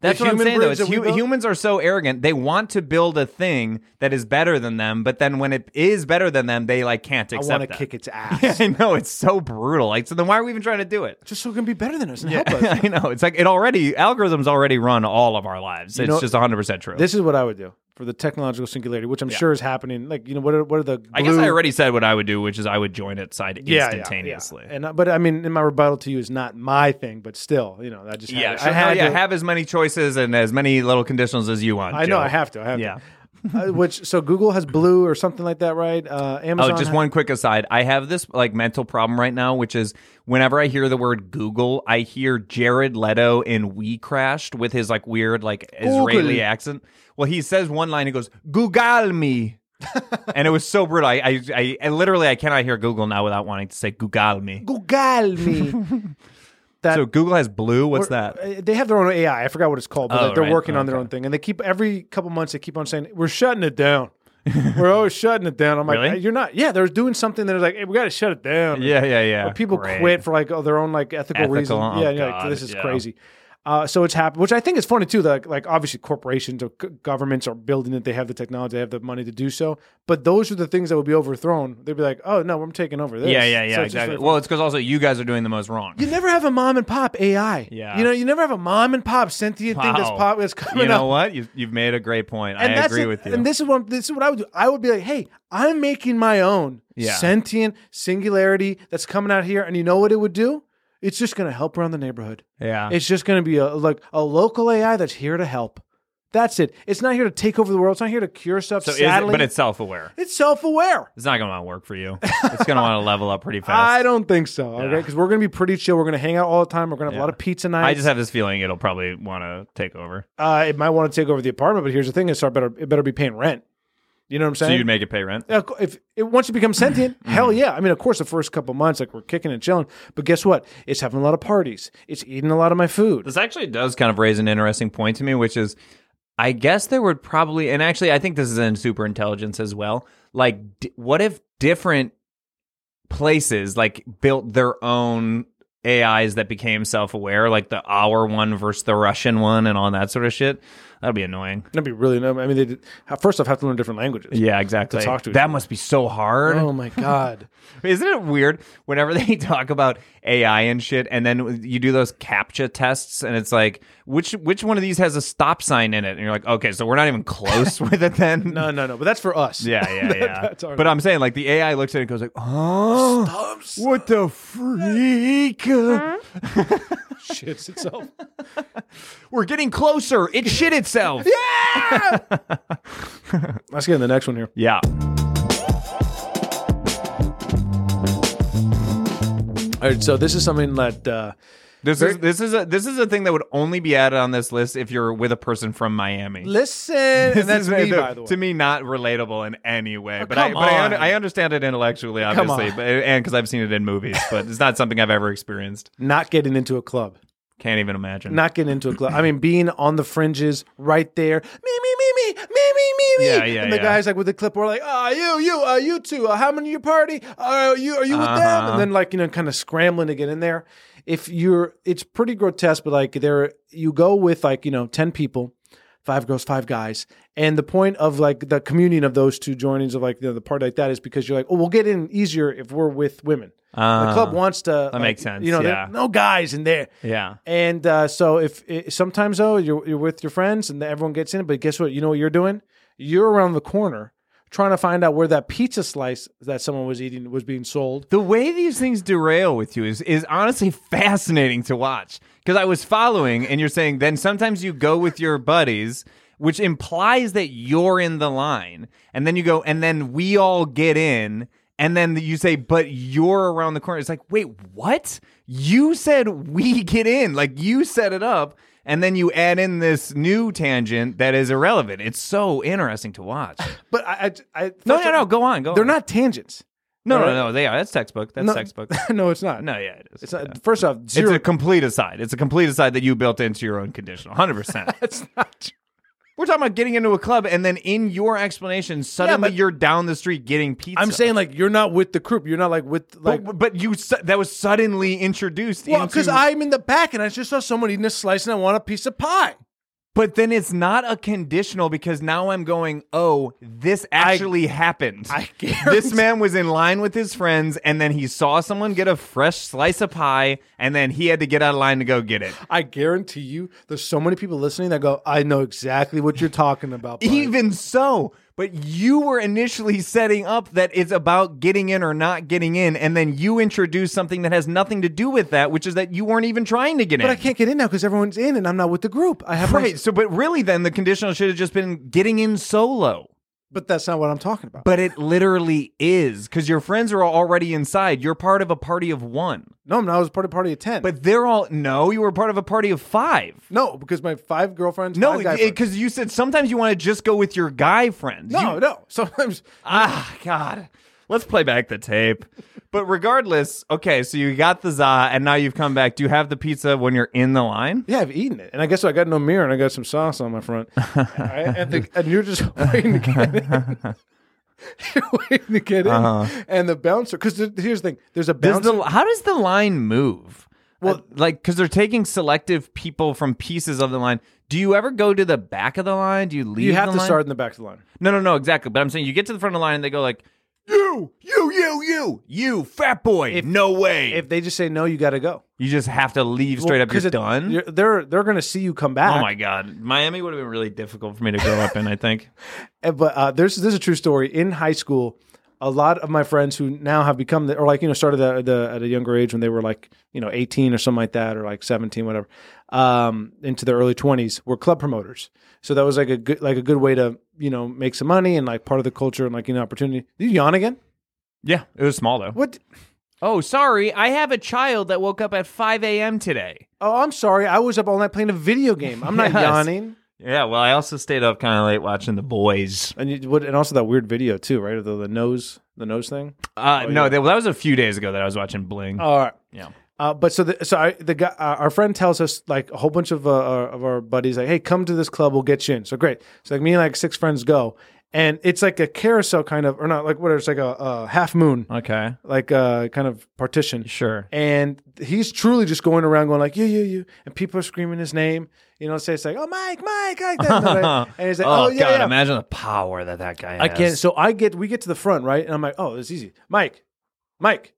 Speaker 3: That's
Speaker 4: The
Speaker 3: what I'm
Speaker 4: human
Speaker 3: saying though. It's
Speaker 4: bridge that we
Speaker 3: hu-
Speaker 4: built?
Speaker 3: humans are so arrogant. They want to build a thing that is better than them, but then when it is better than them, they like can't
Speaker 4: I
Speaker 3: accept
Speaker 4: want to
Speaker 3: that.
Speaker 4: kick its ass.
Speaker 3: Yeah, I know it's so brutal. Like, so then why are we even trying to do it?
Speaker 4: Just so it can be better than us and help us.
Speaker 3: I know it's like it already algorithms already run all of our lives. it's
Speaker 4: know-
Speaker 3: just 100 percent true.
Speaker 4: This is what I would do. for the technological singularity, which I'm sure is happening. Like you know, what are what are the
Speaker 3: I guess
Speaker 4: blue-
Speaker 3: I already said what I would do, which is I would join it side
Speaker 4: Yeah, yeah, yeah.
Speaker 3: instantaneously.
Speaker 4: And I- but I mean, in my rebuttal to you is not my thing, but still, you know, I just had
Speaker 3: Yeah,
Speaker 4: to-
Speaker 3: sure.
Speaker 4: I had
Speaker 3: No, yeah,
Speaker 4: to,
Speaker 3: have as many choices and as many little conditionals as you want.
Speaker 4: I know
Speaker 3: Joe.
Speaker 4: I have to. I have
Speaker 3: Yeah.
Speaker 4: to. Uh, which so Google has blue or something like that, right? Uh,
Speaker 3: Oh,
Speaker 4: Amazon.
Speaker 3: just
Speaker 4: ha-
Speaker 3: one quick aside. I have this like mental problem right now, which is whenever I hear the word Google, I hear Jared Leto in We Crashed with his like weird like Israeli
Speaker 4: Google.
Speaker 3: accent. Well, he says one line. He goes Google me, and it was so brutal. I, I, I, I literally I cannot hear Google now without wanting to say Google me.
Speaker 4: Google me. that
Speaker 3: So Google has blue. What's
Speaker 4: or-
Speaker 3: that?
Speaker 4: uh, They have their own AI. I forgot what it's called, but
Speaker 3: Oh,
Speaker 4: like, they're
Speaker 3: right.
Speaker 4: working on their
Speaker 3: Okay.
Speaker 4: own thing, and they keep every couple months they keep on saying we're shutting it down. we're always shutting it down. I'm like,
Speaker 3: Really?
Speaker 4: you're not. Yeah, they're doing something that is like, hey, we got to shut it down.
Speaker 3: Yeah, yeah, yeah.
Speaker 4: Or people
Speaker 3: Great.
Speaker 4: quit for like oh, their own like ethical,
Speaker 3: Ethical,
Speaker 4: reason.
Speaker 3: oh
Speaker 4: yeah, and you're like
Speaker 3: God,
Speaker 4: this is
Speaker 3: yeah.
Speaker 4: crazy. Uh, so it's happened, which I think is funny too. Like, like obviously corporations or g- governments are building it. They have the technology, they have the money to do so. But those are the things that would be overthrown. They'd be like, oh no, I'm taking over this.
Speaker 3: Yeah, yeah, yeah.
Speaker 4: So it's just
Speaker 3: exactly.
Speaker 4: like-
Speaker 3: well, it's because also you guys are doing the most wrong.
Speaker 4: you never have a mom and pop AI.
Speaker 3: Yeah.
Speaker 4: You know, you never have a mom and pop sentient thing that's
Speaker 3: Wow.
Speaker 4: pop that's coming
Speaker 3: You know
Speaker 4: up.
Speaker 3: what? You've, you've made a great point.
Speaker 4: And
Speaker 3: I
Speaker 4: that's
Speaker 3: agree
Speaker 4: it.
Speaker 3: with you.
Speaker 4: And this is what this is what I would do. I would be like, hey, I'm making my own
Speaker 3: Yeah.
Speaker 4: sentient singularity that's coming out here, and you know what it would do? It's just gonna help around the neighborhood.
Speaker 3: yeah.
Speaker 4: It's just going to be a like a local AI that's here to help. That's it. It's not here to take over the world. It's not here to cure stuff.
Speaker 3: so is it,
Speaker 4: sadly,
Speaker 3: but it's self aware.
Speaker 4: it's self-aware.
Speaker 3: It's not going to want to work for you. It's going to want to level up pretty fast.
Speaker 4: I don't think so. Okay, because we're going to be pretty chill. We're going to hang out all the time. We're going to have a lot of pizza nights.
Speaker 3: I, just have this feeling it'll probably want to take over.
Speaker 4: uh, it might want to take over the apartment, but here's the thing: it start better. It better be paying rent. You know what I'm
Speaker 3: So
Speaker 4: saying?
Speaker 3: you'd Mm-hmm. make it pay rent.
Speaker 4: Uh, if it once you become sentient, hell yeah. I mean, of course, the first couple months, like we're kicking and chilling. But guess what? It's having a lot of parties. It's eating a lot of my food.
Speaker 3: This actually does kind of raise an interesting point to me, which is I guess there would probably, and actually, I think this is in super intelligence as well. Like, d- what if different places like built their own AIs that became self aware, like the our one versus the Russian one and all that sort of shit? That'd be annoying.
Speaker 4: That'd be really. no- I mean, they did, first off, have to learn different languages.
Speaker 3: Yeah, exactly.
Speaker 4: talk to each
Speaker 3: that
Speaker 4: other.
Speaker 3: must be so hard.
Speaker 4: Oh my god.
Speaker 3: Isn't it weird whenever they talk about AI and shit, and then you do those CAPTCHA tests, and it's like, which which one of these has a stop sign in it? And you're like, okay, so we're not even close with it then.
Speaker 4: No, no, no. But that's for us.
Speaker 3: Yeah, yeah,
Speaker 4: that's
Speaker 3: yeah.
Speaker 4: our-
Speaker 3: But I'm saying, like, the AI looks at it and goes like, oh, what the freak?
Speaker 4: Shits itself.
Speaker 3: We're getting closer. It shit itself.
Speaker 4: Let's get in the next one here.
Speaker 3: yeah.
Speaker 4: All right. So this is something that uh,
Speaker 3: This is this is a this is a thing that would only be added on this list if you're with a person from Miami.
Speaker 4: listen,
Speaker 3: This
Speaker 4: and that's
Speaker 3: is-
Speaker 4: me
Speaker 3: no,
Speaker 4: by the way. Oh,
Speaker 3: To me, not relatable in any way. but I,
Speaker 4: come
Speaker 3: but I, un-
Speaker 4: on.
Speaker 3: I understand it intellectually,
Speaker 4: Come
Speaker 3: obviously,
Speaker 4: on.
Speaker 3: but, and because I've seen it in movies. But it's not something I've ever experienced.
Speaker 4: not getting into a club,
Speaker 3: Can't even imagine.
Speaker 4: not getting into a club. I mean, being on the fringes, right there. Me, me, me, me, me, me, me, me.
Speaker 3: Yeah, yeah,
Speaker 4: And the
Speaker 3: yeah.
Speaker 4: guys like with the clipboard, like, ah, you, you, uh, you two. Uh, how many your party? Uh, you, are you with them?
Speaker 3: Uh-huh.
Speaker 4: And then like you know, kind of scrambling to get in there. If you're, it's pretty grotesque, but like there, you go with like you know, ten people. five girls, five guys. And the point of like the communion of those two joinings of like you know, the part like that is because you're like, oh, we'll get in easier if we're with women. the
Speaker 3: Ah,
Speaker 4: club wants to. That
Speaker 3: makes sense,
Speaker 4: You know, there-
Speaker 3: yeah.
Speaker 4: no guys in there.
Speaker 3: yeah.
Speaker 4: And uh, so if it, sometimes though you're you're with your friends and everyone gets in, but guess what? You know what you're doing? You're around the corner trying to find out where that pizza slice that someone was eating was being sold.
Speaker 3: The way these things derail with you is is honestly fascinating to watch. Because I was following, and you're saying then sometimes you go with your buddies, which implies that you're in the line, and then you go, and then we all get in, and then you say, but you're around the corner. It's like, wait, what? You said we get in, like you set it up. And then you add in this new tangent that is irrelevant. It's so interesting to watch.
Speaker 4: But I, I, I
Speaker 3: No, no, no. Go on. Go.
Speaker 4: They're
Speaker 3: on.
Speaker 4: not tangents.
Speaker 3: No, no, no. They are. That's textbook. That's
Speaker 4: No.
Speaker 3: textbook.
Speaker 4: no, it's not.
Speaker 3: No, yeah, it is.
Speaker 4: It's not, First off, zero.
Speaker 3: It's a complete aside. It's a complete aside that you built into your own conditional. 100%.
Speaker 4: it's not true.
Speaker 3: We're talking about getting into a club and then in your explanation suddenly
Speaker 4: but-
Speaker 3: you're down the street getting pizza.
Speaker 4: I'm saying like you're not with the group. You're not like with like
Speaker 3: but, but you su- that was suddenly introduced
Speaker 4: well
Speaker 3: into-
Speaker 4: because I'm in the back and I just saw someone eating a slice and I want a piece of pie.
Speaker 3: But then it's not a conditional because now I'm going, oh, this actually happened.
Speaker 4: I
Speaker 3: this
Speaker 4: guarantee-
Speaker 3: man was in line with his friends, and then he saw someone get a fresh slice of pie, and then he had to get out of line to go get it.
Speaker 4: I guarantee you, there's so many people listening that go, "I know exactly what you're talking about." Brian."
Speaker 3: Even so, but you were initially setting up that it's about getting in or not getting in, and then you introduce something that has nothing to do with that, which is that you weren't even trying to get in.
Speaker 4: but I can't get in now because everyone's in, and I'm not with the group. I have my-
Speaker 3: Right. So, but really, then the conditional should have just been getting in solo.
Speaker 4: but that's not what I'm talking about.
Speaker 3: But it literally is because your friends are already inside. You're part of a party of one,
Speaker 4: no, I'm not. I was part of a party of ten.
Speaker 3: but they're all no. You were part of a party of five.
Speaker 4: no, because my five girlfriends.
Speaker 3: No,
Speaker 4: five guy friends.
Speaker 3: because you said sometimes you want to just go with your guy friend.
Speaker 4: no,
Speaker 3: You-
Speaker 4: no. Sometimes
Speaker 3: Ah, God. Let's play back the tape. But regardless, okay, so you got the za, and now you've come back. Do you have the pizza when you're in the line?
Speaker 4: Yeah, I've eaten it, and I guess I got no mirror, and I got some sauce on my front, I, and, the, and you're just waiting to get in. you're waiting to get in, and the bouncer. Because here's the thing: Uh-huh. there's a
Speaker 3: Does
Speaker 4: bouncer.
Speaker 3: the, how does the line move?
Speaker 4: Well-
Speaker 3: Well, like, because they're taking selective people from pieces of the line. Do you ever go to the back of the line? Do you leave?
Speaker 4: you have
Speaker 3: the
Speaker 4: to
Speaker 3: line?
Speaker 4: start in the back of the line.
Speaker 3: No, no, no, exactly. But I'm saying you get to the front of the line and they go like, "You, you, you, you, you, fat boy, no way."
Speaker 4: If they just say no, you got to go.
Speaker 3: you just have to leave straight up. You're
Speaker 4: it-
Speaker 3: done.
Speaker 4: you're- they're they're gonna see you come back.
Speaker 3: oh my god, Miami would have been really difficult for me to grow up in. I think.
Speaker 4: And- But uh, there's this is a true story. In high school, a lot of my friends who now have become the, or like you know started the, the, at a younger age when they were like you know 18 or something like that or like 17 whatever um, into their early 20s were club promoters. So that was like a good like a good way to you know make some money and like part of the culture and like you know opportunity. Did you yawn again?
Speaker 3: Yeah, it was small though.
Speaker 4: What?
Speaker 3: Oh, sorry, I have a child that woke up at 5 a.m. today.
Speaker 4: Oh, I'm sorry. I was up all night playing a video game. I'm not
Speaker 3: Yes.
Speaker 4: yawning.
Speaker 3: Yeah, well, I also stayed up kind of late watching the boys.
Speaker 4: And you, what, and also that weird video too, right? Of The, the nose the nose thing.
Speaker 3: Uh, no, that, well, that was a few days ago that I was watching Bling.
Speaker 4: All right.
Speaker 3: Yeah.
Speaker 4: Uh, but so the, so I, the guy, uh, our friend tells us like a whole bunch of uh, our, of our buddies like, hey, come to this club, we'll get you in. So great. So like me and like six friends go, and it's like a carousel kind of, or not like what? It's like a, a half moon,
Speaker 3: Okay,
Speaker 4: like uh, kind of partition.
Speaker 3: sure.
Speaker 4: And he's truly just going around going like, you, you, you, and people are screaming his name. You know, say it's like, oh, Mike, Mike, Mike, that, that, that. and he's like, oh,
Speaker 3: oh,
Speaker 4: yeah,
Speaker 3: God,
Speaker 4: yeah.
Speaker 3: imagine the power that that guy has.
Speaker 4: I can't. So I get we get to the front, right? And I'm like, oh, it's easy. Mike, Mike,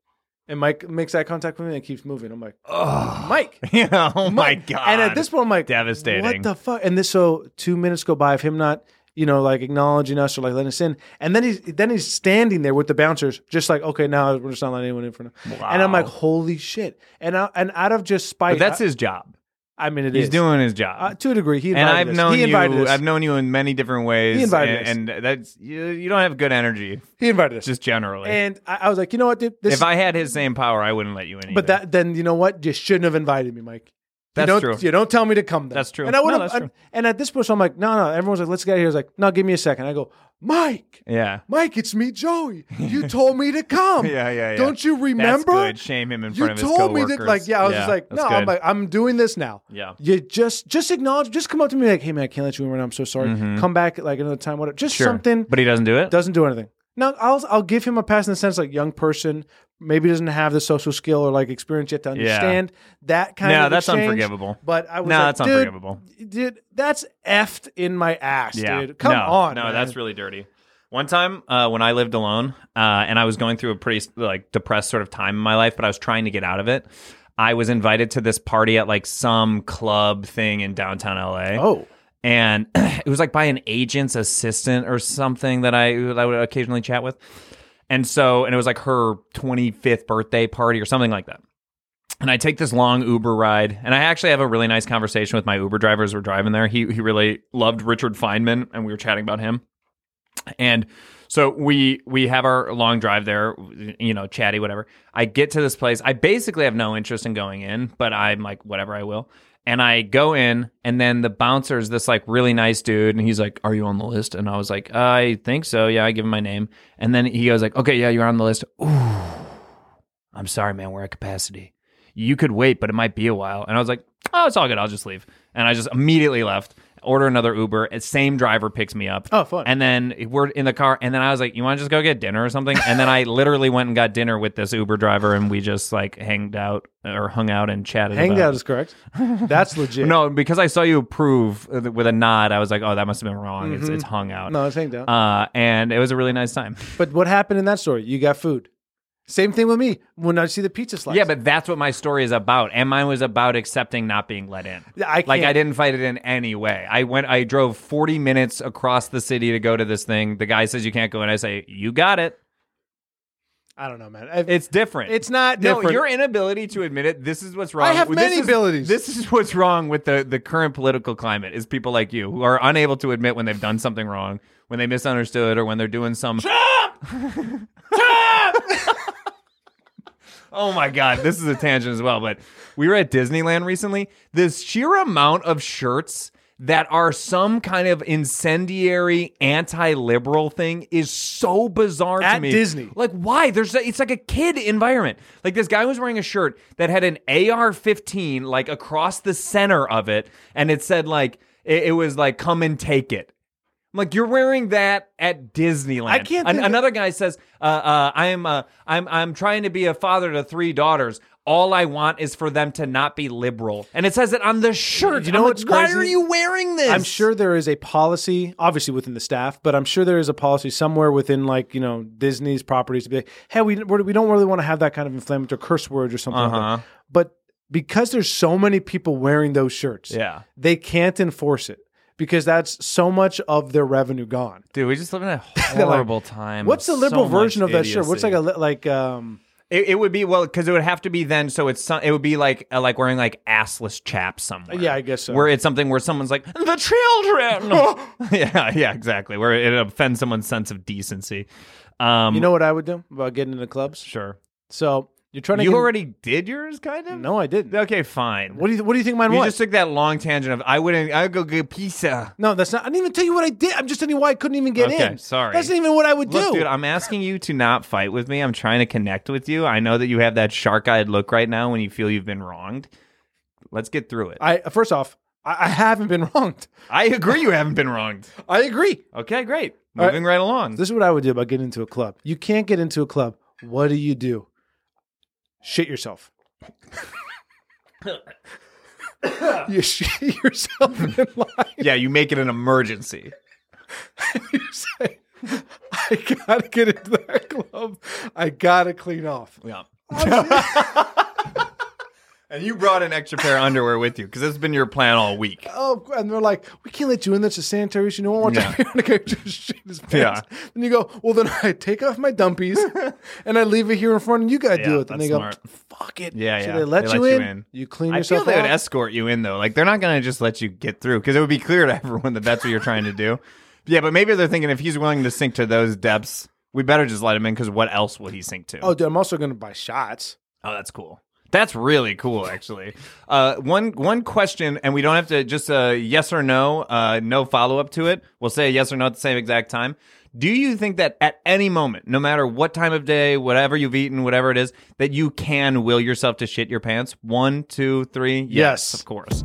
Speaker 4: and Mike makes eye contact with me and keeps moving. I'm like, Mike.
Speaker 3: yeah, oh my
Speaker 4: Mike.
Speaker 3: God.
Speaker 4: And at this point, I'm like,
Speaker 3: Devastating.
Speaker 4: What the fuck? And this so two minutes go by of him not, you know, like acknowledging us or like letting us in, and then he's then he's standing there with the bouncers, just like, okay, now we're just not letting anyone in for now. And I'm like, holy shit! And I, and out of just spite,
Speaker 3: But that's
Speaker 4: I,
Speaker 3: his job.
Speaker 4: I mean, it is
Speaker 3: He's doing his job.
Speaker 4: uh, to a degree. He
Speaker 3: and
Speaker 4: invited
Speaker 3: I've
Speaker 4: us.
Speaker 3: known
Speaker 4: he invited
Speaker 3: you.
Speaker 4: us.
Speaker 3: I've known you in many different ways.
Speaker 4: He invited
Speaker 3: and, and that's you, you. don't have good energy,
Speaker 4: he invited us.
Speaker 3: just generally.
Speaker 4: and I, I was like, you know what, dude? This
Speaker 3: if I had his same power, I wouldn't let you in.
Speaker 4: But
Speaker 3: either.
Speaker 4: that then you know what? You shouldn't have invited me, Mike.
Speaker 3: That's
Speaker 4: you don't,
Speaker 3: true.
Speaker 4: You don't tell me to come. Then.
Speaker 3: That's true.
Speaker 4: And I would
Speaker 3: No,
Speaker 4: have.
Speaker 3: that's true.
Speaker 4: And at this point, so I'm like, no, no. Everyone's like, let's get out of here. I was like, no, give me a second. I go, Mike,
Speaker 3: yeah.
Speaker 4: Mike, it's me, Joey. You told me to come.
Speaker 3: Yeah, yeah, yeah.
Speaker 4: Don't you
Speaker 3: That's
Speaker 4: remember?
Speaker 3: good. Shame him in
Speaker 4: You
Speaker 3: front of his
Speaker 4: told me that,
Speaker 3: coworkers.
Speaker 4: like, yeah. I was just like,
Speaker 3: that's
Speaker 4: no, I'm
Speaker 3: good.
Speaker 4: like, I'm doing this now.
Speaker 3: Yeah.
Speaker 4: You just, just acknowledge, just come up to me, like, hey man, I can't let you in right now. I'm so sorry. Come back like another time, whatever. Just
Speaker 3: Mm-hmm. Sure.
Speaker 4: something
Speaker 3: But he doesn't do it.
Speaker 4: doesn't do anything. Now I'll I'll give him a pass in the sense like young person maybe doesn't have the social skill or like experience yet to understand that kind
Speaker 3: No,
Speaker 4: of
Speaker 3: that's
Speaker 4: exchange.
Speaker 3: unforgivable.
Speaker 4: But I was
Speaker 3: No,
Speaker 4: like,
Speaker 3: that's
Speaker 4: dude,
Speaker 3: unforgivable.
Speaker 4: Dude, that's effed in my ass,
Speaker 3: yeah.
Speaker 4: dude. Come
Speaker 3: no,
Speaker 4: on.
Speaker 3: No,
Speaker 4: man.
Speaker 3: that's really dirty. One time uh, when I lived alone uh, and I was going through a pretty like depressed sort of time in my life, but I was trying to get out of it. I was invited to this party at like some club thing in downtown LA.
Speaker 4: Oh.
Speaker 3: and it was like by an agent's assistant or something that I that I would occasionally chat with. And so, and it was like her 25th birthday party or something like that. And I take this long Uber ride, and I actually have a really nice conversation with my Uber driver as we're driving there. He he really loved Richard Feynman, and we were chatting about him. And so we we have our long drive there, you know, chatty, whatever. I get to this place. I basically have no interest in going in, but I'm like, whatever, I will. And I go in, and then the bouncer is this like really nice dude, and he's like, "Are you on the list?" And I was like, "I think so. Yeah." I give him my name, and then he goes like, "Okay, yeah, you're on the list." Ooh, I'm sorry, man, we're at capacity. You could wait, but it might be a while. And I was like, oh, it's all good. I'll just leave. And I just immediately left. order another Uber. and Same driver picks me up.
Speaker 4: Oh, fun.
Speaker 3: And then we're in the car, and then I was like, "You want to just go get dinner or something?" And then I literally went and got dinner with this Uber driver, and we just like hanged out or hung out and chatted.
Speaker 4: Hanged
Speaker 3: about-
Speaker 4: out is correct. That's legit.
Speaker 3: No, because I saw you approve uh, with a nod. I was like, "Oh, that must have been wrong. It's, it's hung out."
Speaker 4: Mm-hmm. no, it's hanged out.
Speaker 3: Uh, and it was a really nice time.
Speaker 4: but what happened in that story? You got food. Same thing with me. When I see the pizza slice,
Speaker 3: Yeah, but that's what my story is about, and mine was about accepting not being let in.
Speaker 4: I
Speaker 3: Like I
Speaker 4: can't-
Speaker 3: didn't fight it in any way. I went. I drove forty minutes across the city to go to this thing. The guy says you can't go, and I say you got it.
Speaker 4: I don't know, man. I-
Speaker 3: It's different.
Speaker 4: It's not
Speaker 3: No,
Speaker 4: different.
Speaker 3: your inability to admit it. This is what's wrong.
Speaker 4: I have
Speaker 3: with-
Speaker 4: many
Speaker 3: this is-
Speaker 4: abilities.
Speaker 3: This is what's wrong with the the current political climate. Is people like you who are unable to admit when they've done something wrong, when they misunderstood, or when they're doing some. Oh my god, this is a tangent as well, but we were at Disneyland recently. The sheer amount of shirts that are some kind of incendiary anti-liberal thing is so bizarre to
Speaker 4: At
Speaker 3: me.
Speaker 4: Disney.
Speaker 3: Like why? There's a, it's like a kid environment. Like this guy was wearing a shirt that had an AR15 like across the center of it and it said like it, it was like come and take it. I'm like you're wearing that at Disneyland.
Speaker 4: I can't
Speaker 3: An-
Speaker 4: think of-
Speaker 3: another guy says, uh, uh, "I'm uh, I'm I'm trying to be a father to three daughters. All I want is for them to not be liberal." And it says it on the shirt.
Speaker 4: You know
Speaker 3: I'm like,
Speaker 4: what's
Speaker 3: Why
Speaker 4: crazy?
Speaker 3: are you wearing this?
Speaker 4: I'm sure there is a policy, obviously within the staff, but I'm sure there is a policy somewhere within, like you know, Disney's properties to be like, hey, we we're- we don't really want to have that kind of inflammatory curse words or something.
Speaker 3: Uh-huh.
Speaker 4: Like that. But because there's so many people wearing those shirts,
Speaker 3: Yeah.
Speaker 4: they can't enforce it because that's so much of their revenue gone.
Speaker 3: Dude, we just live in a
Speaker 4: They're like,
Speaker 3: horrible time.
Speaker 4: What's the
Speaker 3: So
Speaker 4: liberal
Speaker 3: much
Speaker 4: version of that shirt?
Speaker 3: idiocy.
Speaker 4: What's like a li- like um
Speaker 3: It, it would be well because it would have to be then. So it's some, it would be like uh, like wearing like assless chaps somewhere.
Speaker 4: Yeah, I guess so.
Speaker 3: Where it's something where someone's like the children. yeah, yeah, exactly. Where it offends someone's sense of decency. Um,
Speaker 4: you know what I would do about getting into clubs?
Speaker 3: sure.
Speaker 4: So you're trying to
Speaker 3: You
Speaker 4: get-
Speaker 3: already did yours, kind of.
Speaker 4: No, I didn't.
Speaker 3: Okay, fine.
Speaker 4: What do you what do you think mine
Speaker 3: you
Speaker 4: was?
Speaker 3: just took that long tangent of I wouldn't. I'd go get pizza.
Speaker 4: No, that's not. I didn't even tell you what I did. I'm just telling you why I couldn't even get
Speaker 3: Okay,
Speaker 4: in.
Speaker 3: sorry.
Speaker 4: That's not even what I would
Speaker 3: Look,
Speaker 4: do.
Speaker 3: dude, I'm asking you to not fight with me. I'm trying to connect with you. I know that you have that shark-eyed look right now when you feel you've been wronged. Let's get through it. I,
Speaker 4: I first off, I, I haven't been wronged.
Speaker 3: agree. You haven't been wronged.
Speaker 4: I agree.
Speaker 3: Okay, great.
Speaker 4: All right.
Speaker 3: Moving right along.
Speaker 4: This is what I would do about getting into a club. You can't get into a club. What do you do? Shit yourself. you shit yourself in line.
Speaker 3: yeah, you make it an emergency.
Speaker 4: You say, I gotta get into that club. I gotta clean off.
Speaker 3: Yeah. and you brought an extra pair of underwear with you because that's been your plan all week.
Speaker 4: oh, and they're like, we can't let you in. That's a sanitary issue. No one wants
Speaker 3: Yeah.
Speaker 4: to hear a just shit his pants. And you go, well, then I take off my dumpies and I leave it here in front, and you gotta
Speaker 3: Yeah,
Speaker 4: deal with it. And
Speaker 3: that's
Speaker 4: they go,
Speaker 3: smart.
Speaker 4: fuck it.
Speaker 3: Yeah,
Speaker 4: so
Speaker 3: yeah.
Speaker 4: They let, you, in, you clean
Speaker 3: I feel
Speaker 4: yourself
Speaker 3: they would
Speaker 4: off.
Speaker 3: escort you in though. Like they're not going to just let you get through because it would be clear to everyone that that's what you're trying to do. Yeah, but maybe they're thinking if he's willing to sink to those depths, we better just let him in because what else would he sink to?
Speaker 4: oh, dude, I'm also gonna buy shots.
Speaker 3: Oh, that's cool. That's really cool, actually. Uh, one one question, and we don't have to just uh, yes or no, uh, no follow up to it. We'll say yes or no at the same exact time. Do you think that at any moment, no matter what time of day, whatever you've eaten, whatever it is, that you can will yourself to shit your pants? One, two, three.
Speaker 4: Yes.
Speaker 3: of course.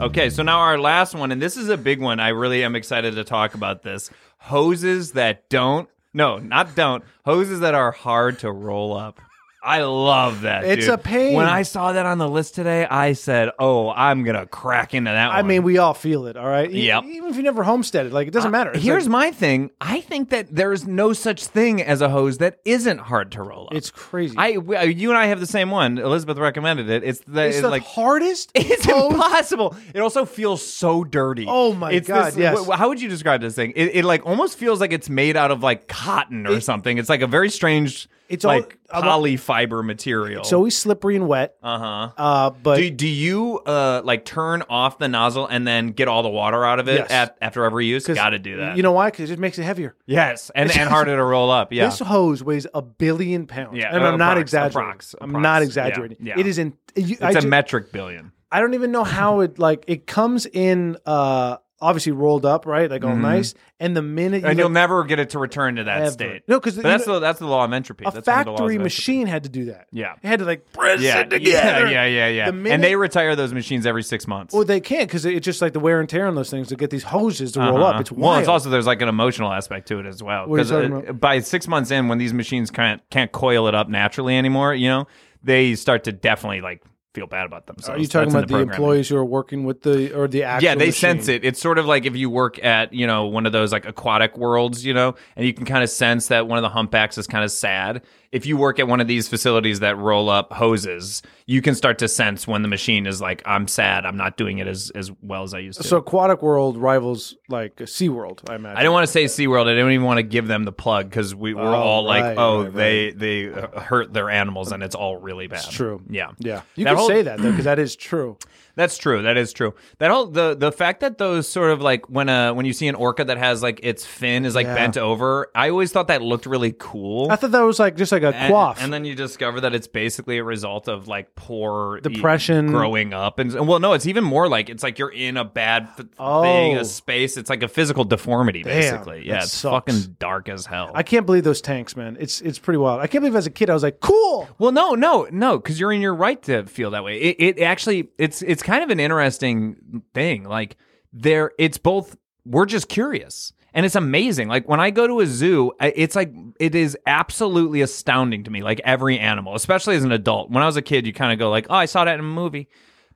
Speaker 3: Okay, so now our last one, and this is a big one. I really am excited to talk about this. Hoses that don't, no, not don't, hoses that are hard to roll up. I love that.
Speaker 4: It's
Speaker 3: dude.
Speaker 4: a pain.
Speaker 3: When I saw that on the list today, I said, "Oh, I'm gonna crack into that
Speaker 4: I
Speaker 3: one."
Speaker 4: mean, we all feel it, all right. E-
Speaker 3: Yep. Uh,
Speaker 4: Even if you never homesteaded, like it doesn't matter. It's
Speaker 3: Here's
Speaker 4: like-
Speaker 3: my thing. I think that there is no such thing as a hose that isn't hard to roll up.
Speaker 4: it's crazy.
Speaker 3: I, we- uh, you and I have the same one. Elizabeth recommended it. It's the
Speaker 4: it's,
Speaker 3: it's
Speaker 4: the
Speaker 3: like
Speaker 4: hardest.
Speaker 3: It's
Speaker 4: hose-
Speaker 3: impossible. It also feels so dirty.
Speaker 4: Oh my
Speaker 3: it's
Speaker 4: God,
Speaker 3: This,
Speaker 4: yes.
Speaker 3: wh- how would you describe this thing? It, it like almost feels like it's made out of like cotton or something. It's like a very strange.
Speaker 4: It's all-
Speaker 3: like
Speaker 4: I wa-
Speaker 3: poly fiber material.
Speaker 4: It's always slippery and wet.
Speaker 3: uh huh.
Speaker 4: Uh, but
Speaker 3: Do, do you uh like turn off the nozzle and then get all the water out of it
Speaker 4: Yes.
Speaker 3: at, after every use?
Speaker 4: 'cause-
Speaker 3: Got to do that.
Speaker 4: You know why? Because it makes it heavier.
Speaker 3: yes, and and harder to roll up. Yeah.
Speaker 4: This hose weighs a billion pounds.
Speaker 3: Yeah,
Speaker 4: and I'm not
Speaker 3: approx-
Speaker 4: exaggerating.
Speaker 3: approx-
Speaker 4: I'm not
Speaker 3: approx.
Speaker 4: exaggerating.
Speaker 3: Yeah, yeah.
Speaker 4: It is in. You,
Speaker 3: it's
Speaker 4: I,
Speaker 3: a
Speaker 4: ju-
Speaker 3: metric billion.
Speaker 4: I don't even know how it like. It comes in uh obviously rolled up, right? Like all nice. And the minute
Speaker 3: Mm-hmm. and
Speaker 4: you
Speaker 3: you'll
Speaker 4: look-
Speaker 3: never get it to return to that
Speaker 4: ever-
Speaker 3: state.
Speaker 4: No, 'cause
Speaker 3: But
Speaker 4: you
Speaker 3: that's
Speaker 4: know-
Speaker 3: the that's the law of entropy.
Speaker 4: a
Speaker 3: That's one of the laws of
Speaker 4: factory
Speaker 3: entropy.
Speaker 4: machine had to do that.
Speaker 3: Yeah.
Speaker 4: It had to like press
Speaker 3: Yeah,
Speaker 4: it together.
Speaker 3: yeah, yeah, yeah, yeah.
Speaker 4: The
Speaker 3: and
Speaker 4: minute-
Speaker 3: they retire those machines every six months.
Speaker 4: Well, they can't because it's just like the wear and tear on those things to get these hoses to roll
Speaker 3: Uh-huh.
Speaker 4: up. It's wild.
Speaker 3: well, it's also there's like an emotional aspect to it as well.
Speaker 4: What are you
Speaker 3: 'Cause,
Speaker 4: talking
Speaker 3: uh,
Speaker 4: about?
Speaker 3: by six months in, when these machines can't can't coil it up naturally anymore, you know, they start to definitely like feel bad about themselves.
Speaker 4: Are you talking
Speaker 3: That's in
Speaker 4: about the,
Speaker 3: programming.
Speaker 4: employees who are working with the or the actual?
Speaker 3: Yeah, they
Speaker 4: machine?
Speaker 3: sense it. It's sort of like if you work at you know one of those like aquatic worlds, you know, and you can kind of sense that one of the humpbacks is kind of sad. If you work at one of these facilities that roll up hoses, you can start to sense when the machine is like, "I'm sad. I'm not doing it as as well as I used to."
Speaker 4: So Aquatic World rivals like SeaWorld, I imagine.
Speaker 3: I don't want to say SeaWorld. I don't even want to give them the plug because we, we're
Speaker 4: Oh,
Speaker 3: all like,
Speaker 4: right,
Speaker 3: oh,
Speaker 4: right,
Speaker 3: they they uh, hurt their animals and it's all really bad. That's
Speaker 4: true.
Speaker 3: Yeah.
Speaker 4: Yeah, you
Speaker 3: That
Speaker 4: can
Speaker 3: whole-
Speaker 4: say that though because that is true.
Speaker 3: That's true. That is true. That whole the the fact that those sort of like when uh when you see an orca that has like its fin is like
Speaker 4: Yeah.
Speaker 3: bent over, I always thought that looked really cool.
Speaker 4: I thought that was like just like a
Speaker 3: and,
Speaker 4: quaff.
Speaker 3: and then you discover that it's basically a result of like poor e-
Speaker 4: Depression.
Speaker 3: growing up, and, and well, no, it's even more like it's like you're in a bad f-
Speaker 4: Oh.
Speaker 3: thing, a space. It's like a physical deformity, basically. Yeah,
Speaker 4: that
Speaker 3: it's
Speaker 4: sucks.
Speaker 3: fucking dark as hell.
Speaker 4: I can't believe those tanks, man. It's it's pretty wild. I can't believe as a kid I was like, cool.
Speaker 3: Well, no, no, no, because you're in your right to feel that way. It, it actually, it's it's kind of an interesting thing. Like there, it's both. We're just curious, and it's amazing. Like when I go to a zoo, I- it's like it is absolutely astounding to me. Like every animal, especially as an adult. When I was a kid, you kind of go like, "Oh, I saw that in a movie."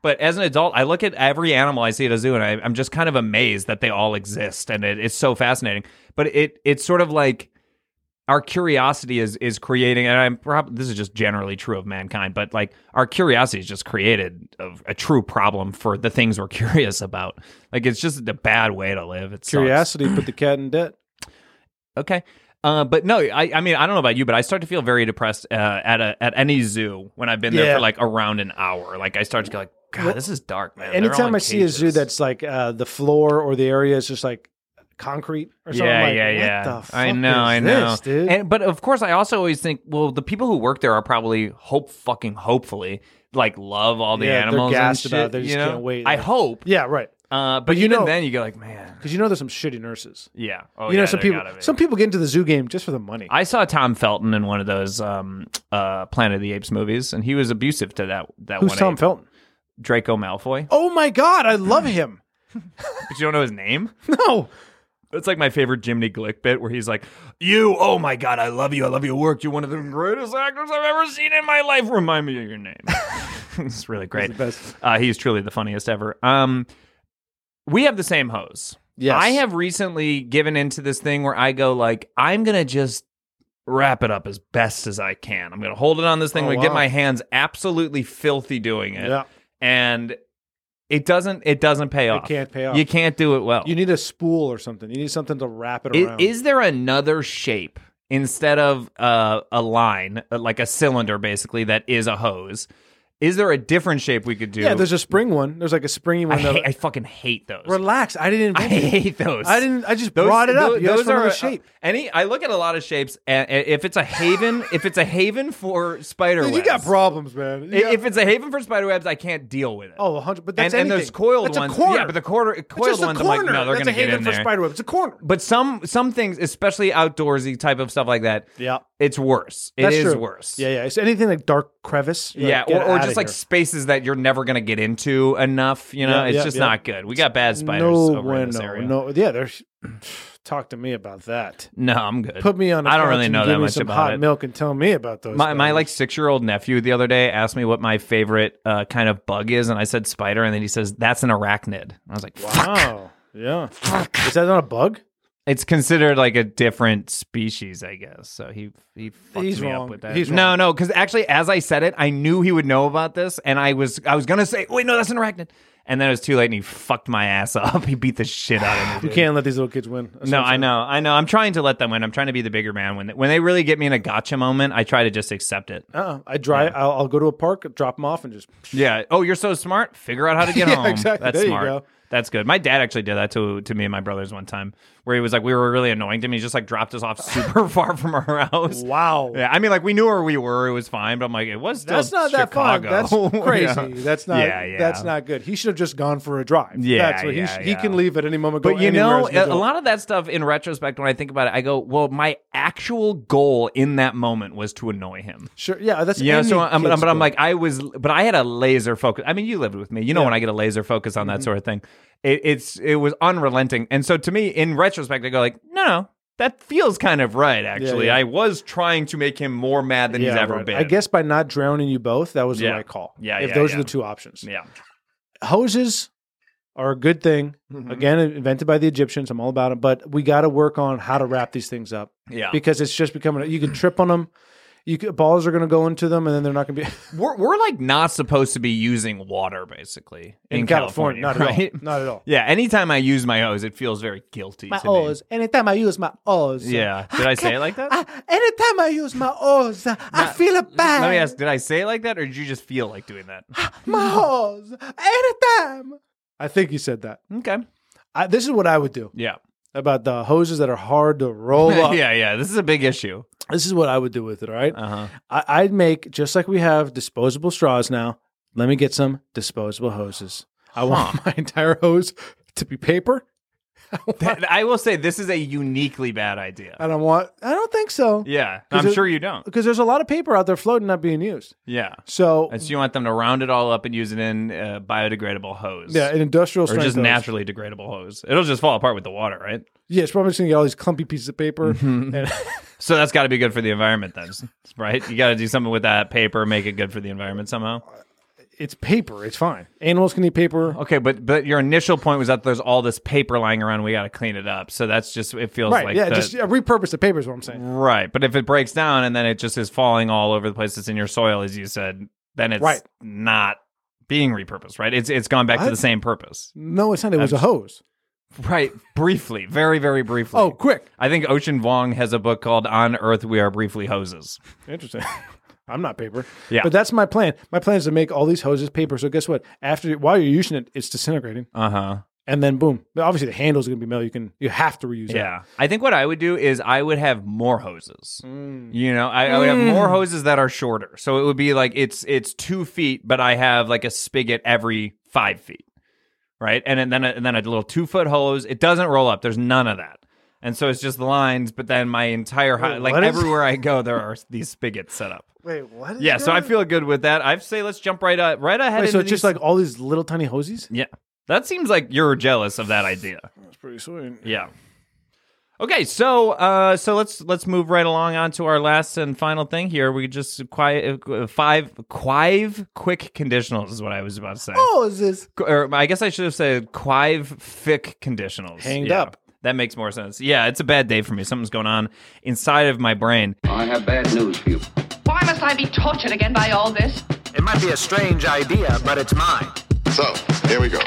Speaker 3: But as an adult, I look at every animal I see at a zoo, and I, I'm just kind of amazed that they all exist, and it, it's so fascinating. But it it's sort of like our curiosity is is creating and i'm probably this is just generally true of mankind but like our curiosity is just created of a true problem for the things we're curious about like it's just a bad way to live it's
Speaker 4: Curiosity put the cat in debt.
Speaker 3: okay uh, but no, I, I mean I don't know about you, but I start to feel very depressed uh, at a at any zoo when I've been there
Speaker 4: Yeah.
Speaker 3: for like around an hour. Like I start to go like, God, this is dark, man. They're all
Speaker 4: Anytime
Speaker 3: in
Speaker 4: I see a zoo
Speaker 3: cages."
Speaker 4: that's like uh, the floor or the area is just like concrete or something.
Speaker 3: Yeah,
Speaker 4: like,
Speaker 3: yeah,
Speaker 4: what
Speaker 3: yeah.
Speaker 4: The fuck
Speaker 3: I know,
Speaker 4: is
Speaker 3: I know,
Speaker 4: this, dude.
Speaker 3: And, but of course, I also always think, well, the people who work there are probably hope fucking hopefully like love all the
Speaker 4: Yeah, they're
Speaker 3: animals and
Speaker 4: gassed
Speaker 3: shit.
Speaker 4: about it. They just
Speaker 3: you know?
Speaker 4: can't wait.
Speaker 3: I hope.
Speaker 4: yeah, right.
Speaker 3: Uh, but,
Speaker 4: But you
Speaker 3: even
Speaker 4: know-
Speaker 3: then, you go like, man,
Speaker 4: Because you know there's some shitty nurses.
Speaker 3: yeah. Oh,
Speaker 4: you know
Speaker 3: yeah,
Speaker 4: some
Speaker 3: there
Speaker 4: people.
Speaker 3: gotta be.
Speaker 4: Some people get into the zoo game just for the money.
Speaker 3: I saw Tom Felton in one of those um, uh, Planet of the Apes movies, and he was abusive to that that
Speaker 4: Who's
Speaker 3: one.
Speaker 4: Tom
Speaker 3: ape,
Speaker 4: Felton?
Speaker 3: Draco Malfoy.
Speaker 4: Oh my god, I love him.
Speaker 3: But you don't know his name.
Speaker 4: No,
Speaker 3: It's like my favorite Jiminy Glick bit where he's like, You, oh my God, I love you. I love your work. You're one of the greatest actors I've ever seen in my life. Remind me of your name. it's really great.
Speaker 4: the best.
Speaker 3: Uh, he's truly the funniest ever. Um, we have the same hose.
Speaker 4: Yes.
Speaker 3: I have recently given into this thing where I go like, I'm gonna just wrap it up as best as I can. I'm gonna hold it on this thing.
Speaker 4: Oh,
Speaker 3: I'm gonna get
Speaker 4: wow.
Speaker 3: my hands absolutely filthy doing it.
Speaker 4: Yeah.
Speaker 3: And it doesn't it doesn't pay off.
Speaker 4: can't pay off.
Speaker 3: You can't do it well.
Speaker 4: You need a spool or something. You need something to wrap it
Speaker 3: I-
Speaker 4: around.
Speaker 3: Is there another shape instead of uh, a line, uh, like a cylinder, basically that is a hose? Is there a different shape we could do?
Speaker 4: yeah, there's a spring one. There's like a springy
Speaker 3: I,
Speaker 4: one. that-
Speaker 3: hate, I fucking hate those.
Speaker 4: Relax. I didn't.
Speaker 3: I
Speaker 4: invent it.
Speaker 3: hate those.
Speaker 4: I didn't. I just brought it up.
Speaker 3: tho-
Speaker 4: You asked
Speaker 3: Those,
Speaker 4: for
Speaker 3: are
Speaker 4: another
Speaker 3: a
Speaker 4: shape.
Speaker 3: any. I look at a lot of shapes, and and if it's a haven, if it's a haven for spider
Speaker 4: Dude,
Speaker 3: webs,
Speaker 4: you got problems, man. You
Speaker 3: i-
Speaker 4: got-
Speaker 3: If it's a haven for spider webs, I can't deal with it.
Speaker 4: oh, 100 but
Speaker 3: and,
Speaker 4: that's
Speaker 3: and
Speaker 4: anything.
Speaker 3: those coiled
Speaker 4: that's
Speaker 3: ones,
Speaker 4: A corner.
Speaker 3: yeah, but the quarter
Speaker 4: it's
Speaker 3: coiled
Speaker 4: just a
Speaker 3: ones,
Speaker 4: corner.
Speaker 3: I'm like, no, they're
Speaker 4: that's
Speaker 3: gonna
Speaker 4: a
Speaker 3: get
Speaker 4: haven
Speaker 3: in
Speaker 4: for
Speaker 3: there.
Speaker 4: spiderweb. It's a corner.
Speaker 3: but some some things, especially outdoorsy type of stuff like that,
Speaker 4: Yeah.
Speaker 3: it's worse. It is
Speaker 4: That's true.
Speaker 3: worse.
Speaker 4: Yeah, yeah. It's anything like dark crevice. you're
Speaker 3: yeah,
Speaker 4: like, get
Speaker 3: or, or
Speaker 4: outta
Speaker 3: just like
Speaker 4: here.
Speaker 3: spaces that you're never gonna get into enough. You know,
Speaker 4: Yeah,
Speaker 3: it's
Speaker 4: yeah,
Speaker 3: just
Speaker 4: yeah.
Speaker 3: not good. We got bad spiders
Speaker 4: no
Speaker 3: over in this
Speaker 4: bueno,
Speaker 3: area.
Speaker 4: No, yeah. There's talk to me about that.
Speaker 3: No, I'm good.
Speaker 4: Put me on. I
Speaker 3: I don't really know
Speaker 4: give
Speaker 3: that
Speaker 4: me
Speaker 3: much
Speaker 4: some
Speaker 3: about
Speaker 4: hot
Speaker 3: it.
Speaker 4: milk and tell me about those.
Speaker 3: My, my
Speaker 4: spiders.
Speaker 3: like six year old nephew the other day asked me what my favorite uh, kind of bug is, and I said spider, and then he says that's an arachnid. And I was like, fuck.
Speaker 4: Wow. Yeah. Is that not a bug?
Speaker 3: It's considered like a different species, I guess. So he he fucked
Speaker 4: He's
Speaker 3: me
Speaker 4: wrong.
Speaker 3: up with that.
Speaker 4: He's
Speaker 3: No,
Speaker 4: wrong.
Speaker 3: no, because actually, as I said it, I knew he would know about this, and I was I was gonna say, wait, no, that's an arachnid, and then it was too late, and he fucked my ass up. he beat the shit out of me.
Speaker 4: You
Speaker 3: dude.
Speaker 4: can't let these little kids win. That's
Speaker 3: No,
Speaker 4: what I'm
Speaker 3: I
Speaker 4: saying.
Speaker 3: know, I know. I'm trying to let them win. I'm trying to be the bigger man. When they, when they really get me in a gotcha moment, I try to just accept it.
Speaker 4: Uh-uh. I drive. I'll, I'll go to a park, drop them off, and just
Speaker 3: Yeah. Oh, you're so smart. Figure out how to get
Speaker 4: Yeah,
Speaker 3: home.
Speaker 4: exactly.
Speaker 3: That's
Speaker 4: There you
Speaker 3: smart.
Speaker 4: go.
Speaker 3: That's good. My dad actually did that to to me and my brothers one time. where he was like, we were really annoying to him. He just like dropped us off super far from our house.
Speaker 4: Wow.
Speaker 3: Yeah, I mean, like we knew where we were. It was fine, but I'm like, it was still
Speaker 4: That's not that fun.
Speaker 3: Chicago.
Speaker 4: That's
Speaker 3: Yeah.
Speaker 4: crazy. That's not.
Speaker 3: Yeah, yeah.
Speaker 4: That's not good. He should have just gone for a drive.
Speaker 3: Yeah,
Speaker 4: that's what
Speaker 3: yeah,
Speaker 4: he, sh- he
Speaker 3: yeah.
Speaker 4: can leave at any moment. go
Speaker 3: But you
Speaker 4: anywhere
Speaker 3: know,
Speaker 4: as an
Speaker 3: a a
Speaker 4: adult.
Speaker 3: lot of that stuff in retrospect, when I think about it, I go, well, my actual goal in that moment was to annoy him.
Speaker 4: Sure. Yeah. That's
Speaker 3: Yeah,
Speaker 4: any
Speaker 3: so I'm,
Speaker 4: kid's
Speaker 3: but I'm
Speaker 4: goal.
Speaker 3: like, I was, but I had a laser focus. I mean, you lived with me. You know, when I get a laser focus on
Speaker 4: Mm-hmm.
Speaker 3: that sort of thing, it, it's it was unrelenting. And so, to me, in retrospect, I go like, no, no, that feels kind of right. Actually,
Speaker 4: yeah.
Speaker 3: I was trying to make him more mad than he's
Speaker 4: Yeah,
Speaker 3: ever
Speaker 4: right.
Speaker 3: been.
Speaker 4: I guess by not drowning you both, that was the
Speaker 3: Yeah.
Speaker 4: right call.
Speaker 3: Yeah,
Speaker 4: If
Speaker 3: yeah,
Speaker 4: those
Speaker 3: yeah.
Speaker 4: are the two options.
Speaker 3: Yeah.
Speaker 4: Hoses are a good thing.
Speaker 3: Mm-hmm.
Speaker 4: Again, invented by the Egyptians. I'm all about them. But we got to work on how to wrap these things up
Speaker 3: Yeah.
Speaker 4: because it's just becoming. You can trip on them. You could, balls are going to go into them, and then they're not going to be
Speaker 3: We're we're like not supposed to be using water basically in, California.
Speaker 4: Not at all.
Speaker 3: right?
Speaker 4: Not at all.
Speaker 3: Yeah. Anytime I use my hose, it feels very guilty.
Speaker 4: My
Speaker 3: to me.
Speaker 4: O's. Anytime I use my O's. uh,
Speaker 3: Yeah. Did I say it like that?
Speaker 4: I, anytime I use my O's, uh, I feel bad.
Speaker 3: Let me ask, did I say it like that or did you just feel like doing that?
Speaker 4: My O's. Anytime. I think you said that.
Speaker 3: Okay.
Speaker 4: I, this is what I would do
Speaker 3: Yeah.
Speaker 4: about the hoses that are hard to roll up.
Speaker 3: yeah, yeah. This is a big issue.
Speaker 4: This is what I would do with it, all right?
Speaker 3: Uh-huh.
Speaker 4: I, I'd make, just like we have disposable straws now, let me get some disposable hoses. I want my entire hose to be paper.
Speaker 3: I will say this is a uniquely bad idea.
Speaker 4: I don't want, I don't think so.
Speaker 3: Yeah.
Speaker 4: 'Cause
Speaker 3: I'm
Speaker 4: it-
Speaker 3: sure you don't.
Speaker 4: Because there's a lot of paper out there floating, not being used.
Speaker 3: Yeah.
Speaker 4: So,
Speaker 3: And so you want them to round it all up and use it in uh, biodegradable hose.
Speaker 4: yeah, an industrial
Speaker 3: Or
Speaker 4: strength
Speaker 3: just
Speaker 4: hose.
Speaker 3: naturally degradable hose. It'll just fall apart with the water, right?
Speaker 4: Yeah, it's probably just gonna get all these clumpy pieces of paper.
Speaker 3: Mhm.
Speaker 4: And-
Speaker 3: So that's got to be good for the environment, then, right? You got to do something with that paper, make it good for the environment somehow.
Speaker 4: it's paper. It's fine. Animals can eat paper.
Speaker 3: Okay, but but your initial point was that there's all this paper lying around. We got to clean it up. So that's just it feels
Speaker 4: Right.
Speaker 3: like
Speaker 4: yeah.
Speaker 3: the-
Speaker 4: Just yeah, repurpose the paper is what I'm saying.
Speaker 3: right. But if it breaks down and then it just is falling all over the place, it's in your soil, as you said, then it's
Speaker 4: Right.
Speaker 3: not being repurposed. Right. It's it's gone back to
Speaker 4: What?
Speaker 3: the same purpose.
Speaker 4: No, it's not. It was a hose.
Speaker 3: Right. Briefly, very very briefly.
Speaker 4: Oh, quick.
Speaker 3: I think Ocean Vong has a book called "On Earth We Are Briefly Hoses."
Speaker 4: Interesting. I'm not paper.
Speaker 3: Yeah.
Speaker 4: But that's my plan. My plan is to make all these hoses paper. So guess what? After while you're using it, it's disintegrating,
Speaker 3: Uh huh.
Speaker 4: and then boom. But obviously, the handle's gonna be metal. You can you have to reuse it.
Speaker 3: Yeah. I think what I would do is I would have more hoses.
Speaker 4: Mm.
Speaker 3: You know, I, I would have more hoses that are shorter. So it would be like it's it's two feet, but I have like a spigot every five feet. Right. And, then and then a little two foot hose. It doesn't roll up. There's none of that. And so it's just the lines, but then my entire ho-
Speaker 4: Wait,
Speaker 3: like
Speaker 4: what is-
Speaker 3: everywhere I go, there are these spigots set up.
Speaker 4: Wait, what?
Speaker 3: Yeah, so I feel good with that. I say let's jump right uh, right ahead.
Speaker 4: Wait, so
Speaker 3: into
Speaker 4: it's just
Speaker 3: these-
Speaker 4: like all these little tiny hoses.
Speaker 3: yeah, that seems like you're jealous of that idea.
Speaker 4: That's pretty sweet.
Speaker 3: Yeah. Okay, so uh, so let's let's move right along on to our last and final thing here. We just quiet uh, five quive quick conditionals is what I was about to say.
Speaker 4: Oh! Hoses.
Speaker 3: Qu- Or I guess I should have said quive fic conditionals.
Speaker 4: Hanged
Speaker 3: Yeah,
Speaker 4: up.
Speaker 3: That makes more sense. Yeah, it's a bad day for me. Something's going on inside of my brain.
Speaker 6: I have bad news for you.
Speaker 7: Why must I be tortured again by all this?
Speaker 8: It might be a strange idea, but it's mine.
Speaker 2: So, here we go.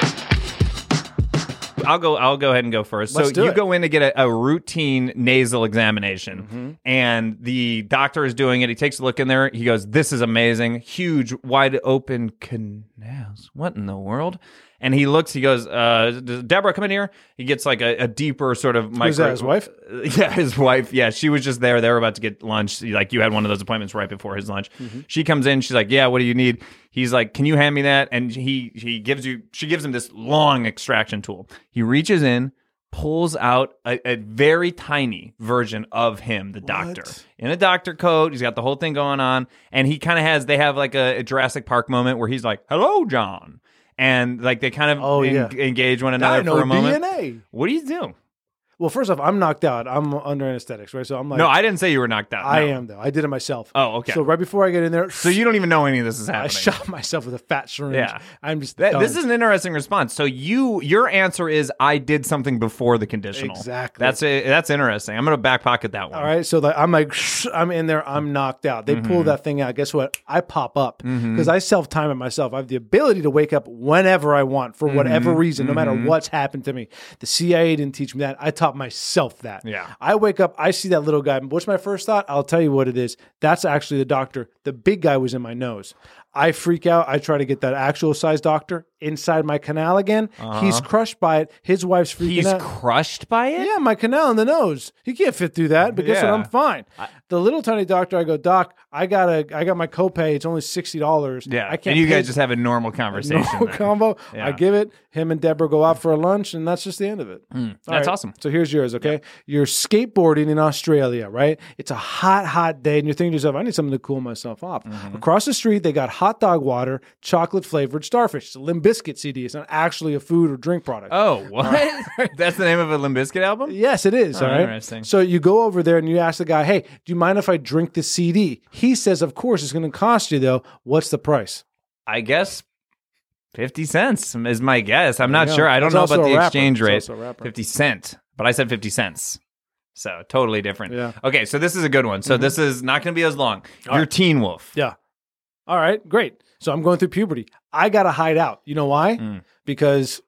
Speaker 3: I'll go. I'll go ahead and go 1st
Speaker 4: Let's
Speaker 3: so
Speaker 4: do
Speaker 3: you
Speaker 4: it.
Speaker 3: go in to get a, a routine nasal examination,
Speaker 4: Mm-hmm.
Speaker 3: and the doctor is doing it. He takes a look in there. He goes, "This is amazing. Huge, wide open canals. What in the world?" And he looks. He goes, uh, does "Deborah, come in here." He gets like a, a deeper sort of micro.
Speaker 4: Is that his wife?
Speaker 3: Yeah, his wife. Yeah, she was just there. They were about to get lunch. Like you had one of those appointments right before his lunch.
Speaker 4: Mm-hmm.
Speaker 3: She comes in. She's like, "Yeah, what do you need?" He's like, "Can you hand me that?" And he he gives you. She gives him this long extraction tool. He reaches in, pulls out a, a very tiny version of him, the doctor, in a doctor coat. He's got the whole thing going on, and he kind of has. They have like a, a Jurassic Park moment where he's like, "Hello, John," and like they kind of
Speaker 4: Oh,
Speaker 3: en-
Speaker 4: yeah.
Speaker 3: engage one another
Speaker 4: Dino
Speaker 3: for a moment.
Speaker 4: DNA.
Speaker 3: What do you do?
Speaker 4: Well, first off, I'm knocked out. I'm under anesthetics, right? So I'm like,
Speaker 3: No, I didn't say you were knocked out.
Speaker 4: I
Speaker 3: No.
Speaker 4: am though. I did it myself.
Speaker 3: Oh, okay.
Speaker 4: So right before I get in there,
Speaker 3: So you don't even know any of this is
Speaker 4: I
Speaker 3: happening.
Speaker 4: shot myself with a fat syringe.
Speaker 3: Yeah.
Speaker 4: I'm just
Speaker 3: That-
Speaker 4: done.
Speaker 3: this is an interesting response. So you, your answer is, I did something before the conditional.
Speaker 4: Exactly.
Speaker 3: That's a, that's interesting. I'm gonna back pocket that one. Mm-hmm.
Speaker 4: all right. So like, I'm like, I'm in there. I'm knocked out. They pull that thing out. Guess what? I pop up because I self time it myself. I have the ability to wake up whenever I want for
Speaker 3: Mm-hmm.
Speaker 4: whatever reason, no matter what's happened to me. The CIA didn't teach me that. I taught myself that.
Speaker 3: Yeah.
Speaker 4: I wake up. I see that little guy. What's my first thought? I'll tell you what it is. That's actually the doctor. The big guy was in my nose. I freak out. I try to get that actual size doctor inside my canal again. He's crushed by it. His wife's freaking
Speaker 3: Uh-huh. He's
Speaker 4: out.
Speaker 3: crushed by it.
Speaker 4: yeah, my canal in the nose. He can't fit through that, but guess what?
Speaker 3: Yeah.
Speaker 4: I'm fine. the little tiny doctor, I go, Doc, I got to I got my copay. It's only sixty dollars.
Speaker 3: Yeah,
Speaker 4: I can't
Speaker 3: and you
Speaker 4: pay
Speaker 3: guys just have a normal conversation.
Speaker 4: normal
Speaker 3: then.
Speaker 4: combo.
Speaker 3: Yeah.
Speaker 4: I give it. Him and Deborah go out for a lunch, and that's just the end of it. All
Speaker 3: Hmm. That's awesome.
Speaker 4: So here's yours, okay? You're skateboarding in Australia, right? It's a hot, hot day, and you're thinking to yourself, I need something to cool myself off.
Speaker 3: Mm-hmm.
Speaker 4: Across the street, they got hot dog water, chocolate flavored starfish. It's a Limp Bizkit CD. It's not actually a food or drink product.
Speaker 3: Oh, what? That's the name of a Limp Bizkit album?
Speaker 4: Yes, it is. all right.
Speaker 3: interesting.
Speaker 4: So you go over there and you ask the guy, "Hey, do you mind if I drink the CD?" He says, "Of course. It's going to cost you though. What's the price?"
Speaker 3: I guess 50 cents is my guess. I'm not
Speaker 4: Yeah.
Speaker 3: sure. I don't
Speaker 4: It's
Speaker 3: know
Speaker 4: also
Speaker 3: about
Speaker 4: a
Speaker 3: the
Speaker 4: rapper.
Speaker 3: exchange
Speaker 4: It's
Speaker 3: rate.
Speaker 4: also a rapper.
Speaker 3: 50 cent, but I said 50 cents. So totally different.
Speaker 4: Yeah. Mm-hmm.
Speaker 3: Okay, so this is a good one. So this is not going to be as long. Your Teen Wolf.
Speaker 4: Yeah. All right, great. So I'm going through puberty. I gotta hide out. You know why?
Speaker 3: Hmm.
Speaker 4: Because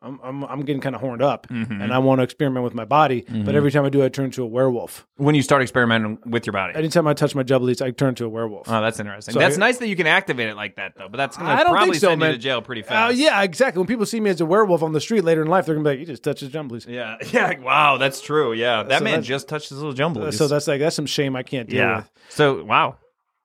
Speaker 4: I'm I'm, I'm getting kind of horned up,
Speaker 3: Mm-hmm.
Speaker 4: and I want to experiment with my body. But every time I do, I turn into a werewolf.
Speaker 3: When you start experimenting with your body.
Speaker 4: Anytime I touch my jubblies, I turn into a werewolf.
Speaker 3: Oh, that's interesting.
Speaker 4: So
Speaker 3: that's
Speaker 4: I-
Speaker 3: nice that you can activate it like that, though. But that's going
Speaker 4: I
Speaker 3: to
Speaker 4: don't
Speaker 3: probably
Speaker 4: think so,
Speaker 3: send
Speaker 4: man.
Speaker 3: you to jail pretty
Speaker 4: Oh
Speaker 3: fast.
Speaker 4: yeah, exactly. When people see me as a werewolf on the street later in life, they're gonna be like, "You just touched his jumblies."
Speaker 3: Yeah. Yeah. Wow. That's true. Yeah. That
Speaker 4: So
Speaker 3: man
Speaker 4: that's-
Speaker 3: just touched his little jumble.
Speaker 4: So that's like that's some shame I can't deal
Speaker 3: yeah.
Speaker 4: with.
Speaker 3: So wow,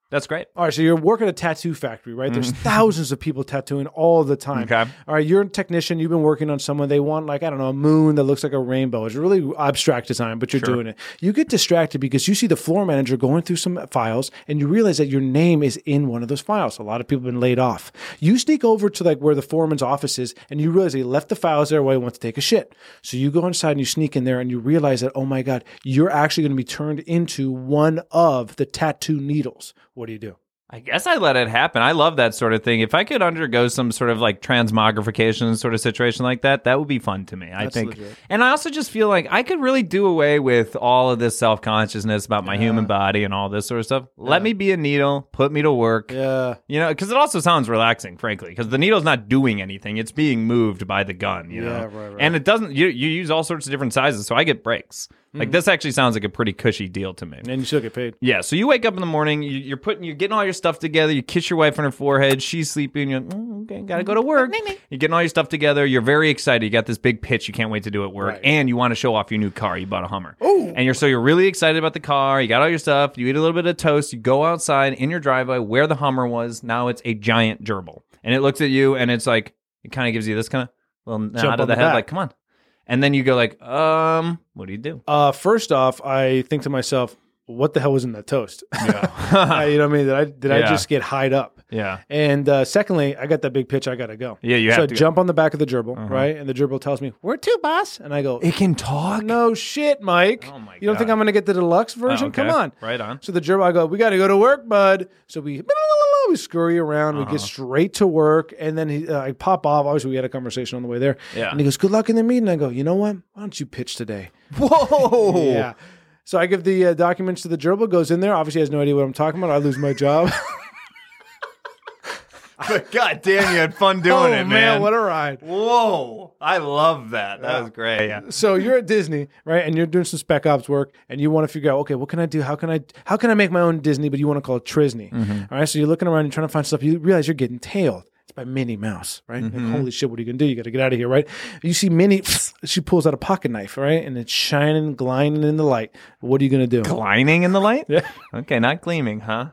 Speaker 3: that's great.
Speaker 4: All right, so you're working at a tattoo factory, right? There's thousands of people tattooing all the time.
Speaker 3: Okay.
Speaker 4: All right, you're a technician. You've been working on someone. They want like I don't know a moon that looks like a rainbow. It's a really abstract design, but you're doing it. You get distracted because you see the floor manager going through some files, and you realize that your name is in one of those files. A lot of people have been laid off. You sneak over to like where the foreman's office is, and you realize he left the files there while he wants to take a shit. So you go inside and you sneak in there, and you realize that oh my god, you're actually going to be turned into one of the tattoo needles. What do you do?
Speaker 3: I guess I let it happen. I love that sort of thing. If I could undergo some sort of like transmogrification sort of situation like that, that would be fun to me. I think. And I also just feel like I could really do away with all of this self consciousness about my human body and all this sort of stuff. Let me be a needle. Put me to work.
Speaker 4: Yeah.
Speaker 3: You know, because it also sounds relaxing, frankly, because the needle's not doing anything; it's being moved by the gun. You know,
Speaker 4: Yeah, right, right.
Speaker 3: and it doesn't. You you use all sorts of different sizes, so I get breaks. Like
Speaker 4: Hmm.
Speaker 3: this actually sounds like a pretty cushy deal to me.
Speaker 4: And you still get paid.
Speaker 3: Yeah, so you wake up in the morning, you, you're putting, you're getting all your stuff together. You kiss your wife on her forehead. She's sleeping. You're like, "Mm, okay, gotta go to work. You're getting all your stuff together. You're very excited. You got this big pitch. You can't wait to do at work,
Speaker 4: Right.
Speaker 3: and you want to show off your new car. You bought a Hummer. Oh, and you're so you're really excited about the car. You got all your stuff. You eat a little bit of toast. You go outside in your driveway where the Hummer was. Now it's a giant gerbil, and it looks at you, and it's like it kind of gives you this kind of little nod of
Speaker 4: on
Speaker 3: the
Speaker 4: the
Speaker 3: head,
Speaker 4: back.
Speaker 3: like come on. And then you go like, um, what do you do?
Speaker 4: Uh, first off, I think to myself, what the hell was in that toast? Uh, you know what I mean? Did I did I
Speaker 3: Yeah.
Speaker 4: just get highed up?
Speaker 3: Yeah.
Speaker 4: And uh, secondly, I got that big pitch. I gotta go.
Speaker 3: Yeah, you
Speaker 4: so
Speaker 3: have
Speaker 4: I
Speaker 3: to go. Uh-huh.
Speaker 4: jump on the back of the gerbil, right? And the gerbil tells me, "Where to, boss?" And I go,
Speaker 3: It can talk.
Speaker 4: "No shit, Mike.
Speaker 3: Oh my
Speaker 4: you don't think
Speaker 3: God.
Speaker 4: I'm gonna get the deluxe version?
Speaker 3: Oh, okay.
Speaker 4: Come on,
Speaker 3: Right on.
Speaker 4: So the gerbil, I go, "We gotta go to work, bud." So we we scurry around, we get
Speaker 3: Uh-huh.
Speaker 4: straight to work, and then he, uh, I pop off. Obviously, we had a conversation on the way there.
Speaker 3: Yeah.
Speaker 4: And he goes, "Good luck in the meeting." I go, "You know what? Why don't you pitch today?"
Speaker 3: Whoa.
Speaker 4: Yeah. So I give the uh, documents to the gerbil, goes in there, obviously has no idea what I'm talking about. I lose my job.
Speaker 3: But god damn, you had fun doing
Speaker 4: oh,
Speaker 3: it, man.
Speaker 4: what a ride.
Speaker 3: Whoa. I love that. That was great. Yeah.
Speaker 4: So you're at Disney, right? And you're doing some spec ops work and you want to figure out, okay, what can I do? How can I how can I make my own Disney, but you want to call it Trisney? All right. So you're looking around, you're trying to find stuff, you realize you're getting tailed. It's by Minnie Mouse, right? Like, holy shit, what are you gonna do? You gotta get out of here, right? You see Minnie, she pulls out a pocket knife, right? And it's shining, gliding in the light. What are you gonna do?
Speaker 3: Glining in the light? Yeah. Okay, not gleaming, huh?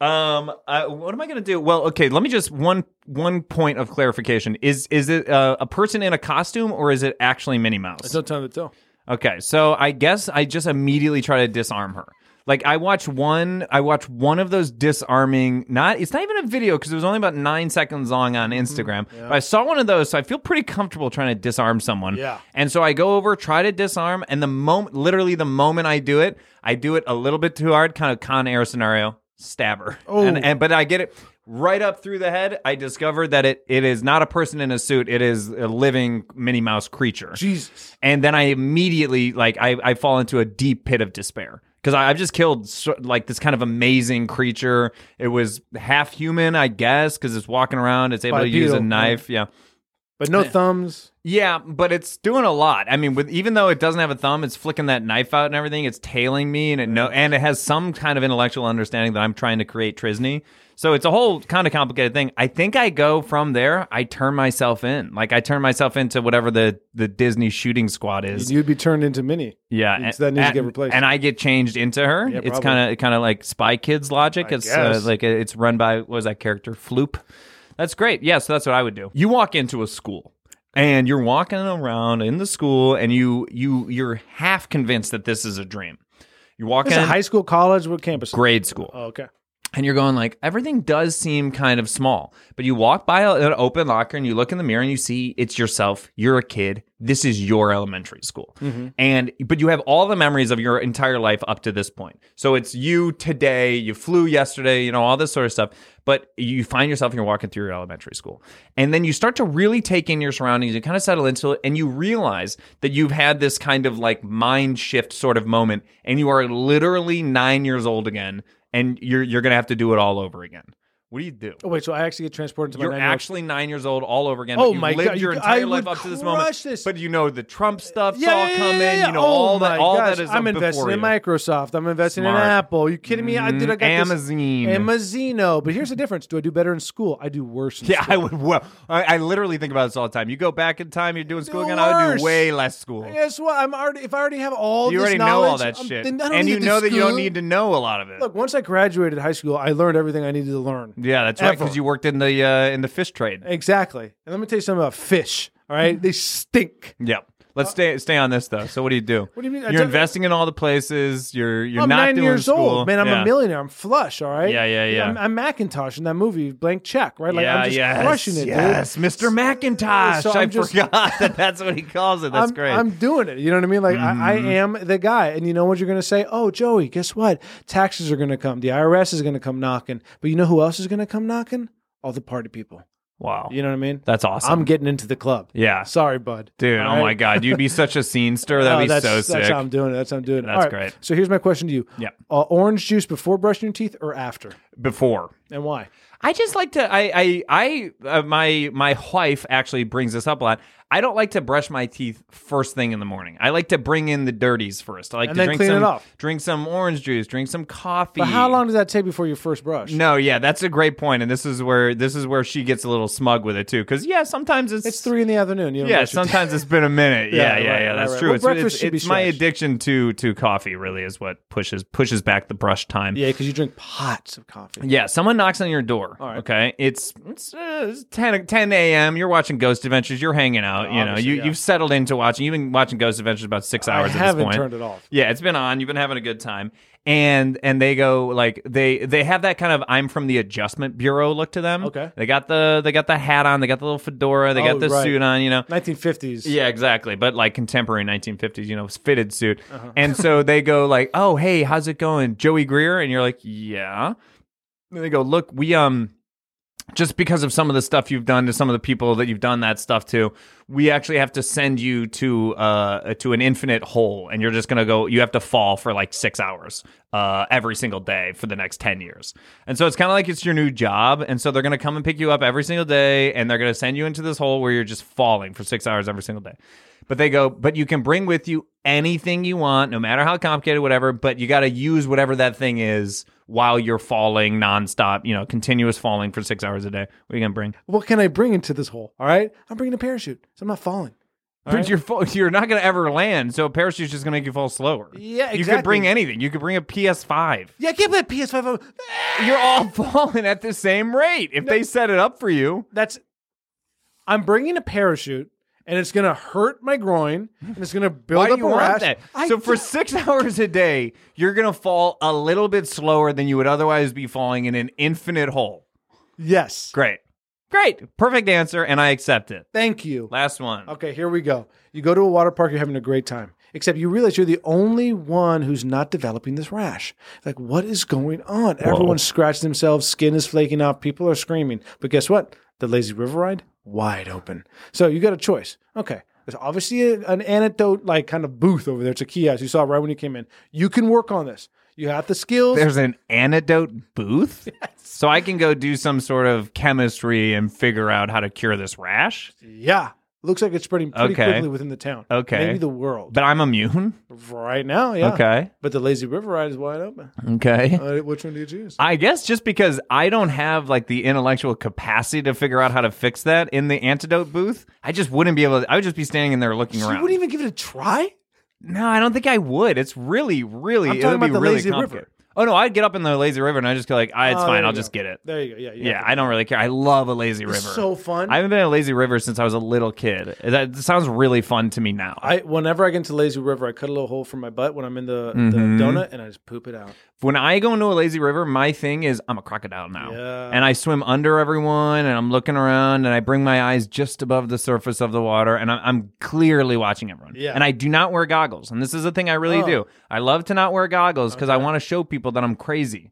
Speaker 3: Um, I, what am I gonna do? Well, okay, let me just one one point of clarification. Is is it uh, a person in a costume or is it actually Minnie Mouse?
Speaker 4: no time to tell.
Speaker 3: Okay, so I guess I just immediately try to disarm her. Like I watch one, I watch one of those disarming. Not it's not even a video because it was only about nine seconds long
Speaker 4: Mm-hmm.
Speaker 3: on Instagram. But I saw one of those, so I feel pretty comfortable trying to disarm someone.
Speaker 4: Yeah.
Speaker 3: And so I go over, try to disarm, and the moment, literally the moment I do it, I do it a little bit too hard, kind of con air scenario, stabber. Oh. And, and but I get it right up through the head. I discovered that it it is not a person in a suit; it is a living Minnie Mouse creature.
Speaker 4: Jesus.
Speaker 3: And then I immediately like I, I fall into a deep pit of despair because I've just killed so, like this kind of amazing creature. It was half human, I guess, because it's walking around. It's able to use a
Speaker 4: Bipedal,
Speaker 3: knife. Yeah.
Speaker 4: But no thumbs.
Speaker 3: Yeah, but it's doing a lot. I mean, with even though it doesn't have a thumb, it's flicking that knife out and everything. It's tailing me, and it no, and it has some kind of intellectual understanding that I'm trying to create Trisney. So it's a whole kind of complicated thing. I think I go from there. I turn myself in. Like I turn myself into whatever the the Disney shooting squad is.
Speaker 4: You'd be turned into Minnie.
Speaker 3: yeah,
Speaker 4: and
Speaker 3: and-
Speaker 4: so that needs to
Speaker 3: and-
Speaker 4: get replaced.
Speaker 3: And I get changed into her.
Speaker 4: Yeah,
Speaker 3: it's
Speaker 4: probably.
Speaker 3: kind of kind of like Spy Kids logic.
Speaker 4: I
Speaker 3: it's uh,
Speaker 4: guess.
Speaker 3: like a, it's run by what was that character Floop? That's great. Yeah, so that's what I would do. You walk into a school and you're walking around in the school and you you you're half convinced that this is a dream. You walk
Speaker 4: It's
Speaker 3: in
Speaker 4: a high school, college, what campus?
Speaker 3: grade school
Speaker 4: Oh, okay.
Speaker 3: and you're going like everything does seem kind of small but you walk by an open locker and you look in the mirror and you see it's yourself you're a kid this is your elementary school and but you have all the memories of your entire life up to this point so it's you today you flew yesterday you know all this sort of stuff but you find yourself and you're walking through your elementary school and then you start to really take in your surroundings you kind of settle into it and you realize that you've had this kind of like mind shift sort of moment and you are literally nine years old again and you're you're gonna have to do it all over again. What do you do?
Speaker 4: Oh, wait, so I actually get transported to my
Speaker 3: You're
Speaker 4: nine-year-old-
Speaker 3: actually nine years old all over again. but
Speaker 4: Oh
Speaker 3: you've
Speaker 4: my
Speaker 3: lived
Speaker 4: God,
Speaker 3: Your
Speaker 4: you-
Speaker 3: entire
Speaker 4: I
Speaker 3: life
Speaker 4: would
Speaker 3: up to this
Speaker 4: crush
Speaker 3: moment,
Speaker 4: this.
Speaker 3: but you know the Trump stuff's
Speaker 4: Yeah,
Speaker 3: all
Speaker 4: yeah, yeah,
Speaker 3: coming.
Speaker 4: yeah.
Speaker 3: You know
Speaker 4: Oh
Speaker 3: all that.
Speaker 4: my
Speaker 3: All
Speaker 4: gosh,
Speaker 3: that is
Speaker 4: I'm
Speaker 3: up
Speaker 4: investing
Speaker 3: before
Speaker 4: in
Speaker 3: you.
Speaker 4: Microsoft. I'm investing
Speaker 3: Smart. Mm-hmm.
Speaker 4: in Apple. You kidding me? I did. I got
Speaker 3: Amazon.
Speaker 4: this Amazino. But here's the difference. Do I do better in school? I do worse. In
Speaker 3: Yeah,
Speaker 4: school.
Speaker 3: I would. Well, I, I literally think about this all the time. You go back in time, you're doing school
Speaker 4: Do
Speaker 3: again. I would
Speaker 4: worse.
Speaker 3: do way less school.
Speaker 4: Guess what? I'm already. If I already have all
Speaker 3: you
Speaker 4: this
Speaker 3: already know
Speaker 4: knowledge,
Speaker 3: all that
Speaker 4: I'm-
Speaker 3: shit,
Speaker 4: then I don't
Speaker 3: and
Speaker 4: need
Speaker 3: you
Speaker 4: the
Speaker 3: know that you
Speaker 4: school.
Speaker 3: don't need to know a lot of it.
Speaker 4: Look, once I graduated high school, I learned everything I needed to learn.
Speaker 3: yeah, that's right.
Speaker 4: Ever.
Speaker 3: Because you worked in the uh, in the fish trade.
Speaker 4: Exactly. And let me tell you something about fish. All right, they stink.
Speaker 3: Yep. Let's stay stay on this though. So what do you do? What
Speaker 4: Uh, do you mean? I
Speaker 3: You're
Speaker 4: don't-
Speaker 3: investing in all the places. You're you're
Speaker 4: I'm
Speaker 3: not
Speaker 4: nine
Speaker 3: doing
Speaker 4: years
Speaker 3: school.
Speaker 4: old, man. I'm
Speaker 3: Yeah.
Speaker 4: a millionaire. I'm flush. All right.
Speaker 3: Yeah, yeah, yeah.
Speaker 4: I'm, I'm Macintosh in that movie, Blank Check. Right. Like
Speaker 3: yeah,
Speaker 4: I'm just
Speaker 3: yes,
Speaker 4: crushing it. dude.
Speaker 3: Yes, Mr. McIntosh.
Speaker 4: So
Speaker 3: I
Speaker 4: I'm just-
Speaker 3: forgot that that's what he calls it. That's
Speaker 4: I'm,
Speaker 3: great. Mm-hmm.
Speaker 4: I'm doing it. You know what I mean? Like I, I am the guy. And you know what you're going to say? Oh, Joey, guess what? Taxes are going to come. The IRS is going to come knocking. But you know who else is going to come knocking? All the party people.
Speaker 3: wow.
Speaker 4: You know what I mean?
Speaker 3: That's awesome.
Speaker 4: I'm getting into the club.
Speaker 3: Yeah.
Speaker 4: Sorry, bud.
Speaker 3: Dude,
Speaker 4: All
Speaker 3: oh my
Speaker 4: right?
Speaker 3: god, you'd be such a scene stir. That'd
Speaker 4: Oh,
Speaker 3: be
Speaker 4: that's,
Speaker 3: so sick.
Speaker 4: That's how I'm doing it. That's how I'm doing it.
Speaker 3: That's
Speaker 4: All right.
Speaker 3: great.
Speaker 4: So here's my question to you.
Speaker 3: Yeah.
Speaker 4: Uh, orange juice before brushing your teeth or after?
Speaker 3: Before.
Speaker 4: And why?
Speaker 3: I just like to. I I I uh, my my wife actually brings this up a lot. I don't like to brush my teeth first thing in the morning. I like to bring in the dirties first. I like
Speaker 4: And
Speaker 3: to
Speaker 4: then
Speaker 3: drink
Speaker 4: clean it
Speaker 3: some
Speaker 4: up.
Speaker 3: drink some orange juice, drink some coffee.
Speaker 4: But how long does that take before your first brush?
Speaker 3: No, yeah, that's a great point, and this is where this is where she gets a little smug with it too, because yeah, sometimes it's
Speaker 4: It's three in the afternoon. You haven't
Speaker 3: Yeah,
Speaker 4: brushed your teeth.
Speaker 3: sometimes it's been a minute. Yeah,
Speaker 4: Yeah,
Speaker 3: yeah, yeah,
Speaker 4: right, right,
Speaker 3: that's
Speaker 4: right.
Speaker 3: true.
Speaker 4: Well,
Speaker 3: it's
Speaker 4: breakfast
Speaker 3: it's,
Speaker 4: should be
Speaker 3: it's my
Speaker 4: stretched.
Speaker 3: addiction to to coffee really is what pushes pushes back the brush time.
Speaker 4: Yeah, because you drink pots of coffee.
Speaker 3: Yeah, someone knocks on your door. Okay, it's it's, uh, it's 10, 10 a.m. You're watching Ghost Adventures. You're hanging out. you know,
Speaker 4: Obviously,
Speaker 3: you
Speaker 4: yeah.
Speaker 3: you've settled into watching. You've been watching Ghost Adventures about six
Speaker 4: I
Speaker 3: hours at this
Speaker 4: haven't
Speaker 3: point.
Speaker 4: turned it off.
Speaker 3: Yeah, it's been on. You've been having a good time, and and they go like they they have that kind of I'm from the Adjustment Bureau look to them.
Speaker 4: Okay.
Speaker 3: they got the they got the hat on. They got the little fedora. They
Speaker 4: Oh,
Speaker 3: got the
Speaker 4: right.
Speaker 3: suit on. You know,
Speaker 4: 1950s.
Speaker 3: yeah, exactly. But like contemporary 1950s, you know, fitted suit. And so they go like, "Oh, hey, how's it going, Joey Greer?" And you're like, "Yeah." And they go, "Look, we um." Just because of some of the stuff you've done to some of the people that you've done that stuff to, we actually have to send you to uh to an infinite hole, and you're just gonna go. You have to fall for like six hours uh every single day for the next ten years, and so it's kind of like it's your new job, and so they're gonna come and pick you up every single day, and they're gonna send you into this hole where you're just falling for six hours every single day. But they go, but you can bring with you anything you want, no matter how complicated, whatever, but you got to use whatever that thing is while you're falling nonstop, you know, continuous falling for six hours a day. What are you going to bring?
Speaker 4: What can I bring into this hole? All right. I'm bringing a parachute, so I'm not falling.
Speaker 3: But You're, fall- you're not going to ever land, so a parachute's just going to make you fall slower.
Speaker 4: Yeah,
Speaker 3: You could bring
Speaker 4: exactly.
Speaker 3: anything. You could bring a PS5.
Speaker 4: Yeah, I can't play PS5. on-
Speaker 3: You're all falling at the same rate if they set it up for you.
Speaker 4: That's. I'm bringing a parachute, and it's gonna hurt my groin, and it's gonna build
Speaker 3: Why
Speaker 4: up
Speaker 3: do you
Speaker 4: a rash.
Speaker 3: want that?
Speaker 4: I
Speaker 3: so for
Speaker 4: don't-
Speaker 3: six hours a day, you're going to fall a little bit slower than you would otherwise be falling in an infinite hole.
Speaker 4: yes,
Speaker 3: Great. Great. Perfect answer, and I accept it.
Speaker 4: thank you.
Speaker 3: Last one.
Speaker 4: Okay, here we go. You go to a water park, you're having a great time. Except you realize you're the only one who's not developing this rash. Like, what is going on? Everyone's scratching themselves, skin is flaking off, people are screaming. But guess what? The lazy river ride, wide open. So you got a choice. Okay. There's obviously a- an antidote, like kind of booth over there. It's a kiosk you saw right when you came in. You can work on this. You have the skills.
Speaker 3: There's an antidote booth? So I can go do some sort of chemistry and figure out how to cure this rash?
Speaker 4: yeah. Looks like it's spreading pretty
Speaker 3: Okay.
Speaker 4: quickly within the town.
Speaker 3: Okay.
Speaker 4: Maybe the world.
Speaker 3: But I'm immune.
Speaker 4: right now, yeah.
Speaker 3: Okay.
Speaker 4: But the lazy river ride is wide open.
Speaker 3: Okay.
Speaker 4: Uh, which one do you choose?
Speaker 3: I guess just because I don't have like the intellectual capacity to figure out how to fix that in the antidote booth, I just wouldn't be able to. I would just be standing in there looking
Speaker 4: you
Speaker 3: around.
Speaker 4: wouldn't even give it a try?
Speaker 3: No, I don't think I would. It's really, really,
Speaker 4: I'm
Speaker 3: it
Speaker 4: talking
Speaker 3: would be
Speaker 4: about the
Speaker 3: really
Speaker 4: lazy river.
Speaker 3: complicated. Oh no, I'd get up in the lazy river and I just go like, ah, it's
Speaker 4: Oh, there
Speaker 3: fine.
Speaker 4: you
Speaker 3: I'll
Speaker 4: go.
Speaker 3: just get it.
Speaker 4: There you go. Yeah. you
Speaker 3: Yeah,
Speaker 4: have to-
Speaker 3: I don't really care. I love a lazy river.
Speaker 4: It's so fun.
Speaker 3: I haven't been in a lazy river since I was a little kid. That sounds really fun to me now.
Speaker 4: I whenever I get into lazy river, I cut a little hole for my butt when I'm in the, the
Speaker 3: Mhm.
Speaker 4: donut and I just poop it out.
Speaker 3: when I go into a lazy river, my thing is I'm a crocodile now.
Speaker 4: Yeah.
Speaker 3: And I swim under everyone and I'm looking around and I bring my eyes just above the surface of the water and I'm, I'm clearly watching everyone.
Speaker 4: Yeah.
Speaker 3: And I do not wear goggles. And this is a thing I really
Speaker 4: Oh.
Speaker 3: do. I love to not wear goggles because I want to show people that I'm crazy.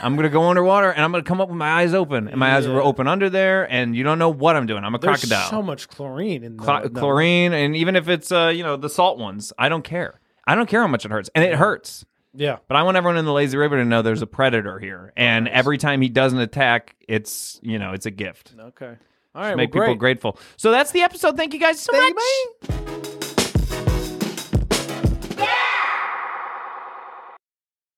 Speaker 3: I'm going to go underwater and I'm going to come up with my eyes open. And my eyes
Speaker 4: Uh. Yeah.
Speaker 3: were open under there and you don't know what I'm doing. I'm a
Speaker 4: There's
Speaker 3: crocodile.
Speaker 4: so much chlorine in the,
Speaker 3: Cla-
Speaker 4: in the-
Speaker 3: Chlorine and even if it's, uh, you know, the salt ones, I don't care. I don't care how much it hurts. And it hurts.
Speaker 4: Yeah.
Speaker 3: But I want everyone in the lazy river to know there's a predator here, and every time he doesn't attack, it's you know it's a gift.
Speaker 4: Okay. All right.
Speaker 3: Make
Speaker 4: well,
Speaker 3: people grateful. So that's the episode. Thank you guys so much.
Speaker 4: Thank you, bye.